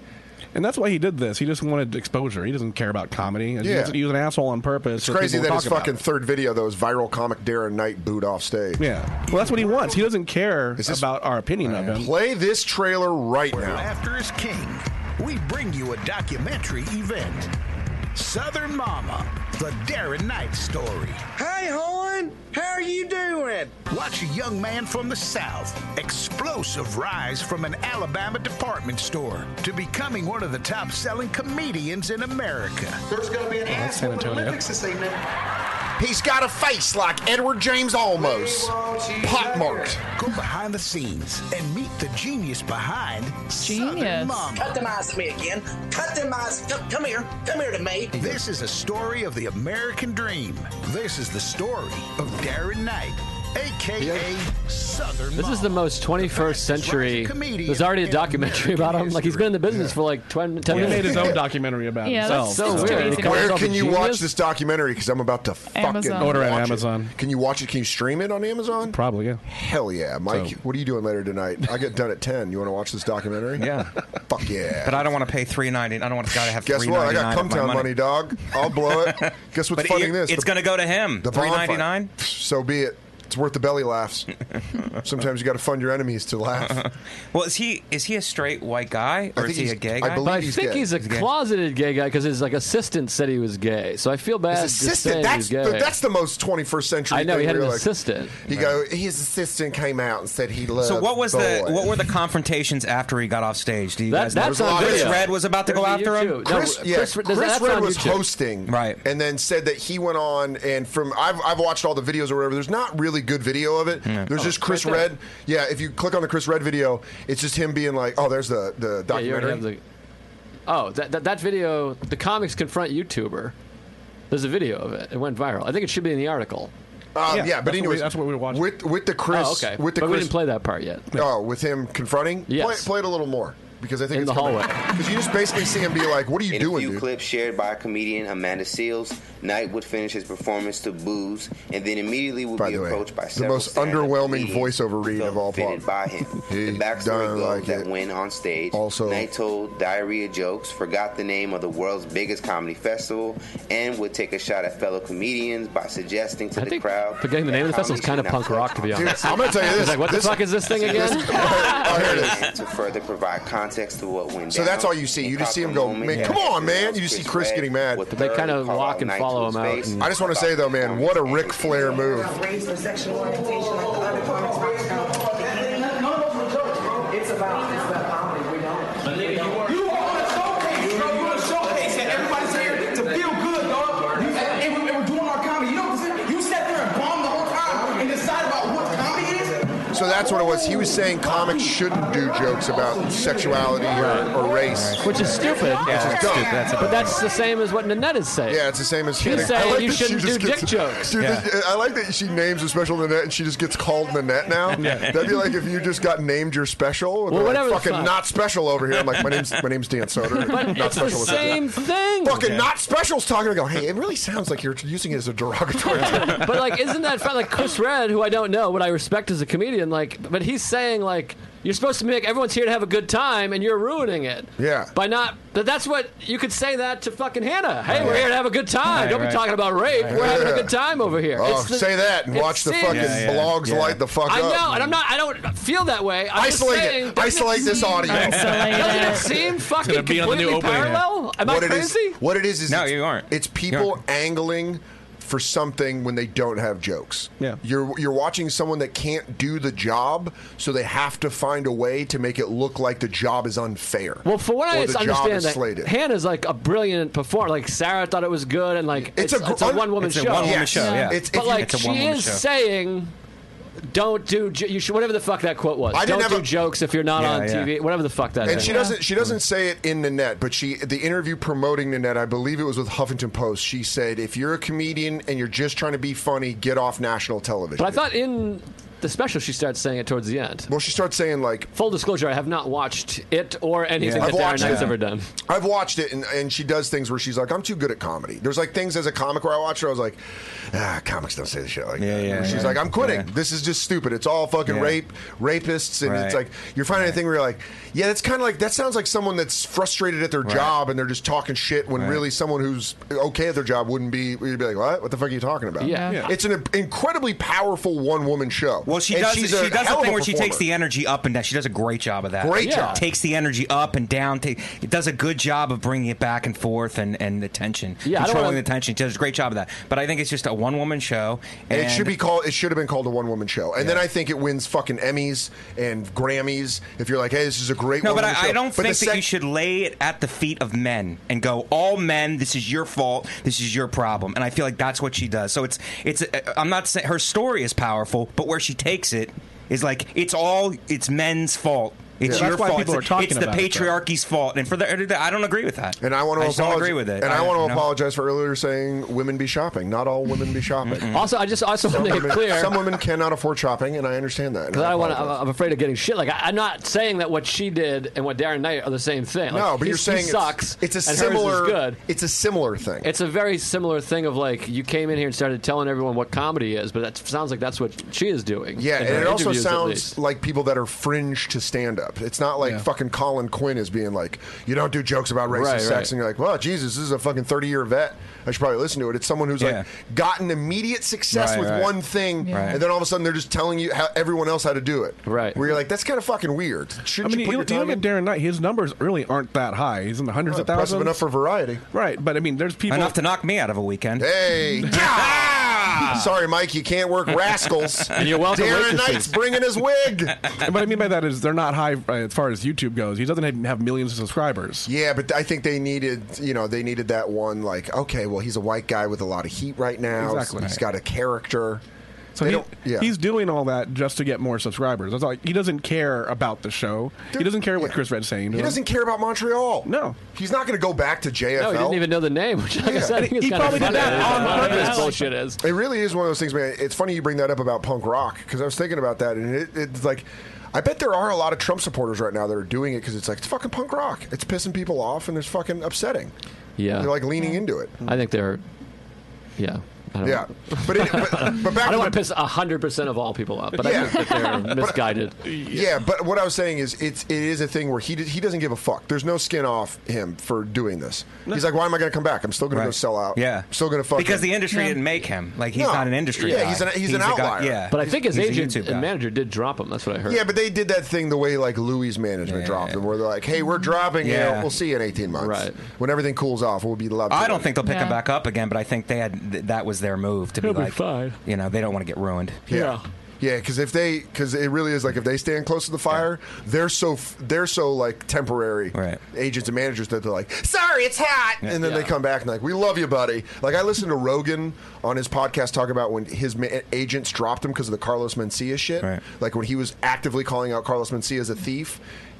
Speaker 8: And that's why he did this. He just wanted exposure. He doesn't care about comedy. And
Speaker 6: Yeah.
Speaker 8: he, was, he was an asshole on purpose.
Speaker 6: It's
Speaker 8: so
Speaker 6: crazy
Speaker 8: people
Speaker 6: that
Speaker 8: would
Speaker 6: his
Speaker 8: talk about
Speaker 6: fucking
Speaker 8: it.
Speaker 6: third video though is viral comic Darren Knight boot off stage.
Speaker 8: yeah. Well, that's what he wants. He doesn't care
Speaker 6: Is this-
Speaker 8: about our opinion of him.
Speaker 6: Play this trailer right now.
Speaker 2: Laughter is king. We bring you a documentary event. Southern Mama, the Darren Knight story.
Speaker 9: Hey, Horn, how are you doing?
Speaker 2: Watch a young man from the South, explosive rise from an Alabama department store to becoming one of the top selling comedians in America.
Speaker 10: There's going to be an ass
Speaker 8: San Antonio.
Speaker 10: Olympics this evening.
Speaker 6: He's got a face like Edward James Olmos, pockmarked.
Speaker 2: Go behind the scenes and meet the genius behind Southern
Speaker 5: Genius.
Speaker 2: Mama.
Speaker 9: Cut them eyes to me again. Cut them eyes. Come, come here. Come here to me.
Speaker 2: This is a story of the American dream. This is the story of Darren Knight, aka Southern.
Speaker 3: This is
Speaker 2: Mama.
Speaker 3: the most 21st century.
Speaker 2: fastest rising comedian
Speaker 3: There's already a
Speaker 2: in
Speaker 3: documentary about him.
Speaker 2: American
Speaker 3: Like he's been in the
Speaker 2: history.
Speaker 3: business for like 20, 10
Speaker 8: He
Speaker 3: years.
Speaker 8: made his own documentary about
Speaker 5: Yeah,
Speaker 8: himself.
Speaker 5: that's-
Speaker 3: so
Speaker 5: It's too
Speaker 3: weird.
Speaker 5: easy
Speaker 3: He
Speaker 5: to
Speaker 3: calls
Speaker 5: watch.
Speaker 6: Where
Speaker 3: himself a
Speaker 6: can you watch
Speaker 3: genius?
Speaker 6: this documentary? Because I'm about to fucking
Speaker 5: Amazon.
Speaker 8: Order it on
Speaker 6: watch it.
Speaker 8: Amazon.
Speaker 6: Can you watch it? Can you stream it on Amazon?
Speaker 8: Probably, yeah.
Speaker 6: Hell yeah, Mike.
Speaker 8: So-
Speaker 6: What are you doing later tonight? I get done at ten. You want to watch this documentary?
Speaker 7: Yeah.
Speaker 6: Fuck yeah.
Speaker 7: But I don't want to pay three ninety. I don't want to gotta have.
Speaker 6: Guess what? I got
Speaker 7: $3.99 of my
Speaker 6: Cumtown money. dog. I'll blow it. Guess what's
Speaker 7: But
Speaker 6: funding
Speaker 7: it-
Speaker 6: this?
Speaker 7: it's
Speaker 6: The-
Speaker 7: going to go to him.
Speaker 6: the
Speaker 7: Three
Speaker 6: bonfire.
Speaker 7: ninety nine.
Speaker 6: So be it. It's worth the belly laughs. Sometimes you got to fund your enemies to laugh.
Speaker 7: Well, is he is he a straight white guy or
Speaker 6: think
Speaker 7: is he
Speaker 6: he's-
Speaker 7: a gay
Speaker 6: I
Speaker 7: guy?
Speaker 6: believe-
Speaker 3: But I
Speaker 6: He's
Speaker 3: think
Speaker 6: gay.
Speaker 3: he's a
Speaker 7: gay.
Speaker 3: closeted gay guy because his like assistant said he was gay. So I feel bad.
Speaker 6: His
Speaker 3: just saying
Speaker 6: assistant. That's
Speaker 3: he's
Speaker 6: the,
Speaker 3: gay.
Speaker 6: that's the most 21st century.
Speaker 3: I know, he
Speaker 6: thing
Speaker 3: had
Speaker 6: where
Speaker 3: an
Speaker 6: you're like-
Speaker 3: assistant.
Speaker 6: He go. His assistant came out and said he loved.
Speaker 7: so what was the
Speaker 6: boys.
Speaker 7: what were the confrontations after he got off stage? Do you
Speaker 3: That-
Speaker 7: guys know?
Speaker 3: that's
Speaker 6: There's a
Speaker 3: on
Speaker 6: lot of-
Speaker 3: video.
Speaker 7: Chris Red was about to go
Speaker 3: There's a
Speaker 7: after him.
Speaker 3: YouTube. No,
Speaker 6: Chris, yeah, Chris,
Speaker 3: Chris- there's- that's
Speaker 6: Red
Speaker 3: on
Speaker 6: was
Speaker 3: YouTube.
Speaker 6: hosting,
Speaker 7: Right.
Speaker 6: And then said that he went on and from I've, I've watched all the videos or whatever. There's not really good video of it. There's just Chris
Speaker 3: Oh, right there.
Speaker 6: Red. Yeah, if you click on the Chris Red video, it's just him being like, "Oh, there's the the
Speaker 3: Yeah, you already
Speaker 6: documentary."
Speaker 3: have the. Oh, that, that that video, the comics confront YouTuber. There's a video of it. It went viral. I think it should be in the article.
Speaker 6: Um, yeah,
Speaker 8: Yeah,
Speaker 6: but
Speaker 8: that's what we-
Speaker 6: anyways,
Speaker 8: that's what we were watching.
Speaker 6: with with the Chris.
Speaker 3: oh, okay.
Speaker 6: With the
Speaker 3: but we
Speaker 6: Chris.
Speaker 3: didn't play that part yet.
Speaker 6: Oh, with him confronting.
Speaker 3: Yes.
Speaker 6: Play, play it a little more. because I think
Speaker 3: In
Speaker 6: it's
Speaker 3: the hallway.
Speaker 6: Because you just basically see him be like, "What are you
Speaker 11: In
Speaker 6: doing,
Speaker 11: a few
Speaker 6: dude?"
Speaker 11: clips shared by comedian Amanda Seals, Knight would finish his performance to booze, and then immediately would be approached by
Speaker 6: the
Speaker 11: several
Speaker 6: most
Speaker 11: stand-up
Speaker 6: underwhelming
Speaker 11: comedians
Speaker 6: voiceover read of all
Speaker 11: fitted
Speaker 6: time.
Speaker 11: by him.
Speaker 6: He
Speaker 11: the backstory
Speaker 6: don't
Speaker 11: goes
Speaker 6: like
Speaker 11: that
Speaker 6: it.
Speaker 11: when on stage,
Speaker 6: Also-
Speaker 11: Knight told diarrhea jokes, forgot the name of the world's biggest comedy festival, and would take a shot at fellow comedians by suggesting to the crowd.
Speaker 3: Forgetting the name of the festival is kind of punk rock, to be
Speaker 11: Dude,
Speaker 3: honest.
Speaker 11: I'm gonna tell you
Speaker 3: It's
Speaker 11: this.
Speaker 3: Like, what
Speaker 11: This-
Speaker 3: the fuck is this thing
Speaker 11: this-
Speaker 3: again?
Speaker 6: Oh,
Speaker 11: to further provide context to what went
Speaker 6: So
Speaker 11: down
Speaker 6: that's all you see.
Speaker 11: and
Speaker 6: You just see him
Speaker 11: proper
Speaker 6: go,
Speaker 11: moment.
Speaker 6: man,
Speaker 11: Yeah.
Speaker 6: come on, man. You just see Chris getting mad.
Speaker 11: But they kinda walk and follow him out and-
Speaker 6: I just want to say, though, man, what a Ric Flair move.
Speaker 10: race or sexual orientation like the other comics talk about. None of those are jokes, bro. It's about it's about comedy. We don't. We don't. You are on a showcase, bro. You're on a showcase, and everybody's here to feel good, dog. You, and, and we're, and we're doing our comedy. You know what I'm saying? You sat there and bombed the whole time and decided about what comedy is.
Speaker 6: So that's what it was. He was saying comics shouldn't do jokes about sexuality or, or race,
Speaker 3: which is stupid.
Speaker 6: which is dumb.
Speaker 3: but that's the same as what Nanette is saying.
Speaker 6: Yeah, it's the same as
Speaker 3: She's
Speaker 6: Hitting.
Speaker 3: saying
Speaker 6: I like
Speaker 3: you
Speaker 6: that she
Speaker 3: shouldn't do
Speaker 6: just
Speaker 3: dick
Speaker 6: gets-
Speaker 3: jokes.
Speaker 6: Dude, this- I like that she names a special Nanette and she just gets called Nanette now.
Speaker 3: Yeah.
Speaker 6: That'd be like if you just got named your special.
Speaker 3: Well,
Speaker 6: They're like,
Speaker 3: whatever the
Speaker 6: fucking
Speaker 3: fuck.
Speaker 6: not special over here. I'm like, my name's my name's Dan Soder.
Speaker 3: But
Speaker 6: not
Speaker 3: it's the
Speaker 6: special is-
Speaker 3: same thing.
Speaker 6: Fucking
Speaker 3: Yeah.
Speaker 6: not specials talking. I go, hey, it really sounds like you're using it as a derogatory. term.
Speaker 3: but like, isn't that fun? Like Chris Red, who I don't know, but I respect as a comedian. Like, but he's saying like you're supposed to make everyone's here to have a good time, and you're ruining it.
Speaker 6: Yeah.
Speaker 3: By not, but that's what you could say that to fucking Hannah. Hey, we're here to have a good time.
Speaker 6: Right,
Speaker 3: don't
Speaker 6: right.
Speaker 3: be talking about rape. We're having
Speaker 6: Yeah.
Speaker 3: a good time over here.
Speaker 6: Oh,
Speaker 3: It's the-
Speaker 6: say that and
Speaker 3: it
Speaker 6: watch the
Speaker 3: seems-
Speaker 6: fucking blogs light the fuck
Speaker 3: I
Speaker 6: up.
Speaker 3: know, and I'm not. I don't feel that way. I'm just
Speaker 6: Isolate it.
Speaker 3: saying, doesn't
Speaker 6: Isolate this
Speaker 3: seem-
Speaker 6: audio. Isolate
Speaker 3: Doesn't
Speaker 6: it.
Speaker 3: it seem
Speaker 6: It's
Speaker 3: fucking
Speaker 6: gonna be on the new
Speaker 3: completely
Speaker 6: opening.
Speaker 3: parallel? Am I
Speaker 6: what it is-
Speaker 3: crazy?
Speaker 6: what it is is
Speaker 7: No,
Speaker 6: it's,
Speaker 7: you aren't.
Speaker 6: It's people angling for something when they don't have jokes. Yeah. You're you're watching someone that can't do the job, so they have to find a way to make it look like the job is unfair.
Speaker 3: Well, for what
Speaker 6: or
Speaker 3: I
Speaker 6: the
Speaker 3: just
Speaker 6: job
Speaker 3: understand,
Speaker 6: is
Speaker 3: that
Speaker 6: slated.
Speaker 3: Hannah's like a brilliant performer. Like Sarah thought it was good, and like it's,
Speaker 6: gr-
Speaker 3: it's a one woman
Speaker 6: it's a
Speaker 3: show.
Speaker 6: one-woman Yes. show, yeah. It's-
Speaker 3: but
Speaker 6: if you-
Speaker 3: like
Speaker 6: It's a
Speaker 3: she
Speaker 6: one-woman
Speaker 3: is
Speaker 6: show.
Speaker 3: saying, "Don't do j- you should whatever the fuck that quote was.
Speaker 6: I didn't
Speaker 3: Don't
Speaker 6: have
Speaker 3: do
Speaker 6: a-
Speaker 3: jokes if you're not
Speaker 6: Yeah,
Speaker 3: on
Speaker 6: yeah.
Speaker 3: TV. Whatever the fuck that is."
Speaker 6: and she doesn't she doesn't say it in Nanette, but she the interview promoting Nanette, I believe it was with Huffington Post. She said, "If you're a comedian and you're just trying to be funny, get off national television."
Speaker 3: But I thought in the special she starts saying it towards the end.
Speaker 6: Well, she starts saying like,
Speaker 3: "Full disclosure, I have not watched it or anything
Speaker 6: I've
Speaker 3: that Darren
Speaker 6: watched
Speaker 3: Knight's
Speaker 6: it.
Speaker 3: ever done."
Speaker 6: I've watched it, and, and she does things where she's like, "I'm too good at comedy." There's like things as a comic where I watch her, I was like, "Ah, comics don't say this shit like that."
Speaker 7: yeah,
Speaker 6: Where she's
Speaker 7: yeah.
Speaker 6: like, "I'm quitting. This is just stupid. It's all fucking
Speaker 7: Yeah.
Speaker 6: rape, rapists," and it's
Speaker 7: Right.
Speaker 6: like you're finding a thing where you're like, "Yeah, that's kind of like that sounds like someone that's frustrated at their
Speaker 7: Right.
Speaker 6: job and they're just talking shit when
Speaker 7: Right.
Speaker 6: really someone who's okay at their job wouldn't be. You'd be like, what? What the fuck are you talking about?"
Speaker 7: Yeah. Yeah.
Speaker 6: it's an incredibly powerful one woman show.
Speaker 7: Well, she
Speaker 6: And
Speaker 7: does. She
Speaker 6: she's
Speaker 7: does
Speaker 6: a hell
Speaker 7: the
Speaker 6: of
Speaker 7: thing
Speaker 6: a
Speaker 7: where she
Speaker 6: performer.
Speaker 7: takes the energy up and down. She does a great job of that.
Speaker 6: Great Yeah. job.
Speaker 7: Takes the energy up and down. ta- It does a good job of bringing it back and forth and, and the tension,
Speaker 6: Yeah, I don't
Speaker 7: controlling
Speaker 6: wanna-
Speaker 7: the tension. She does a great job of that. But I think it's just a one woman show.
Speaker 6: And it should be called. It should have been called a one woman show. And then I think it wins fucking Emmys and Grammys. If you're like, hey, this is a great.
Speaker 7: No, but
Speaker 6: one-woman
Speaker 7: I, I
Speaker 6: show.
Speaker 7: don't
Speaker 6: But the
Speaker 7: think that
Speaker 6: sec-
Speaker 7: you should lay it at the feet of men and go, "All men, this is your fault. This is your problem." And I feel like that's what she does. So it's it's. uh, I'm not saying her story is powerful, but where she takes it is like it's all it's men's fault. It's
Speaker 8: Yeah.
Speaker 7: your
Speaker 8: That's why
Speaker 7: fault.
Speaker 8: people
Speaker 7: it's
Speaker 8: are
Speaker 7: the,
Speaker 8: talking
Speaker 7: it's the
Speaker 8: about it, though.
Speaker 7: patriarchy's fault. And for the, I don't agree with that.
Speaker 6: And I want to
Speaker 7: just
Speaker 6: apologize.
Speaker 7: don't agree with it.
Speaker 6: And I, want
Speaker 7: you
Speaker 6: to
Speaker 7: know?
Speaker 6: apologize for earlier saying women be shopping. Not all women be shopping.
Speaker 3: Also, I just also
Speaker 6: some
Speaker 3: want Mm-hmm. to make
Speaker 6: women,
Speaker 3: it clear
Speaker 6: some women cannot afford shopping, and I understand that. and
Speaker 3: Because I uh, don't want to.
Speaker 6: apologize.
Speaker 3: I'm afraid of getting shit. Like I, I'm not saying that what she did and what Darren Knight are the same thing. uh, Like,
Speaker 6: no, but
Speaker 3: he-
Speaker 6: you're
Speaker 3: he
Speaker 6: saying it's-
Speaker 3: sucks.
Speaker 6: It's, a
Speaker 3: and hers is
Speaker 6: similar.
Speaker 3: good.
Speaker 6: It's a similar thing.
Speaker 3: It's a very similar thing of like you came in here and started telling everyone what comedy is, but that sounds like that's what she is doing.
Speaker 6: Yeah,
Speaker 3: in
Speaker 6: and
Speaker 3: her
Speaker 6: it also
Speaker 3: interviews, at
Speaker 6: sounds
Speaker 3: least.
Speaker 6: like people that are fringe to stand up. It's not like
Speaker 3: Yeah.
Speaker 6: fucking Colin Quinn is being like, you don't do jokes about race
Speaker 3: Right,
Speaker 6: and sex,
Speaker 3: right.
Speaker 6: and you're like, well, Jesus, this is a fucking 30 year vet. I should probably listen to it. It's someone who's
Speaker 7: Yeah.
Speaker 6: like gotten immediate success
Speaker 7: Right,
Speaker 6: with
Speaker 7: right.
Speaker 6: one thing,
Speaker 7: Yeah. Right.
Speaker 6: and then all of a sudden they're just telling you how everyone else how to do it. Right. Where you're like, that's kind of fucking weird.
Speaker 8: I
Speaker 6: Shouldn't you
Speaker 8: mean, you,
Speaker 6: put
Speaker 8: you
Speaker 6: your time
Speaker 8: look at
Speaker 6: in?
Speaker 8: Darren Knight. His numbers really aren't that high. He's in the hundreds
Speaker 6: Not
Speaker 8: of thousands.
Speaker 6: impressive enough for variety,
Speaker 8: right? But I mean, there's people
Speaker 7: enough to knock me out of a weekend.
Speaker 6: Hey, sorry, Mike, you can't work rascals.
Speaker 8: And you're welcome,
Speaker 6: Darren
Speaker 8: waitresses.
Speaker 6: Knight's bringing his wig.
Speaker 8: but what I mean by that is they're not high uh, as far as YouTube goes. He doesn't have, have millions of subscribers.
Speaker 6: Yeah, but I think they needed, you know, they needed that one like, okay, well, he's a white guy with a lot of heat right now.
Speaker 8: Exactly.
Speaker 6: He's got a character.
Speaker 8: So
Speaker 6: They
Speaker 8: he,
Speaker 6: don't- yeah.
Speaker 8: he's doing all that just to get more subscribers. That's all. He doesn't care about the show. he doesn't care what Chris Red's saying. to
Speaker 6: He
Speaker 8: him.
Speaker 6: doesn't care about Montreal. No, he's not going to go back to JFL.
Speaker 3: No, he didn't even know the name, which like I said, I think it's kinda funny. I don't know what this Bullshit is.
Speaker 6: It really is one of those things, man. It's funny you bring that up about punk rock because I was thinking about that, and it, it's like. I bet there are a lot of Trump supporters right now that are doing it because it's like it's fucking punk rock. It's pissing people off and it's fucking upsetting.
Speaker 3: Yeah.
Speaker 6: they're like leaning into it.
Speaker 3: I think they're, yeah. I don't
Speaker 6: Yeah, but, it, but, but back
Speaker 3: I
Speaker 6: to
Speaker 3: don't want to piss hundred percent of all people off, but I
Speaker 6: Yeah.
Speaker 3: think that they're
Speaker 6: But-
Speaker 3: misguided.
Speaker 6: Yeah. but what I was saying is, it's it is a thing where he d- he doesn't give a fuck. There's no skin off him for doing this. He's like, why am I going to come back? I'm still going to go
Speaker 7: Right.
Speaker 6: sell out.
Speaker 7: Yeah.
Speaker 6: I'm still going to fuck
Speaker 7: because
Speaker 6: him."
Speaker 7: the industry didn't make him. Like he's
Speaker 6: No.
Speaker 7: not an industry.
Speaker 6: Yeah,
Speaker 7: guy.
Speaker 6: he's an- he's an
Speaker 7: a guy-
Speaker 6: outlier.
Speaker 7: yeah,
Speaker 3: But I think his
Speaker 7: He's a
Speaker 3: agent
Speaker 7: YouTube
Speaker 3: and
Speaker 7: guy.
Speaker 3: manager did drop him. That's what I heard.
Speaker 6: Yeah, but they did that thing the way like Louis management dropped them, where they're like, "Hey, we're dropping you.
Speaker 7: Yeah.
Speaker 6: We'll see you in 18 months. Right. When everything cools off, we'll be loved."
Speaker 7: I don't think they'll pick him back up again, but I think they had th- that was their move to be
Speaker 6: He'll be
Speaker 7: like, you know, they don't want to get ruined.
Speaker 6: Yeah. Yeah, because if they, because it really is like if they stand close to the fire, they're so f- they're so like temporary agents and managers that they're like, sorry, it's hot, and then they
Speaker 12: Yeah.
Speaker 6: come back and like, we love you, buddy. Like I listened to Rogan on his podcast talk about when his ma- agents dropped him because of the Carlos Mencia shit, like when he was actively calling out Carlos Mencia as a thief.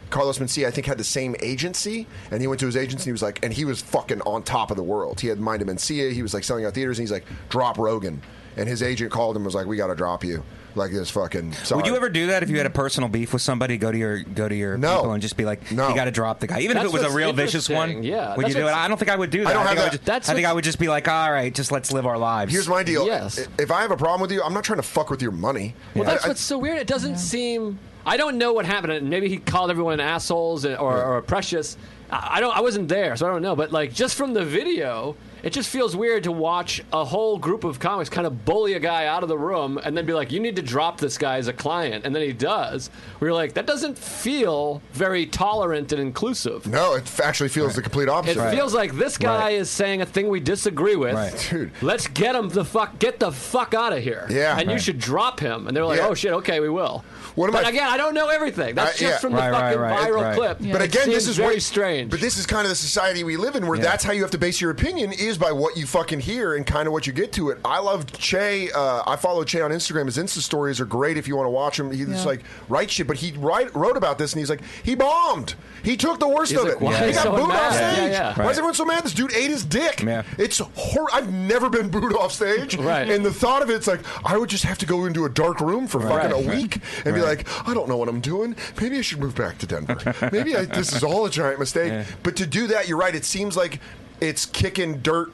Speaker 6: Carlos Mencia, I think, had the same agency, and he went to his agency. And he was like, and he was fucking on top of the world. He had Mind of Mencia. He was like selling out theaters, and he's like, drop Rogan. And his agent called him and was like, "We got to drop you." Like this fucking. Sorry.
Speaker 7: Would you ever do that if you had a personal beef with somebody? Go to your go to your people and just be like, you got to drop the guy, even
Speaker 3: That's
Speaker 7: if it was
Speaker 3: what's
Speaker 7: a real vicious one.
Speaker 3: interesting. Yeah,
Speaker 7: would
Speaker 3: that's
Speaker 7: you do it?
Speaker 3: what's-
Speaker 7: I don't think I would do
Speaker 3: I
Speaker 7: that.
Speaker 3: don't have
Speaker 7: think I
Speaker 3: that-
Speaker 7: would just,
Speaker 3: that's
Speaker 7: I think I
Speaker 3: what's-
Speaker 7: would just be like, all right, just let's live our lives.
Speaker 6: Here's my deal.
Speaker 3: Yes.
Speaker 6: I- If I have a problem with you, I'm not trying to fuck with your money.
Speaker 3: Well,
Speaker 6: I-
Speaker 3: that's
Speaker 6: I-
Speaker 3: what's so weird. It doesn't seem. I don't know what happened. and Maybe he called everyone assholes and- or, or precious. I I don't. I wasn't there, so I don't know. But like just from the video, it just feels weird to watch a whole group of comics kind of bully a guy out of the room and then be like, "You need to drop this guy as a client," and then he does. We're like, that doesn't feel very tolerant and inclusive.
Speaker 6: no, it f- actually feels the complete opposite.
Speaker 3: It feels like this guy is saying a thing we disagree with. Dude. Let's get him the fuck get the fuck out of here.
Speaker 6: Yeah.
Speaker 3: And you
Speaker 6: Right.
Speaker 3: should drop him. And they're like,
Speaker 6: Yeah.
Speaker 3: Oh shit, okay, we will.
Speaker 6: What am
Speaker 3: but
Speaker 6: I-
Speaker 3: again, I don't know everything. That's
Speaker 6: I-
Speaker 3: just
Speaker 6: yeah.
Speaker 3: from the fucking viral clip.
Speaker 6: But
Speaker 3: It
Speaker 6: again, this
Speaker 3: seems
Speaker 6: is
Speaker 3: very
Speaker 6: what-
Speaker 3: strange.
Speaker 6: But this is kind of the society we live in, where that's how you have to base your opinion is by what you fucking hear and kind of what you get to it. I love Che. Uh, I follow Che on Instagram. His Insta stories are great if you want to watch him. He's
Speaker 3: Yeah.
Speaker 6: like write shit, but he write, wrote about this and he's like, he bombed. He took the worst
Speaker 3: He's
Speaker 6: of
Speaker 3: like,
Speaker 6: it.
Speaker 3: why
Speaker 6: He
Speaker 3: is
Speaker 6: got
Speaker 3: everyone
Speaker 6: booed off
Speaker 3: mad? Yeah,
Speaker 6: stage.
Speaker 3: yeah.
Speaker 6: Why
Speaker 3: Right.
Speaker 6: is everyone so mad? This dude ate his dick.
Speaker 7: Yeah.
Speaker 6: It's hor- I've never been booed off stage.
Speaker 3: Right.
Speaker 6: And the thought of it's like I would just have to go into a dark room for
Speaker 3: Right.
Speaker 6: fucking a
Speaker 3: Right.
Speaker 6: week and be like, I don't know what I'm doing. Maybe I should move back to Denver. Maybe I, this is all a giant mistake. But to do that, you're right. It seems like it's kicking dirt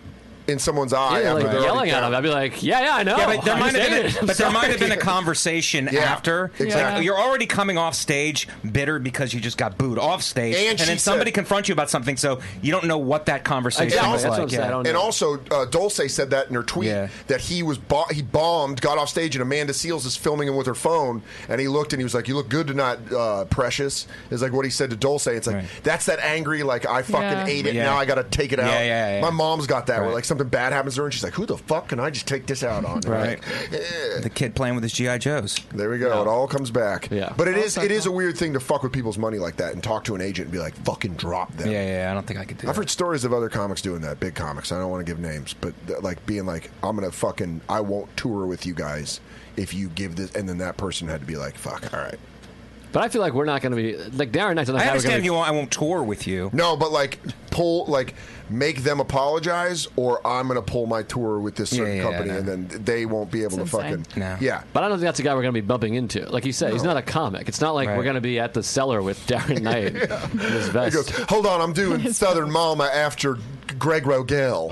Speaker 6: in someone's eye.
Speaker 3: yeah,
Speaker 6: after
Speaker 3: like
Speaker 6: they're
Speaker 3: yelling
Speaker 6: already
Speaker 3: at
Speaker 6: down.
Speaker 3: him. I'd be like, Yeah, yeah, I know.
Speaker 7: Yeah, but there,
Speaker 3: I
Speaker 7: might have,
Speaker 3: just
Speaker 7: been
Speaker 3: ate
Speaker 7: a,
Speaker 3: it.
Speaker 7: but there
Speaker 3: Sorry.
Speaker 7: might have been a conversation
Speaker 3: Yeah,
Speaker 7: after. It's
Speaker 3: exactly.
Speaker 7: Like, you're already coming off stage bitter because you just got booed off stage,
Speaker 6: And she
Speaker 7: then
Speaker 6: said-
Speaker 7: somebody confronts you about something, so you don't know what that conversation was like. yeah.
Speaker 6: and also, uh, Dulce said that in her tweet that he was bo- he bombed, got off stage, and Amanda Seals is filming him with her phone, and he looked and he was like, "You look good tonight, uh, Precious." Is like what he said to Dulce. It's like that's that angry, like I fucking
Speaker 7: Yeah.
Speaker 6: ate it,
Speaker 7: Yeah.
Speaker 6: now I got to take it
Speaker 7: Yeah,
Speaker 6: out.
Speaker 7: yeah, yeah.
Speaker 6: My mom's got that where
Speaker 7: Right.
Speaker 6: like something bad happens to her, and she's like, "Who the fuck can I just take this out on?" And
Speaker 7: Right.
Speaker 6: like, eh.
Speaker 7: The kid playing with his GI Joes.
Speaker 6: There we go. It all comes back.
Speaker 7: Yeah.
Speaker 6: But it is it is a weird thing to fuck with people's money like that and talk to an agent and be like, fucking drop them.
Speaker 7: Yeah, yeah. I don't think I could do.
Speaker 6: I've heard stories of other comics doing that, big comics. I don't want to give names, but th- like being like, I'm gonna fucking, I won't tour with you guys if you give this, and then that person had to be like, fuck, all right.
Speaker 3: But I feel like we're not gonna be like Darren Knight's not
Speaker 6: I
Speaker 3: how we're
Speaker 6: understand you
Speaker 3: gonna
Speaker 7: I won't tour with you.
Speaker 6: No, but like pull, like make them apologize, or I'm gonna pull my tour with this certain
Speaker 3: yeah,
Speaker 6: company,
Speaker 3: no.
Speaker 6: and then they won't be able
Speaker 3: It's
Speaker 6: to
Speaker 3: insane.
Speaker 6: fucking,
Speaker 3: No.
Speaker 6: yeah.
Speaker 3: But I don't think that's the guy we're going to be bumping into. Like you said, he's not a comic. It's not like we're going to be at the cellar with Darren Knight in his
Speaker 6: He
Speaker 3: vest.
Speaker 6: goes, hold on, I'm doing Southern Mama after Greg Rogel.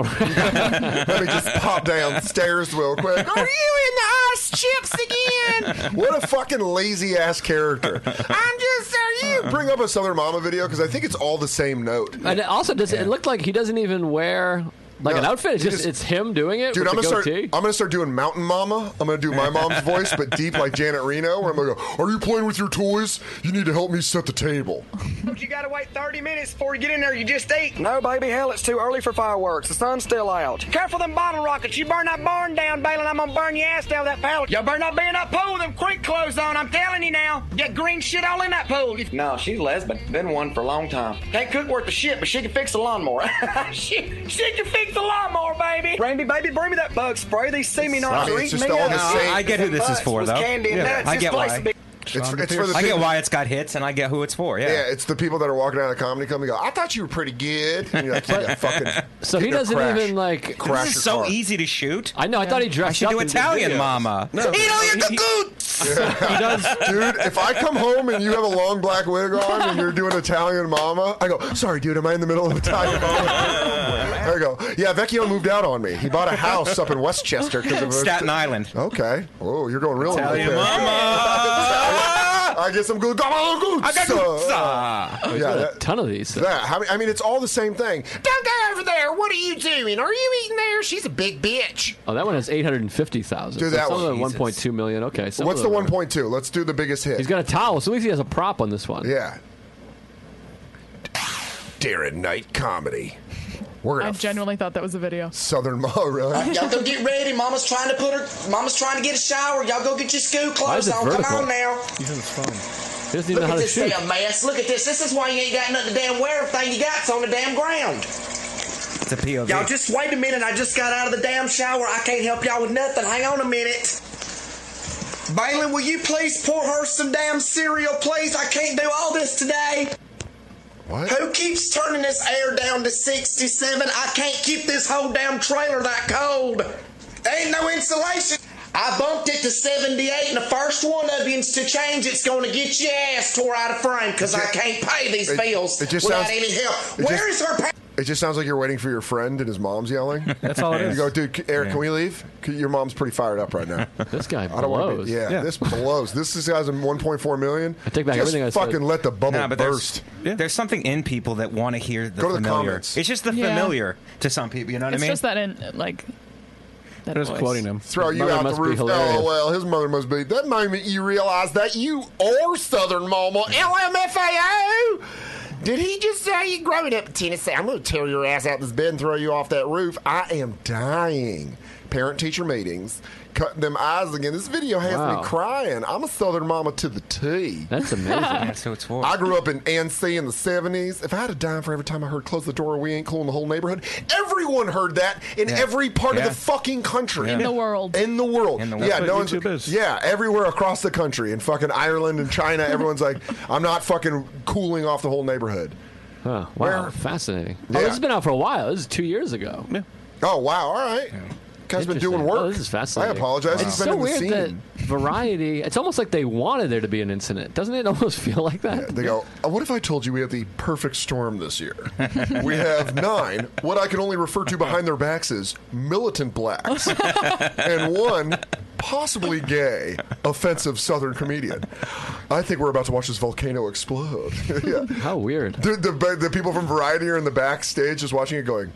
Speaker 6: Let me just pop downstairs real quick. Are you in the ice chips again? What a fucking lazy ass character. I'm just, are you? Bring up a Southern Mama video because I think it's all the same note.
Speaker 3: And it also, does it looked like he doesn't even wear like
Speaker 6: No,
Speaker 3: an outfit? It's
Speaker 6: he
Speaker 3: just,
Speaker 6: just-
Speaker 3: it's him doing it.
Speaker 6: Dude,
Speaker 3: with
Speaker 6: I'm
Speaker 3: the
Speaker 6: gonna start.
Speaker 3: goatee?
Speaker 6: I'm gonna start doing Mountain Mama. I'm gonna do my mom's voice, but deep like Janet Reno. Where I'm gonna go, "Are you playing with your toys? You need to help me set the table."
Speaker 13: You gotta wait 30 minutes before you get in there. You just ate. No, baby, hell, it's too early for fireworks. The sun's still out. Careful them bottle rockets. You burn that barn down, Balin. I'm gonna burn your ass down with that pallet. Y'all better not be in that pool with them quick clothes on. I'm telling you now. Get green shit all in that pool.
Speaker 9: No, she's lesbian. Been one for a long time.
Speaker 13: Can't cook worth a shit, but she can fix a lawnmower.
Speaker 9: she, she can fix
Speaker 13: the lawnmower, baby. Randy, baby, bring me that bug spray. They see me not
Speaker 7: Sorry,
Speaker 13: eating
Speaker 7: it's just
Speaker 13: me
Speaker 7: all
Speaker 13: up.
Speaker 7: the same- I get who this is
Speaker 13: Butts
Speaker 7: for,
Speaker 13: was
Speaker 7: though.
Speaker 13: Candy and
Speaker 7: Yeah.
Speaker 13: nuts.
Speaker 7: I
Speaker 13: This
Speaker 7: get
Speaker 13: place
Speaker 7: why.
Speaker 13: would be-
Speaker 6: It's for, it's for the
Speaker 7: I get
Speaker 6: people-
Speaker 7: why it's got hits, and I get who it's for. Yeah,
Speaker 6: Yeah, it's the people that are walking out of the comedy club and go, I thought you were pretty good. And you're like, you got fucking.
Speaker 3: So he
Speaker 6: you're
Speaker 3: doesn't
Speaker 6: crashed.
Speaker 3: even like.
Speaker 6: Crash
Speaker 7: this
Speaker 6: your
Speaker 7: is so
Speaker 6: car.
Speaker 7: easy to shoot.
Speaker 3: I know. I thought he dressed
Speaker 7: I should
Speaker 3: up
Speaker 7: do
Speaker 3: in the
Speaker 7: Italian,
Speaker 3: videos.
Speaker 7: Mama.
Speaker 3: No.
Speaker 7: Eat all your cocoon.
Speaker 3: He does.
Speaker 6: dude. If I come home and you have a long black wig on and you're doing Italian Mama, I go, sorry, dude, am I in the middle of Italian Mama? There you go. Yeah, Vecchio moved out on me. He bought a house up in Westchester, 'cause of
Speaker 7: Staten Island.
Speaker 6: Okay. Oh, you're going real
Speaker 7: Italian
Speaker 6: deep there.
Speaker 7: Mama.
Speaker 6: I get some good. I
Speaker 7: got Ah.
Speaker 3: Oh, yeah, a ton of these.
Speaker 6: That. How many- I mean, it's all the same thing.
Speaker 12: Don't go over there. What are you doing? Are you eating there? She's a big bitch.
Speaker 3: Oh, that one has 850,000.
Speaker 6: Do
Speaker 3: So
Speaker 6: that
Speaker 3: some
Speaker 6: one.
Speaker 3: of them
Speaker 6: Jesus.
Speaker 3: 1.2 million. Okay. some
Speaker 6: What's
Speaker 3: of
Speaker 6: the
Speaker 3: them are-
Speaker 6: 1.2? Let's do the biggest hit.
Speaker 3: He's got a towel, so at least he has a prop on this one.
Speaker 6: Yeah. Darren Knight comedy. We're
Speaker 5: I
Speaker 6: gonna
Speaker 5: genuinely thought that was a video.
Speaker 6: Southern Mall, really?
Speaker 9: Y'all go get ready. Mama's trying to put her. Mama's trying to get a shower. Y'all go get your school
Speaker 3: Why
Speaker 9: clothes
Speaker 3: is it
Speaker 9: on.
Speaker 3: vertical?
Speaker 9: Come on now.
Speaker 3: He's in his phone. He doesn't even
Speaker 9: Look
Speaker 3: know how
Speaker 9: at
Speaker 3: to
Speaker 9: this
Speaker 3: shoot.
Speaker 9: damn mess. Look at this. This is why you ain't got nothing to damn wear. Everything you got's on the damn ground.
Speaker 7: It's a POV.
Speaker 9: Y'all just wait a minute. I just got out of the damn shower. I can't help y'all with nothing. Hang on a minute. Balin, will you please pour her some damn cereal, please? I can't do all this today.
Speaker 6: What?
Speaker 9: Who keeps turning this air down to 67? I can't keep this whole damn trailer that cold. There ain't no insulation. I bumped it to 78, and the first one of you to change it's going to get your ass tore out of frame because I can't pay these
Speaker 6: it-
Speaker 9: bills
Speaker 6: it just
Speaker 9: without
Speaker 6: sounds-
Speaker 9: any help.
Speaker 6: it
Speaker 9: Where is
Speaker 6: just-
Speaker 9: her? Pa-
Speaker 6: It just sounds like you're waiting for your friend and his mom's yelling.
Speaker 8: That's all it
Speaker 6: You
Speaker 8: is.
Speaker 6: go, dude, c- Eric,
Speaker 8: Yeah.
Speaker 6: can we leave? 'Cause Your mom's pretty fired up right now.
Speaker 3: This guy
Speaker 6: I don't want to
Speaker 3: blows.
Speaker 6: be. Yeah,
Speaker 3: Yeah.
Speaker 6: this blows. This, this guy's in 1.4 million. I take
Speaker 3: back
Speaker 6: just
Speaker 3: everything I said.
Speaker 6: fucking let the bubble
Speaker 7: Nah, but
Speaker 6: burst.
Speaker 7: there's, there's something in people that want to hear the
Speaker 6: Go to the
Speaker 7: familiar.
Speaker 6: comments.
Speaker 7: it's just the
Speaker 5: Yeah.
Speaker 7: familiar to some people. You know what
Speaker 5: it's
Speaker 7: I mean?
Speaker 5: just that in like. That voice.
Speaker 6: Throw you out the roof. LOL. His mother must be. That moment you realize that you are Southern Mama. LMFAO. Did he just say, growing up in Tennessee, I'm going to tear your ass out this bed and throw you off that roof? I am dying. Parent teacher meetings, cutting them eyes again. This video has
Speaker 3: Wow.
Speaker 6: me crying. I'm a Southern Mama to the T.
Speaker 3: That's amazing.
Speaker 7: That's who it's for.
Speaker 6: I grew up in ANC in the 70s. If I had a dime for every time I heard close the door, or we ain't cool in the whole neighborhood, everyone heard that in
Speaker 7: Yeah.
Speaker 6: every part
Speaker 7: Yeah.
Speaker 6: of the fucking country.
Speaker 7: In the
Speaker 5: world.
Speaker 6: In the world.
Speaker 7: In the
Speaker 6: Yeah,
Speaker 7: world.
Speaker 6: no one's, yeah, everywhere across the country. In fucking Ireland and China, everyone's like, I'm not fucking cooling off the whole neighborhood.
Speaker 3: Huh, wow,
Speaker 6: Where-
Speaker 3: fascinating.
Speaker 6: Yeah.
Speaker 3: Oh, this has been out for a while. This is two years ago. Yeah.
Speaker 6: Oh, wow. All right. Guy's been doing work.
Speaker 3: Oh, this is fascinating.
Speaker 6: I apologize.
Speaker 3: It's
Speaker 6: He's been
Speaker 3: so
Speaker 6: in the
Speaker 3: weird
Speaker 6: scene.
Speaker 3: that variety. It's almost like they wanted there to be an incident. Doesn't it almost feel like that?
Speaker 6: They go, "Uh, What if I told you we have the perfect storm this year? we have nine, what I can only refer to behind their backs as militant blacks, and one possibly gay, offensive Southern comedian. I think we're about to watch this volcano explode. yeah.
Speaker 3: How weird.
Speaker 6: The, the, the people from Variety are in the backstage just watching it going,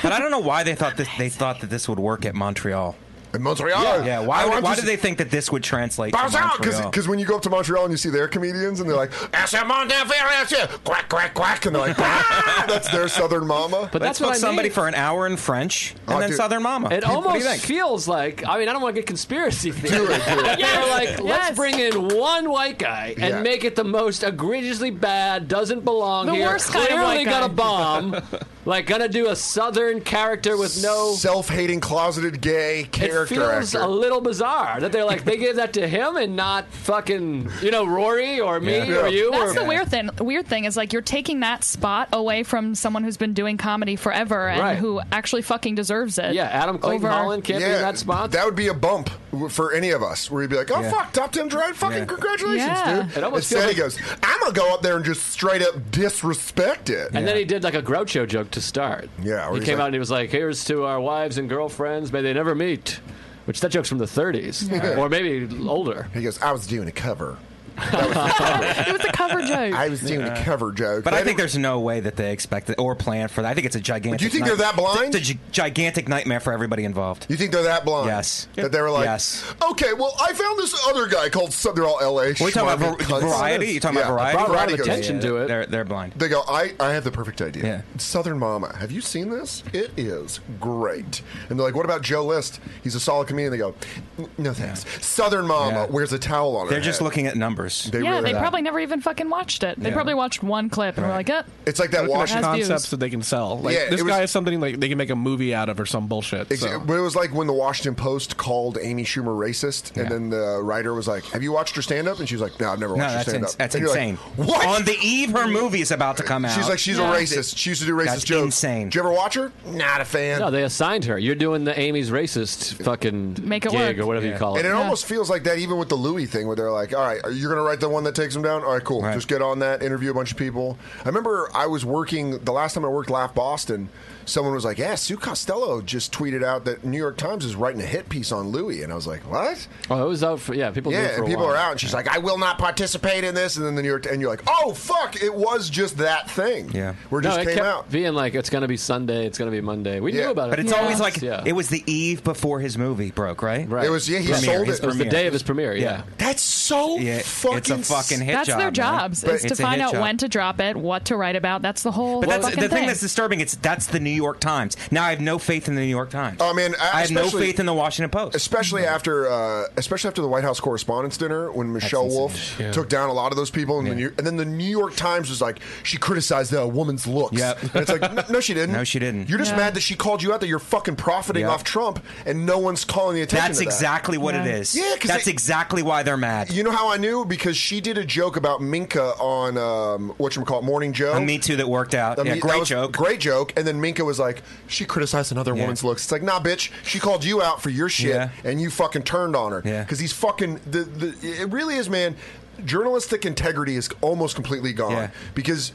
Speaker 7: but I don't know why they thought that they thought that this would work at Montreal.
Speaker 6: In Montreal?
Speaker 7: Yeah. yeah. Why?
Speaker 6: I
Speaker 7: Would,
Speaker 6: want
Speaker 7: why
Speaker 6: to
Speaker 7: did they think that this would translate?
Speaker 6: Bounce
Speaker 7: to
Speaker 6: out!
Speaker 7: Montreal?
Speaker 6: Because when you go up to Montreal and you see their comedians and they're like, "Ah, "Ashamondavirasha," quack, quack, quack, and they're like, "Ah!" that's their Southern mama.
Speaker 7: But that's Let's book somebody for an hour in French and
Speaker 6: Oh,
Speaker 7: then
Speaker 6: dude.
Speaker 7: Southern Mama.
Speaker 3: It
Speaker 7: What do you
Speaker 3: almost
Speaker 7: think?
Speaker 3: feels like. I mean, I don't want to get conspiracy theory.
Speaker 7: Do it, do it.
Speaker 3: That they were like,
Speaker 7: Yes.
Speaker 3: let's bring in one white guy and
Speaker 7: Yeah.
Speaker 3: make it the most egregiously bad, doesn't belong
Speaker 5: The
Speaker 3: here.
Speaker 5: worst kind
Speaker 3: clearly
Speaker 5: of white guy."
Speaker 3: gonna bomb. like gonna do a southern character with no
Speaker 6: self-hating, closeted gay character
Speaker 3: It feels
Speaker 6: actor.
Speaker 3: a little bizarre that they're like they gave that to him and not fucking you know Rory or me
Speaker 6: Yeah.
Speaker 3: or you.
Speaker 5: That's
Speaker 3: or,
Speaker 5: the weird thing. Weird thing is like you're taking that spot away from someone who's been doing comedy forever and
Speaker 6: Right.
Speaker 5: who actually fucking deserves
Speaker 6: Uh,
Speaker 5: it.
Speaker 3: Yeah, Adam Clayton Holland can't be in that spot.
Speaker 6: That would be a bump w- for any of us where you'd be like, oh,
Speaker 3: Yeah.
Speaker 6: fuck, top 10 drive, fucking
Speaker 3: Yeah.
Speaker 6: congratulations,
Speaker 3: Yeah.
Speaker 6: dude.
Speaker 3: It almost
Speaker 6: Instead,
Speaker 3: feels
Speaker 6: he goes, I'm going to go up there and just straight up disrespect it.
Speaker 3: And then he did like a Groucho joke to start.
Speaker 6: Yeah, where
Speaker 3: he
Speaker 6: he's
Speaker 3: came
Speaker 6: like-
Speaker 3: out and he was like, "Here's to our wives and girlfriends, may they never meet." Which that joke's from the 30s,
Speaker 6: Yeah.
Speaker 3: or maybe older.
Speaker 6: He goes, "I was doing a cover."
Speaker 5: it was a cover joke.
Speaker 6: I was doing a cover joke.
Speaker 7: But I think there's no way that they expect it or plan for that. I think it's a gigantic.
Speaker 6: Do you think they're that blind?
Speaker 7: It's a gi- gigantic nightmare for everybody involved.
Speaker 6: You think they're that blind?
Speaker 7: Yes.
Speaker 6: That they were like,
Speaker 7: yes.
Speaker 6: Okay, well, I found this other guy called. Sub- They're all LA.
Speaker 7: We're talking about
Speaker 6: schmarmy
Speaker 7: var-
Speaker 6: cunts.
Speaker 7: variety. You talking
Speaker 6: Yeah,
Speaker 7: about variety?
Speaker 6: Variety goes-
Speaker 7: to it. They're they're blind.
Speaker 6: They go, I, I have the perfect idea. Southern Mama, have you seen this? It is great. And they're like, what about Joe List? He's a solid comedian. They go, "N- no thanks. Southern Mama wears a towel on her
Speaker 7: They're just
Speaker 6: head."
Speaker 7: looking at numbers. hours. They
Speaker 5: yeah, they probably never even fucking watched it. They
Speaker 8: Yeah.
Speaker 5: probably watched one clip and were like, "Up."
Speaker 6: It's like that
Speaker 8: Looking at
Speaker 6: Washington-
Speaker 8: concepts
Speaker 6: Has
Speaker 8: that they can sell. Like
Speaker 6: Yeah,
Speaker 8: this
Speaker 6: it was-
Speaker 8: guy is something like they can make a movie out of or some bullshit.
Speaker 6: Ex-
Speaker 8: So.
Speaker 6: But it was like when the Washington Post called Amy Schumer racist, and then the writer was like, "Have you watched her stand up?" And she was like, "No, I've never
Speaker 7: No,
Speaker 6: watched her
Speaker 7: that's,
Speaker 6: stand
Speaker 7: in,
Speaker 6: up."
Speaker 7: that's insane.
Speaker 6: what?
Speaker 7: On the eve her movie is about to come out,
Speaker 6: she's like, "She's a racist. She used to do racist
Speaker 7: That's
Speaker 6: jokes."
Speaker 7: Insane.
Speaker 6: Did you ever watch her? Not a fan.
Speaker 3: No, they assigned her. You're doing the Amy's racist fucking
Speaker 6: Make it
Speaker 3: gig
Speaker 6: work.
Speaker 3: or whatever you call it.
Speaker 6: And it almost feels like that even with the Louis thing, where they're like, all right, you're going to write the one that takes him down? All right, cool. Just get on that, interview a bunch of people. I remember I was working, the last time I worked Laugh Boston, someone was like, yeah, Sue Costello just tweeted out that New York Times is writing a hit piece on Louis. And I was like, what?
Speaker 3: Oh, it was out for, yeah, people knew
Speaker 6: yeah,
Speaker 3: for
Speaker 6: and
Speaker 3: a
Speaker 6: people
Speaker 3: while.
Speaker 6: are out, and she's like, "I will not participate in this." And then the New York, and you're like, "Oh fuck, it was just that thing." Yeah, where it
Speaker 3: no,
Speaker 6: just
Speaker 3: it
Speaker 6: came
Speaker 3: kept
Speaker 6: out.
Speaker 3: being like, it's going to be Sunday, it's going to be Monday. We knew about it.
Speaker 7: But it's
Speaker 3: Yeah.
Speaker 7: always like
Speaker 3: Yeah.
Speaker 7: it was the eve before his movie broke, right?
Speaker 3: Right. It was- yeah, he sold it. It was the day of his premiere, yeah.
Speaker 6: That's so
Speaker 7: yeah, It's a fucking hit
Speaker 5: that's
Speaker 7: job.
Speaker 5: their
Speaker 7: man.
Speaker 5: jobs is to
Speaker 7: It's a
Speaker 5: find
Speaker 7: hit
Speaker 5: out
Speaker 7: job.
Speaker 5: when to drop it, what to write about. That's the whole.
Speaker 7: But that's
Speaker 5: fucking
Speaker 7: the thing, that's disturbing. It's that's the New York Times. Now I have no faith in the New York Times.
Speaker 6: Oh man,
Speaker 7: I have no
Speaker 6: especially-
Speaker 7: faith in the Washington Post.
Speaker 6: Especially after, uh, especially after the White House Correspondents' Dinner, when Michelle
Speaker 7: insane.
Speaker 6: Wolf
Speaker 7: Yeah.
Speaker 6: took down a lot of those people, and, the New- and then the New York Times was like, she criticized the woman's looks.
Speaker 7: Yep.
Speaker 6: And it's like, no, no, she didn't.
Speaker 7: No, she didn't.
Speaker 6: You're just
Speaker 7: Yeah.
Speaker 6: mad that she called you out that you're fucking profiting
Speaker 7: Yep.
Speaker 6: off Trump, and no one's calling the attention.
Speaker 7: That's
Speaker 6: to that.
Speaker 7: exactly what it is.
Speaker 6: Yeah, 'cause
Speaker 7: that's
Speaker 6: they-
Speaker 7: exactly why they're mad.
Speaker 6: You know how I knew because she did a joke about Minka on um, what you call Morning Joe.
Speaker 7: A Uh, Me Too that worked out.
Speaker 6: I
Speaker 7: yeah,
Speaker 6: mean, that
Speaker 7: great
Speaker 6: was-
Speaker 7: joke.
Speaker 6: Great joke. And then Minka was like, she criticized another
Speaker 7: Yeah.
Speaker 6: woman's looks. It's like, nah, bitch, she called you out for your shit
Speaker 7: Yeah.
Speaker 6: and you fucking turned on her.
Speaker 7: Yeah.
Speaker 6: Because these fucking, the, the, it really is, man, journalistic integrity is almost completely gone.
Speaker 7: Yeah.
Speaker 6: Because.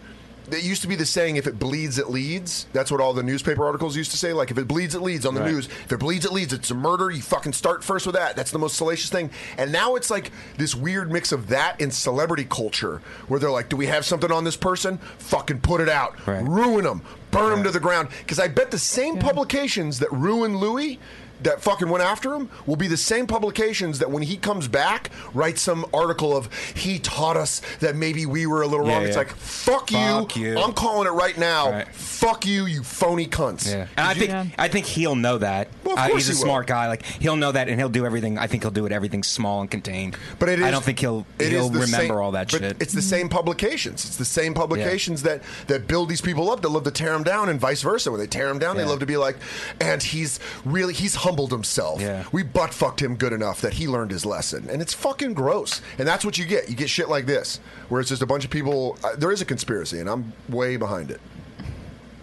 Speaker 6: It used to be the saying, if it bleeds, it leads. That's what all the newspaper articles used to say. Like, if it bleeds, it leads on the
Speaker 7: Right.
Speaker 6: news. If it bleeds, it leads. It's a murder. You fucking start first with that. That's the most salacious thing. And now it's like this weird mix of that and celebrity culture, where they're like, "Do we have something on this person? Fucking put it out. Ruin them. Burn them to the ground." Because I bet the same publications that ruin Louis. That fucking went after him will be the same publications that when he comes back write some article of he taught us that maybe we were a little
Speaker 7: Yeah,
Speaker 6: wrong. It's
Speaker 7: yeah.
Speaker 6: like fuck you.
Speaker 7: Fuck you.
Speaker 6: I'm calling it right now. Fuck you, you phony cunts.
Speaker 7: Yeah. And I think I think he'll know that.
Speaker 6: Well, of
Speaker 7: Uh,
Speaker 6: course
Speaker 7: he's a
Speaker 6: he will.
Speaker 7: smart guy. Like he'll know that, and he'll do everything. I think he'll do it everything small and contained.
Speaker 6: But it is,
Speaker 7: I don't think he'll
Speaker 6: it is
Speaker 7: he'll
Speaker 6: the
Speaker 7: remember
Speaker 6: same-
Speaker 7: all that
Speaker 6: but
Speaker 7: shit.
Speaker 6: It's the same publications. It's the same publications that that build these people up. That love to tear them down, and vice versa. When they tear them down, they
Speaker 7: Yeah.
Speaker 6: love to be like, "And he's really he's humbled himself. We butt fucked him good enough that he learned his lesson." And it's fucking gross. And that's what you get. You get shit like this, where it's just a bunch of people. Uh, there is a conspiracy, and I'm way behind it.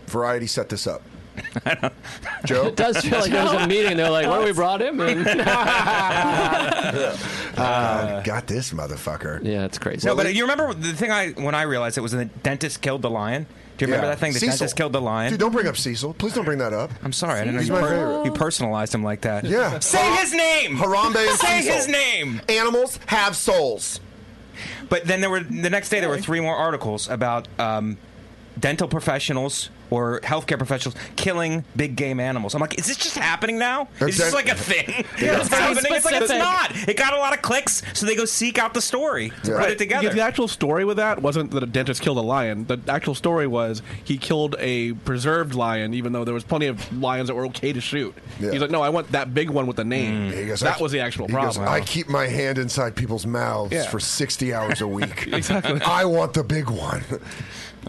Speaker 6: Variety set this up. Joe,
Speaker 3: It does feel like there was a meeting. They're like, "Where we brought him?" in?"
Speaker 6: Uh, got this motherfucker.
Speaker 3: Yeah, it's crazy.
Speaker 7: no, but you remember the thing I when I realized it was the dentist killed the lion. Do you remember
Speaker 6: Yeah.
Speaker 7: that thing? The
Speaker 6: Cecil.
Speaker 7: dentist killed the lion.
Speaker 6: Dude, don't bring up Cecil. Please don't bring that up.
Speaker 7: I'm sorry, I didn't know
Speaker 6: He's
Speaker 7: you,
Speaker 6: my
Speaker 7: per-
Speaker 6: favorite.
Speaker 7: you personalized him like that.
Speaker 6: Yeah.
Speaker 7: Say his name.
Speaker 6: Harambe. And
Speaker 7: Say
Speaker 6: Cecil.
Speaker 7: his name.
Speaker 6: Animals have souls.
Speaker 7: But then there were the next day there were three more articles about um, dental professionals or healthcare professionals killing big game animals. I'm like, is this just happening now? Is this
Speaker 6: dent-
Speaker 7: like a thing?
Speaker 6: Yeah.
Speaker 7: that's happening? It's like it's
Speaker 8: Specific.
Speaker 7: not. It got a lot of clicks, so they go seek out the story to put it together.
Speaker 8: Because the actual story with that wasn't that a dentist killed a lion. The actual story was he killed a preserved lion, even though there was plenty of lions that were okay to shoot.
Speaker 6: Yeah.
Speaker 8: He's like, no, I want that big one with the name.
Speaker 6: He goes,
Speaker 8: that
Speaker 6: I-
Speaker 8: was the actual
Speaker 6: he goes,
Speaker 8: problem.
Speaker 6: I keep my hand inside people's mouths
Speaker 8: Yeah.
Speaker 6: for 60 hours a week.
Speaker 8: Exactly.
Speaker 6: I want the big one.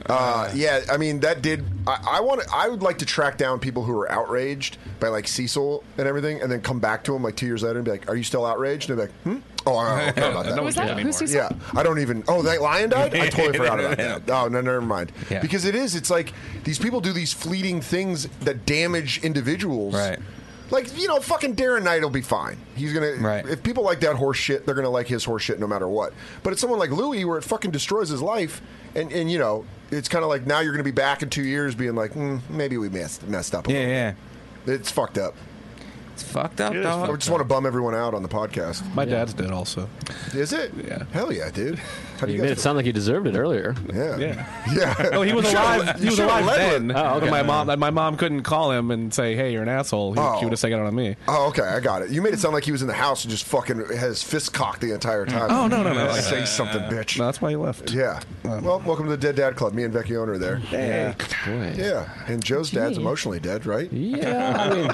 Speaker 6: Uh, yeah, I mean that did. I, I want. I would like to track down people who were outraged by like Cecil and everything, and then come back to them like two years later and be like, "Are you still outraged?" And they're like, "Hmm." Oh, I don't care about that.
Speaker 5: No Who's one that? cares Who's
Speaker 6: Yeah,
Speaker 5: anymore.
Speaker 6: I don't even. Oh, that lion died. I totally forgot about that. Oh no, never mind.
Speaker 7: Yeah.
Speaker 6: Because it is. It's like these people do these fleeting things that damage individuals.
Speaker 7: Right.
Speaker 6: Like you know, fucking Darren Knight will be fine. He's gonna.
Speaker 7: Right.
Speaker 6: If people like that horse shit, they're gonna like his horse shit no matter what. But it's someone like Louis where it fucking destroys his life, and and you know, it's kind of like now you're gonna be back in two years being like, mm, maybe we messed messed up. A yeah,
Speaker 7: yeah.
Speaker 6: It's fucked up.
Speaker 7: It's fucked up.
Speaker 6: I
Speaker 7: dog.
Speaker 6: just want to bum everyone out on the podcast.
Speaker 8: My dad's dead also.
Speaker 6: Is it? Yeah. Hell yeah, dude. How do
Speaker 3: you
Speaker 6: you
Speaker 3: made
Speaker 6: guys?
Speaker 3: it sound like you deserved it earlier.
Speaker 6: Yeah.
Speaker 8: Yeah.
Speaker 6: Yeah.
Speaker 8: No, Oh, he was
Speaker 6: You should've
Speaker 8: alive.
Speaker 6: let-
Speaker 8: He
Speaker 6: you
Speaker 8: was
Speaker 6: should've
Speaker 8: alive
Speaker 6: let
Speaker 8: then.
Speaker 6: him. Oh, okay.
Speaker 8: But my mom, my mom couldn't call him and say, "Hey, you're an asshole." He,
Speaker 6: Oh.
Speaker 8: She would have taken it on me.
Speaker 6: Oh, okay, I got it. You made it sound like he was in the house and just fucking had his fist cocked the entire time.
Speaker 8: Oh, no, no, no.
Speaker 6: Like, Say something, bitch.
Speaker 8: No, that's why he left.
Speaker 6: Yeah. Well, welcome to the Dead Dad Club. Me and Vecchione are there.
Speaker 8: Hey.
Speaker 6: Yeah. Yeah. And Joe's dad's emotionally dead, right?
Speaker 3: Yeah. I mean,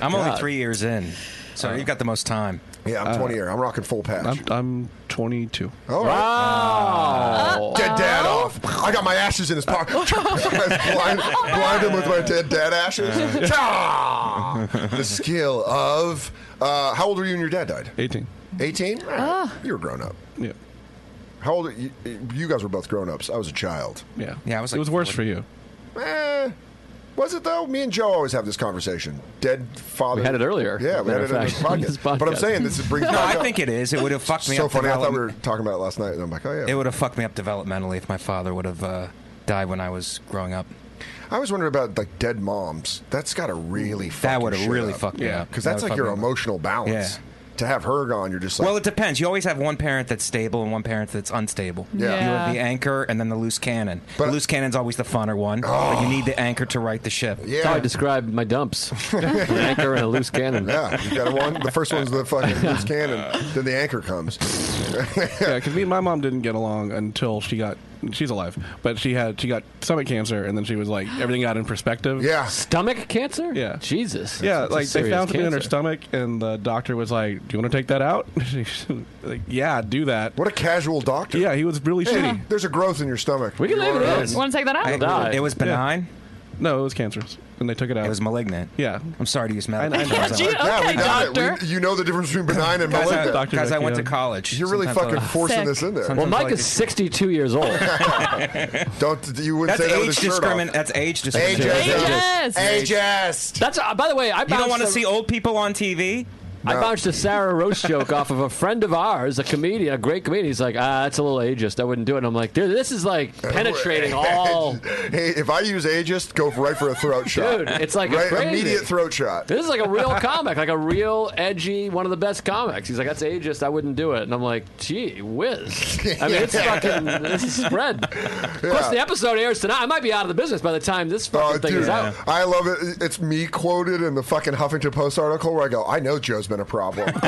Speaker 7: I'm only
Speaker 3: God.
Speaker 7: three years in, so you've got the most time.
Speaker 6: Yeah, I'm 20 year. I'm rocking full patch.
Speaker 8: Uh, I'm, I'm 22.
Speaker 6: All right.
Speaker 8: Wow.
Speaker 6: Dead dad off. I got my ashes in his pocket. blind, blind him with my dead dad ashes. Ah! the skill of. Uh, how old were you when your dad died?
Speaker 8: 18.
Speaker 6: 18? You were grown up.
Speaker 8: Yeah.
Speaker 6: How old? You, you guys were both grown ups. I was a child.
Speaker 8: Yeah.
Speaker 7: Yeah, I was
Speaker 8: it was worse for you.
Speaker 6: Eh, was it though? Me and Joe always have this conversation. Dead father.
Speaker 3: We had it earlier,
Speaker 6: Yeah, we had
Speaker 3: matter
Speaker 6: it
Speaker 3: of
Speaker 6: in this
Speaker 3: fact, on
Speaker 6: podcast.
Speaker 3: this
Speaker 6: But I'm
Speaker 3: podcast.
Speaker 6: saying this brings.
Speaker 7: No,
Speaker 6: back
Speaker 7: I
Speaker 6: up-
Speaker 7: think it is. It would have fucked me
Speaker 6: so
Speaker 7: up.
Speaker 6: funny. I thought we were
Speaker 7: develop-
Speaker 6: talking about it last night, and I'm like, oh yeah.
Speaker 7: It would have fucked me up developmentally if my father would have uh, died when I was growing up.
Speaker 6: I was wondering about like dead moms. That's got to really fuck
Speaker 7: That
Speaker 6: your
Speaker 7: would've
Speaker 6: shit
Speaker 7: really
Speaker 6: up.
Speaker 7: fucked me up.
Speaker 6: because
Speaker 7: That
Speaker 6: that's
Speaker 7: would
Speaker 6: like
Speaker 7: fuck
Speaker 6: your
Speaker 7: me up.
Speaker 6: emotional balance.
Speaker 7: Yeah.
Speaker 6: To have her gone, you're just like,
Speaker 7: well, it depends. You always have one parent that's stable and one parent that's unstable.
Speaker 6: Yeah.
Speaker 7: You have the
Speaker 6: Yeah.
Speaker 7: anchor and then the loose cannon. the loose cannon's always the funner one, but
Speaker 6: Oh.
Speaker 7: you need the anchor to right the ship.
Speaker 3: That's how I described my dumps. An anchor and a loose cannon.
Speaker 6: yeah, you got a one. The first one's the fucking loose cannon. Then the anchor comes.
Speaker 8: yeah, because me and my mom didn't get along until she got. She's alive, but she had she got stomach cancer, and then she was like everything got in perspective.
Speaker 6: Yeah,
Speaker 3: stomach cancer.
Speaker 8: Yeah,
Speaker 3: Jesus.
Speaker 8: Yeah,
Speaker 3: That's a
Speaker 8: like they
Speaker 3: serious
Speaker 8: found it in her
Speaker 3: cancer.
Speaker 8: stomach, and the doctor was like, "Do you want to take that out?" She's like, yeah, do that.
Speaker 6: What a casual doctor.
Speaker 8: Yeah, he was really
Speaker 6: Hey,
Speaker 8: shitty.
Speaker 6: There's a growth in your stomach.
Speaker 8: We can leave it in.
Speaker 5: Want to take that out?
Speaker 7: It was benign.
Speaker 8: No, it was cancerous, and they took it out. It was
Speaker 7: malignant.
Speaker 8: Yeah,
Speaker 7: I'm sorry to use
Speaker 8: medical.
Speaker 6: Like, yeah, we got it. We- you know the difference between benign and
Speaker 7: Guys, I-
Speaker 6: malignant.
Speaker 7: guys, I went to college.
Speaker 6: You're really
Speaker 7: Sometimes
Speaker 6: fucking
Speaker 7: I-
Speaker 6: forcing this in there.
Speaker 3: Well, Mike is 62 years old.
Speaker 6: Don't you wouldn't
Speaker 3: That's
Speaker 6: say that with
Speaker 3: age
Speaker 6: his shirt
Speaker 3: discrimin-
Speaker 6: off.
Speaker 7: that's age
Speaker 3: discrimination.
Speaker 6: Ageist.
Speaker 3: Ageist.
Speaker 6: Ageist.
Speaker 3: That's uh, by the way, I
Speaker 7: You don't
Speaker 3: bounced
Speaker 7: want
Speaker 3: a-
Speaker 7: to see old people on TV.
Speaker 3: I bounced a Sarah Roche joke off of a friend of ours, a comedian, a great comedian. He's like, ah, that's a little ageist. I wouldn't do it. And I'm like, dude, this is like penetrating all.
Speaker 6: Hey, if I use ageist, go right for a throat shot.
Speaker 3: Dude, it's like
Speaker 6: right,
Speaker 3: crazy.
Speaker 6: immediate throat shot.
Speaker 3: This is like a real comic, like a real edgy, one of the best comics. He's like, that's ageist. I wouldn't do it. And I'm like, gee whiz. I mean, it's fucking, this is spread. Of course,
Speaker 6: Yeah.
Speaker 3: the episode airs tonight. I might be out of the business by the time this fucking thing is
Speaker 6: Oh, Dude,
Speaker 3: out.
Speaker 6: I love it. It's me quoted in the fucking Huffington Post article where I go, I know Joe's been a problem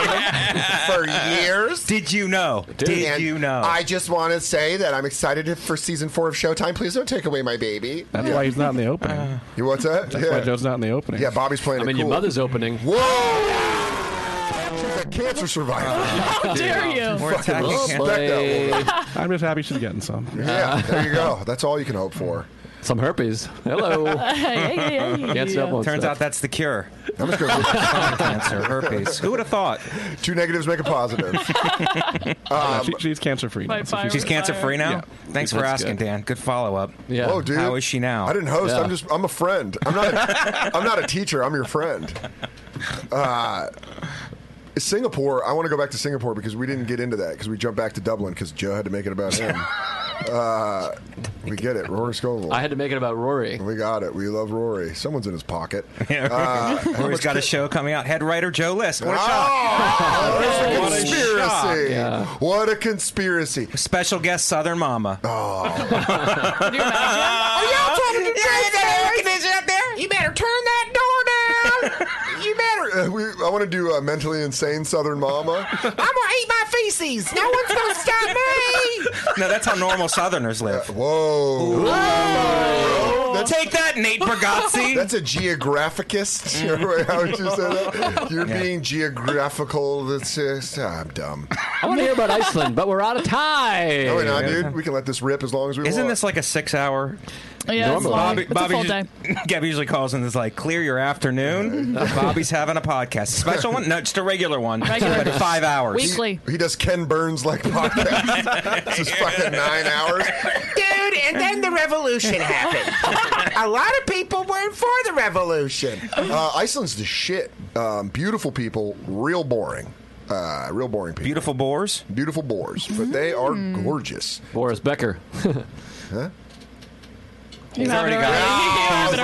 Speaker 6: for years.
Speaker 7: Did you know? Did
Speaker 6: And
Speaker 7: you know?
Speaker 6: I just want to say that I'm excited for season four of Showtime. Please don't take away my baby.
Speaker 8: That's
Speaker 6: Yeah.
Speaker 8: why he's not in the opening.
Speaker 3: Uh,
Speaker 6: You what's that?
Speaker 8: That's why Joe's not in the opening.
Speaker 6: Yeah, Bobby's playing.
Speaker 3: I mean,
Speaker 6: it
Speaker 3: your
Speaker 6: cool.
Speaker 3: mother's opening.
Speaker 6: Whoa! She's a cancer survivor.
Speaker 3: Oh,
Speaker 8: How
Speaker 3: dare you?
Speaker 6: Fucking respect that woman.
Speaker 8: I'm just happy she's getting some.
Speaker 6: Yeah,
Speaker 3: Uh-huh.
Speaker 6: there you go. That's all you can hope for.
Speaker 3: Some herpes. Hello. Can't step on
Speaker 7: Turns
Speaker 3: stuff.
Speaker 7: out that's the cure.
Speaker 6: I'm just going
Speaker 7: cancer, herpes. Who would have thought?
Speaker 6: Two negatives make a positive.
Speaker 8: Yeah, she, she's cancer free.
Speaker 7: By fire She's with cancer fire. free now? Thanks for asking, Dan. Good follow up.
Speaker 3: Yeah.
Speaker 6: Whoa, Oh, dude.
Speaker 7: How is she now?
Speaker 6: I didn't host.
Speaker 7: Yeah.
Speaker 6: I'm just. I'm a friend. I'm not. A, I'm not a teacher. I'm your friend. Uh, Singapore. I want to go back to Singapore because we didn't get into that because we jumped back to Dublin because Joe had to make it about him. uh, we get it, Rory Scovel.
Speaker 3: I had to make it about Rory.
Speaker 6: We got it. We love Rory. Someone's in his pocket.
Speaker 7: Yeah,
Speaker 6: Uh,
Speaker 7: Rory's got a show coming out. Head writer Joe List. What a
Speaker 12: Ah.
Speaker 6: Oh,
Speaker 7: shot.
Speaker 6: what a conspiracy!
Speaker 7: Yeah.
Speaker 6: What a conspiracy!
Speaker 7: Special guest Southern Mama.
Speaker 12: Oh. Are y'all trying to do air conditioning up there? You better turn that door down. you better.
Speaker 6: Uh, we, I want to do a mentally insane Southern Mama.
Speaker 12: I'm gonna eat my feces. No one's gonna stop me.
Speaker 7: No, that's how normal Southerners live.
Speaker 6: Whoa.
Speaker 7: Take that, Nate Bargatze.
Speaker 6: That's a geographicist. How would you say that? You're
Speaker 7: Yeah.
Speaker 6: being geographical. That's just, ah, I'm dumb.
Speaker 3: I want to hear about Iceland, but we're out of time.
Speaker 6: No, we're not, dude. We can let this rip as long as we
Speaker 7: Isn't
Speaker 6: want.
Speaker 7: this like a six hour?
Speaker 5: Yeah, it's long. It's a full
Speaker 7: usually, Gabby usually calls and is like, "Clear your afternoon." Bobby's having a podcast, special one, no, just a regular one,
Speaker 5: Regular.
Speaker 7: but five hours.
Speaker 5: Weekly.
Speaker 6: He does Ken Burns like podcast. this is fucking nine hours.
Speaker 12: Dude, and then the revolution happened. A lot of people weren't for the revolution.
Speaker 6: Uh, Iceland's the shit. Um, beautiful people, real boring. Uh, real boring people.
Speaker 7: Beautiful boars.
Speaker 6: Beautiful boars, but they are gorgeous.
Speaker 3: Boris Becker.
Speaker 6: Huh?
Speaker 5: You have it
Speaker 7: already
Speaker 5: already. You have it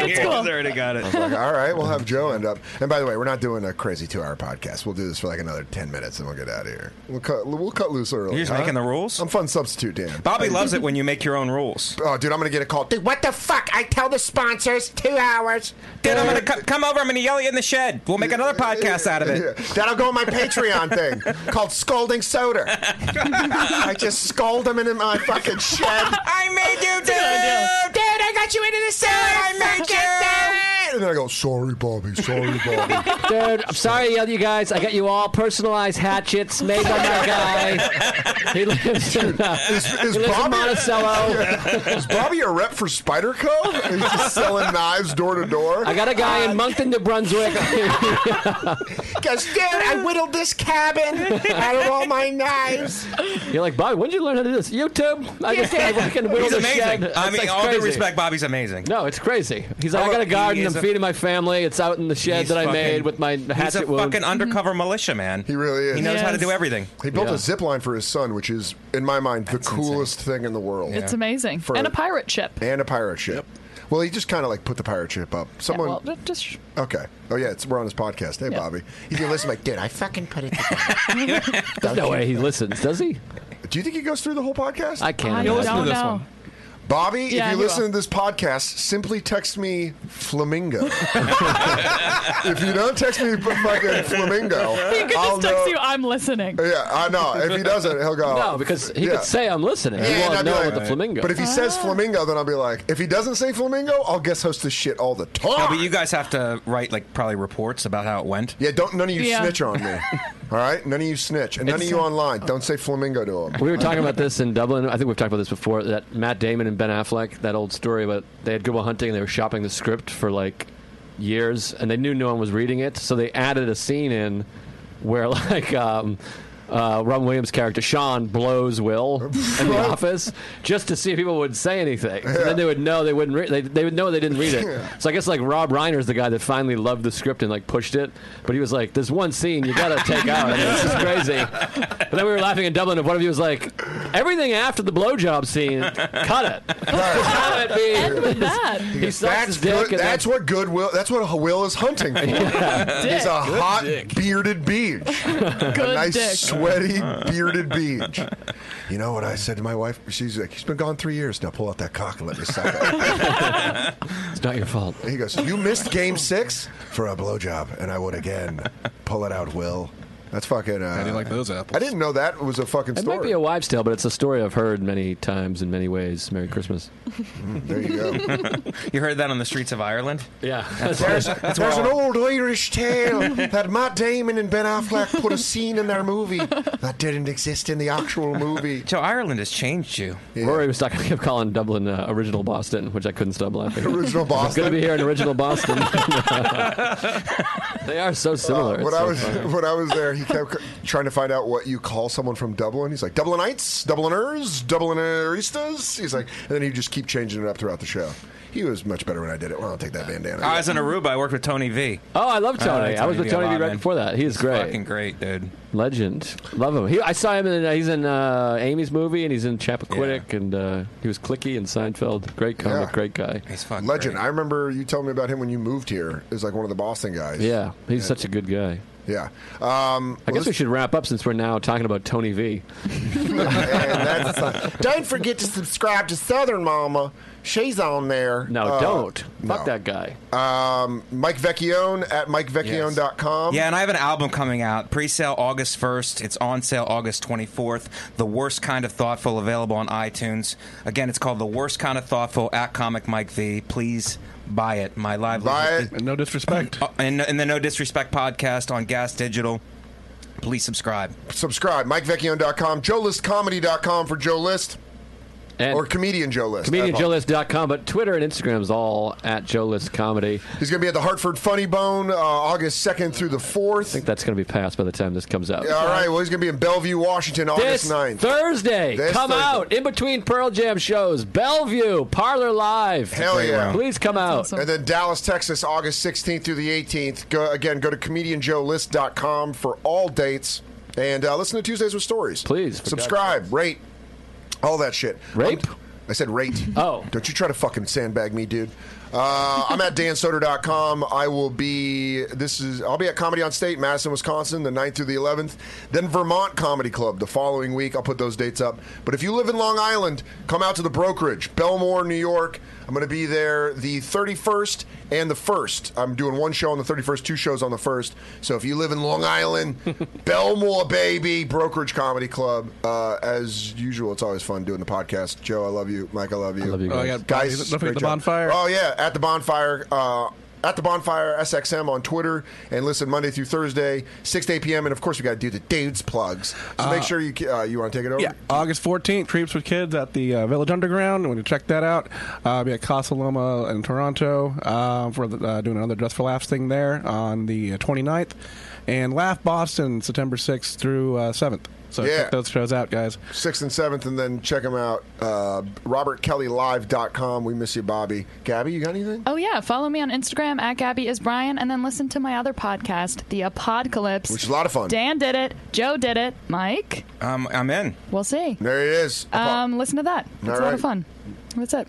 Speaker 5: already. It's cool.
Speaker 7: already got it.
Speaker 6: I was like, all right, we'll have Joe end up. And by the way, we're not doing a crazy two-hour podcast. We'll do this for like another ten minutes, and we'll get out of here. We'll cut. We'll cut loose early.
Speaker 7: You're just
Speaker 6: huh?
Speaker 7: making the rules?
Speaker 6: I'm fun substitute, Dan.
Speaker 7: Bobby loves it when you make your own rules.
Speaker 6: Oh, dude, I'm gonna get a call.
Speaker 12: Dude, what the fuck? I tell the sponsors two hours.
Speaker 7: Then I'm gonna co- come over. I'm gonna yell at you in the shed. We'll make another podcast out of it.
Speaker 6: That'll go on my Patreon thing called Scolding Soda. I just scold them in my fucking shed.
Speaker 7: I made you
Speaker 12: Dude, I got you into the cellar. I made you.
Speaker 6: And then I go, sorry, Bobby, sorry, Bobby.
Speaker 3: Dude, I'm sorry to yell at you guys. I got you all personalized hatchets made by my guy. He lives in, uh, he lives in Monticello.
Speaker 6: Yeah. Is Bobby a rep for Spider Co? He's just selling knives door to door.
Speaker 3: I got a guy
Speaker 7: Uh,
Speaker 3: in Moncton, New Brunswick.
Speaker 12: Because, dude, I whittled this cabin out of all my knives.
Speaker 3: You're like, Bobby, when did you learn how to do this? YouTube. I just I fucking whittle
Speaker 7: He's
Speaker 3: the
Speaker 7: amazing.
Speaker 3: shed.
Speaker 7: I
Speaker 3: It's,
Speaker 7: mean,
Speaker 3: like,
Speaker 7: all due
Speaker 3: crazy.
Speaker 7: respect, Bobby's amazing.
Speaker 3: No, it's crazy. He's like,
Speaker 7: Oh,
Speaker 3: I got a
Speaker 7: he
Speaker 3: garden.
Speaker 7: is
Speaker 3: I'm
Speaker 7: a-
Speaker 3: feeding my family. It's out in the shed
Speaker 7: He's
Speaker 3: that I
Speaker 7: fucking-
Speaker 3: made with my hatchet
Speaker 7: He's a
Speaker 3: wound.
Speaker 7: fucking undercover
Speaker 5: Mm-hmm.
Speaker 7: militia man.
Speaker 6: He really is.
Speaker 7: He knows how to do everything.
Speaker 6: He built
Speaker 7: Yeah.
Speaker 6: a zip line for his son, which is, in my mind, the coolest thing in the world.
Speaker 5: It's amazing.
Speaker 6: For-
Speaker 5: and a pirate ship.
Speaker 6: And a pirate ship. Well, he just kind of like put the pirate ship up. Someone.
Speaker 5: Yeah, well, just
Speaker 6: okay. Oh yeah, it's, we're on his podcast. Hey, Bobby. He's gonna listen. Like, dude, I fucking put it.
Speaker 3: There's no way he listens, does he?
Speaker 6: Do you think he goes through the whole podcast?
Speaker 3: I can't I imagine. don't know.
Speaker 6: Bobby,
Speaker 3: Yeah,
Speaker 6: if you
Speaker 3: he
Speaker 6: listen
Speaker 3: will.
Speaker 6: to this podcast, simply text me flamingo. if you don't text me fucking flamingo,
Speaker 5: He could just
Speaker 6: I'll
Speaker 5: text
Speaker 6: know-
Speaker 5: you, I'm listening.
Speaker 6: Yeah, I know. If he doesn't, he'll go.
Speaker 3: No, because he
Speaker 6: Yeah.
Speaker 3: could say I'm listening.
Speaker 6: Yeah,
Speaker 3: he
Speaker 6: and I'd
Speaker 3: won't
Speaker 6: be
Speaker 3: know
Speaker 6: like-
Speaker 3: with the flamingo. Ah.
Speaker 6: But if he says flamingo, then I'll be like, if he doesn't say flamingo, I'll guest host this shit all the time.
Speaker 7: No, but you guys have to write like probably reports about how it went.
Speaker 6: Yeah, don't none of you
Speaker 7: Yeah.
Speaker 6: snitch on me. All right, none of you snitch, and none
Speaker 3: It's-
Speaker 6: of you online. Don't say flamingo to him.
Speaker 3: We were talking about this in Dublin. I think we've talked about this before. That Matt Damon and Ben Affleck, that old story about they had Good Will Hunting and they were shopping the script for like years, and they knew no one was reading it, so they added a scene in where like. Um, uh, Robin Williams' character Sean blows Will in the office just to see if people would say anything. So then they would know they wouldn't. Re- they, they would know they didn't read it.
Speaker 14: Yeah.
Speaker 3: So I guess like Rob Reiner's the guy that finally loved the script and like pushed it, but he was like, "There's one scene you gotta take out. I mean, this is crazy." But then we were laughing in Dublin, and one of you was like, "Everything after the blowjob scene, cut it." Cut it, be- He
Speaker 6: Because
Speaker 3: sucks
Speaker 6: that's
Speaker 3: dick
Speaker 6: good,
Speaker 3: and then-
Speaker 6: that's what good will. That's what Will is hunting for. He's
Speaker 3: Yeah. Dick.
Speaker 6: a
Speaker 3: Good
Speaker 6: hot
Speaker 3: dick.
Speaker 6: bearded beach, a
Speaker 3: Good
Speaker 6: nice
Speaker 3: dick.
Speaker 6: sweaty bearded beach. You know what I said to my wife? She's like, "He's been gone three years now. Pull out that cock and let me suck it."
Speaker 3: it's not your fault.
Speaker 6: He goes, "You missed Game Six for a blowjob, and I would again. Pull it out, Will." That's fucking. Uh, I didn't like those apples. I didn't know that was a fucking
Speaker 3: It
Speaker 6: story.
Speaker 3: might be a wives' tale, but it's a story I've heard many times in many ways. Merry Christmas.
Speaker 6: there you go.
Speaker 7: you heard that on the streets of Ireland?
Speaker 3: Yeah.
Speaker 7: That's
Speaker 6: There's,
Speaker 7: where- that's where
Speaker 6: there's an
Speaker 7: all-
Speaker 6: old Irish tale that Matt Damon and Ben Affleck put a scene in their movie that didn't exist in the actual movie.
Speaker 7: So Ireland has changed you.
Speaker 3: Rory was talking about calling Dublin uh, original Boston, which I couldn't stop laughing. at.
Speaker 6: Original
Speaker 3: If I'm
Speaker 6: Boston?
Speaker 3: going to be here in original Boston. they are so similar.
Speaker 6: When
Speaker 3: It's
Speaker 6: I
Speaker 3: so
Speaker 6: was
Speaker 3: funny.
Speaker 6: when I was there, he kept c- trying to find out what you call someone from Dublin. He's like Dublinites, Dubliners, Dublineristas. He's like, and then he just keep changing it up throughout the show. He was much better when I did it. Well, I'll take
Speaker 3: Ah,
Speaker 6: that bandana.
Speaker 7: I was in Aruba. I worked with Tony V.
Speaker 3: Oh, I love
Speaker 7: Uh,
Speaker 3: Tony. I was with
Speaker 7: a
Speaker 3: Tony V
Speaker 7: lot,
Speaker 3: right
Speaker 7: man.
Speaker 3: before that. He is
Speaker 7: He's
Speaker 3: great.
Speaker 7: Fucking great, dude.
Speaker 3: Legend. Love him. He, I saw him in, he's in uh, Amy's movie and he's in Chappaquiddick and uh, he was Clicky in Seinfeld. Great comic,
Speaker 6: Yeah.
Speaker 3: great guy.
Speaker 7: He's fucking
Speaker 6: Legend. I remember you telling me about him when you moved here. Is like one of the Boston guys.
Speaker 3: Yeah, he's such a good guy.
Speaker 6: Yeah. Um,
Speaker 3: I guess we should wrap up since we're now talking about Tony V.
Speaker 6: Don't forget to subscribe to Southern Mama. She's on there.
Speaker 3: No,
Speaker 6: Uh,
Speaker 3: don't.
Speaker 6: no.
Speaker 3: Fuck that guy.
Speaker 6: Um, Mike Vecchione at MikeVecchione.com.
Speaker 7: Yeah, and I have an album coming out, pre-sale August 1st. It's on sale August 24th. The Worst Kind of Thoughtful, available on iTunes. Again, it's called The Worst Kind of Thoughtful at Comic Mike V. Please buy it. My livelihood.
Speaker 8: And no disrespect.
Speaker 7: Uh, and, and the No Disrespect podcast on Gas Digital. Please subscribe.
Speaker 6: Subscribe. MikeVecchione.com. JoeListComedy.com for Joe List. or Comedian Joe List.
Speaker 3: ComedianJoelist.com, but Twitter and Instagram's all at Joe List Comedy.
Speaker 6: He's going to be at the Hartford Funny Bone uh, August 2nd through the 4th.
Speaker 3: I think that's going to be passed by the time this comes out.
Speaker 6: All right. Well, he's going to be in Bellevue, Washington, August
Speaker 3: This
Speaker 6: 9th.
Speaker 3: Thursday,
Speaker 6: This
Speaker 3: come
Speaker 6: Thursday.
Speaker 3: out in between Pearl Jam shows, Bellevue, Parlor Live.
Speaker 6: Hell yeah.
Speaker 3: Please come out.
Speaker 6: And then Dallas, Texas, August 16th through the 18th. Go, again, go to comedianjoelist.com for all dates. And uh, listen to Tuesdays with Stories. Please. Subscribe, rate, all that shit. Rape? i said rate. Oh. Don't you try to fucking sandbag me, dude. Uh, I'm at dansoder.com. I will be this is I'll be at Comedy on State, Madison, Wisconsin, the 9th through the 11th. Then Vermont Comedy Club the following week. I'll put those dates up. But if you live in Long Island, come out to the brokerage, Belmore, New York. I'm going to be there the 31st and the 1st. I'm doing one show on the 31st, two shows on the 1st. So if you live in Long Island, Belmore, baby, Brokerage Comedy Club. Uh, as usual, it's always fun doing the podcast. Joe, I love you. Mike, I love you.
Speaker 8: you Oh, I guys. got-
Speaker 6: guys,
Speaker 8: don't forget
Speaker 6: great
Speaker 8: the
Speaker 6: job.
Speaker 8: bonfire.
Speaker 6: Oh, yeah, at the bonfire. Uh, at the bonfire SXM on Twitter, and listen Monday through Thursday, six to eight p.m. And of course, we got to do the dudes plugs. So
Speaker 8: Uh,
Speaker 6: make sure you uh, you want to take it over.
Speaker 8: Yeah, August 14th, Creeps with Kids at the uh, Village Underground. When you check that out, uh, be at Casa Loma in Toronto uh, for the, uh, doing another Dress for Laughs thing there on the uh, 29th. And Laugh Boston, September 6th through uh, 7th. So
Speaker 6: Yeah.
Speaker 8: check those shows out, guys.
Speaker 6: Sixth and seventh, and then check them out. Uh, RobertKellyLive.com. We miss you, Bobby. Gabby, you got anything?
Speaker 15: Oh yeah, follow me on Instagram at Gabby is Brian, and then listen to my other podcast, The Apocalypse,
Speaker 7: Which is a lot of fun.
Speaker 15: Dan did it, Joe did it, Mike.
Speaker 7: Um, I'm in.
Speaker 15: We'll see.
Speaker 6: There it is.
Speaker 15: Um, listen to that. It's a
Speaker 8: All
Speaker 15: lot
Speaker 8: right.
Speaker 15: of fun. That's it.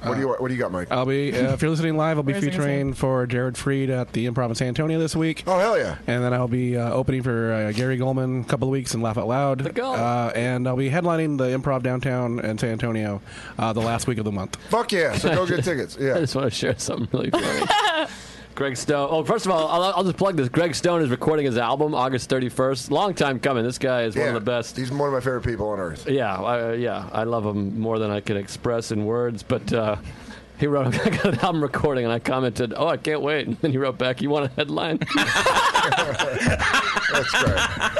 Speaker 6: What do you What do you got, Mike?
Speaker 8: I'll be uh, if you're listening live. I'll be
Speaker 15: Where's it gonna
Speaker 8: featuring for Jared Freed at the Improv in San Antonio this week.
Speaker 6: Oh hell yeah!
Speaker 8: And then I'll be uh, opening for uh, Gary Goldman a couple of weeks and Laugh Out Loud. Uh, and I'll be headlining the Improv downtown in San Antonio uh, the last week of the month.
Speaker 6: Fuck yeah! So go get tickets. Yeah.
Speaker 3: I just want to share something really funny. Greg Stone. Oh, first of all, I'll, I'll just plug this. Greg Stone is recording his album August 31st. Long time coming. This guy is one
Speaker 6: Yeah.
Speaker 3: of the best.
Speaker 6: He's one of my favorite people on earth.
Speaker 3: Yeah, I, uh, yeah. I love him more than I can express in words, but. Uh, he wrote, I got an album recording, and I commented, "Oh, I can't wait." And then he wrote back, "You want a headline?"
Speaker 6: That's great.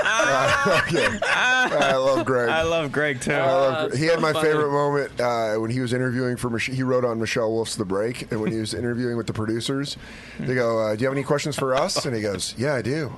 Speaker 6: Uh, okay. I love Greg. I
Speaker 7: love Greg too.
Speaker 6: I love Greg.
Speaker 7: Ah,
Speaker 6: He
Speaker 7: so
Speaker 6: had my
Speaker 7: funny.
Speaker 6: favorite moment uh, when he was interviewing for Mich- he wrote on Michelle Wolf's The Break, and when he was interviewing with the producers, they go, uh, "Do you have any questions for us?" And he goes, "Yeah, I do."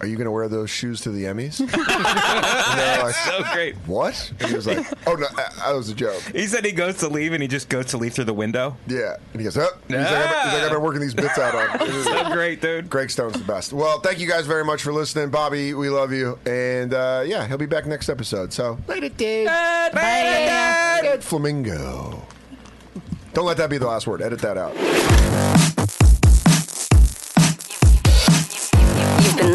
Speaker 6: Are you going to wear those shoes to the Emmys? And they're like,
Speaker 7: so great.
Speaker 6: What? And he was like, "Oh no, that that was a joke."
Speaker 7: He said he goes to leave and he just goes to leave through the window.
Speaker 6: Yeah, and he goes, "Oh." He's, like, I've been, he's like, "I've been working these bits out on."
Speaker 7: so great, dude.
Speaker 6: Greg Stone's the best. Well, thank you guys very much for listening, Bobby. We love you, and uh, yeah, he'll be back next episode. So Later, dude.
Speaker 16: Later,
Speaker 6: dude. Flamingo. Don't let that be the last word. Edit that out.
Speaker 5: You've been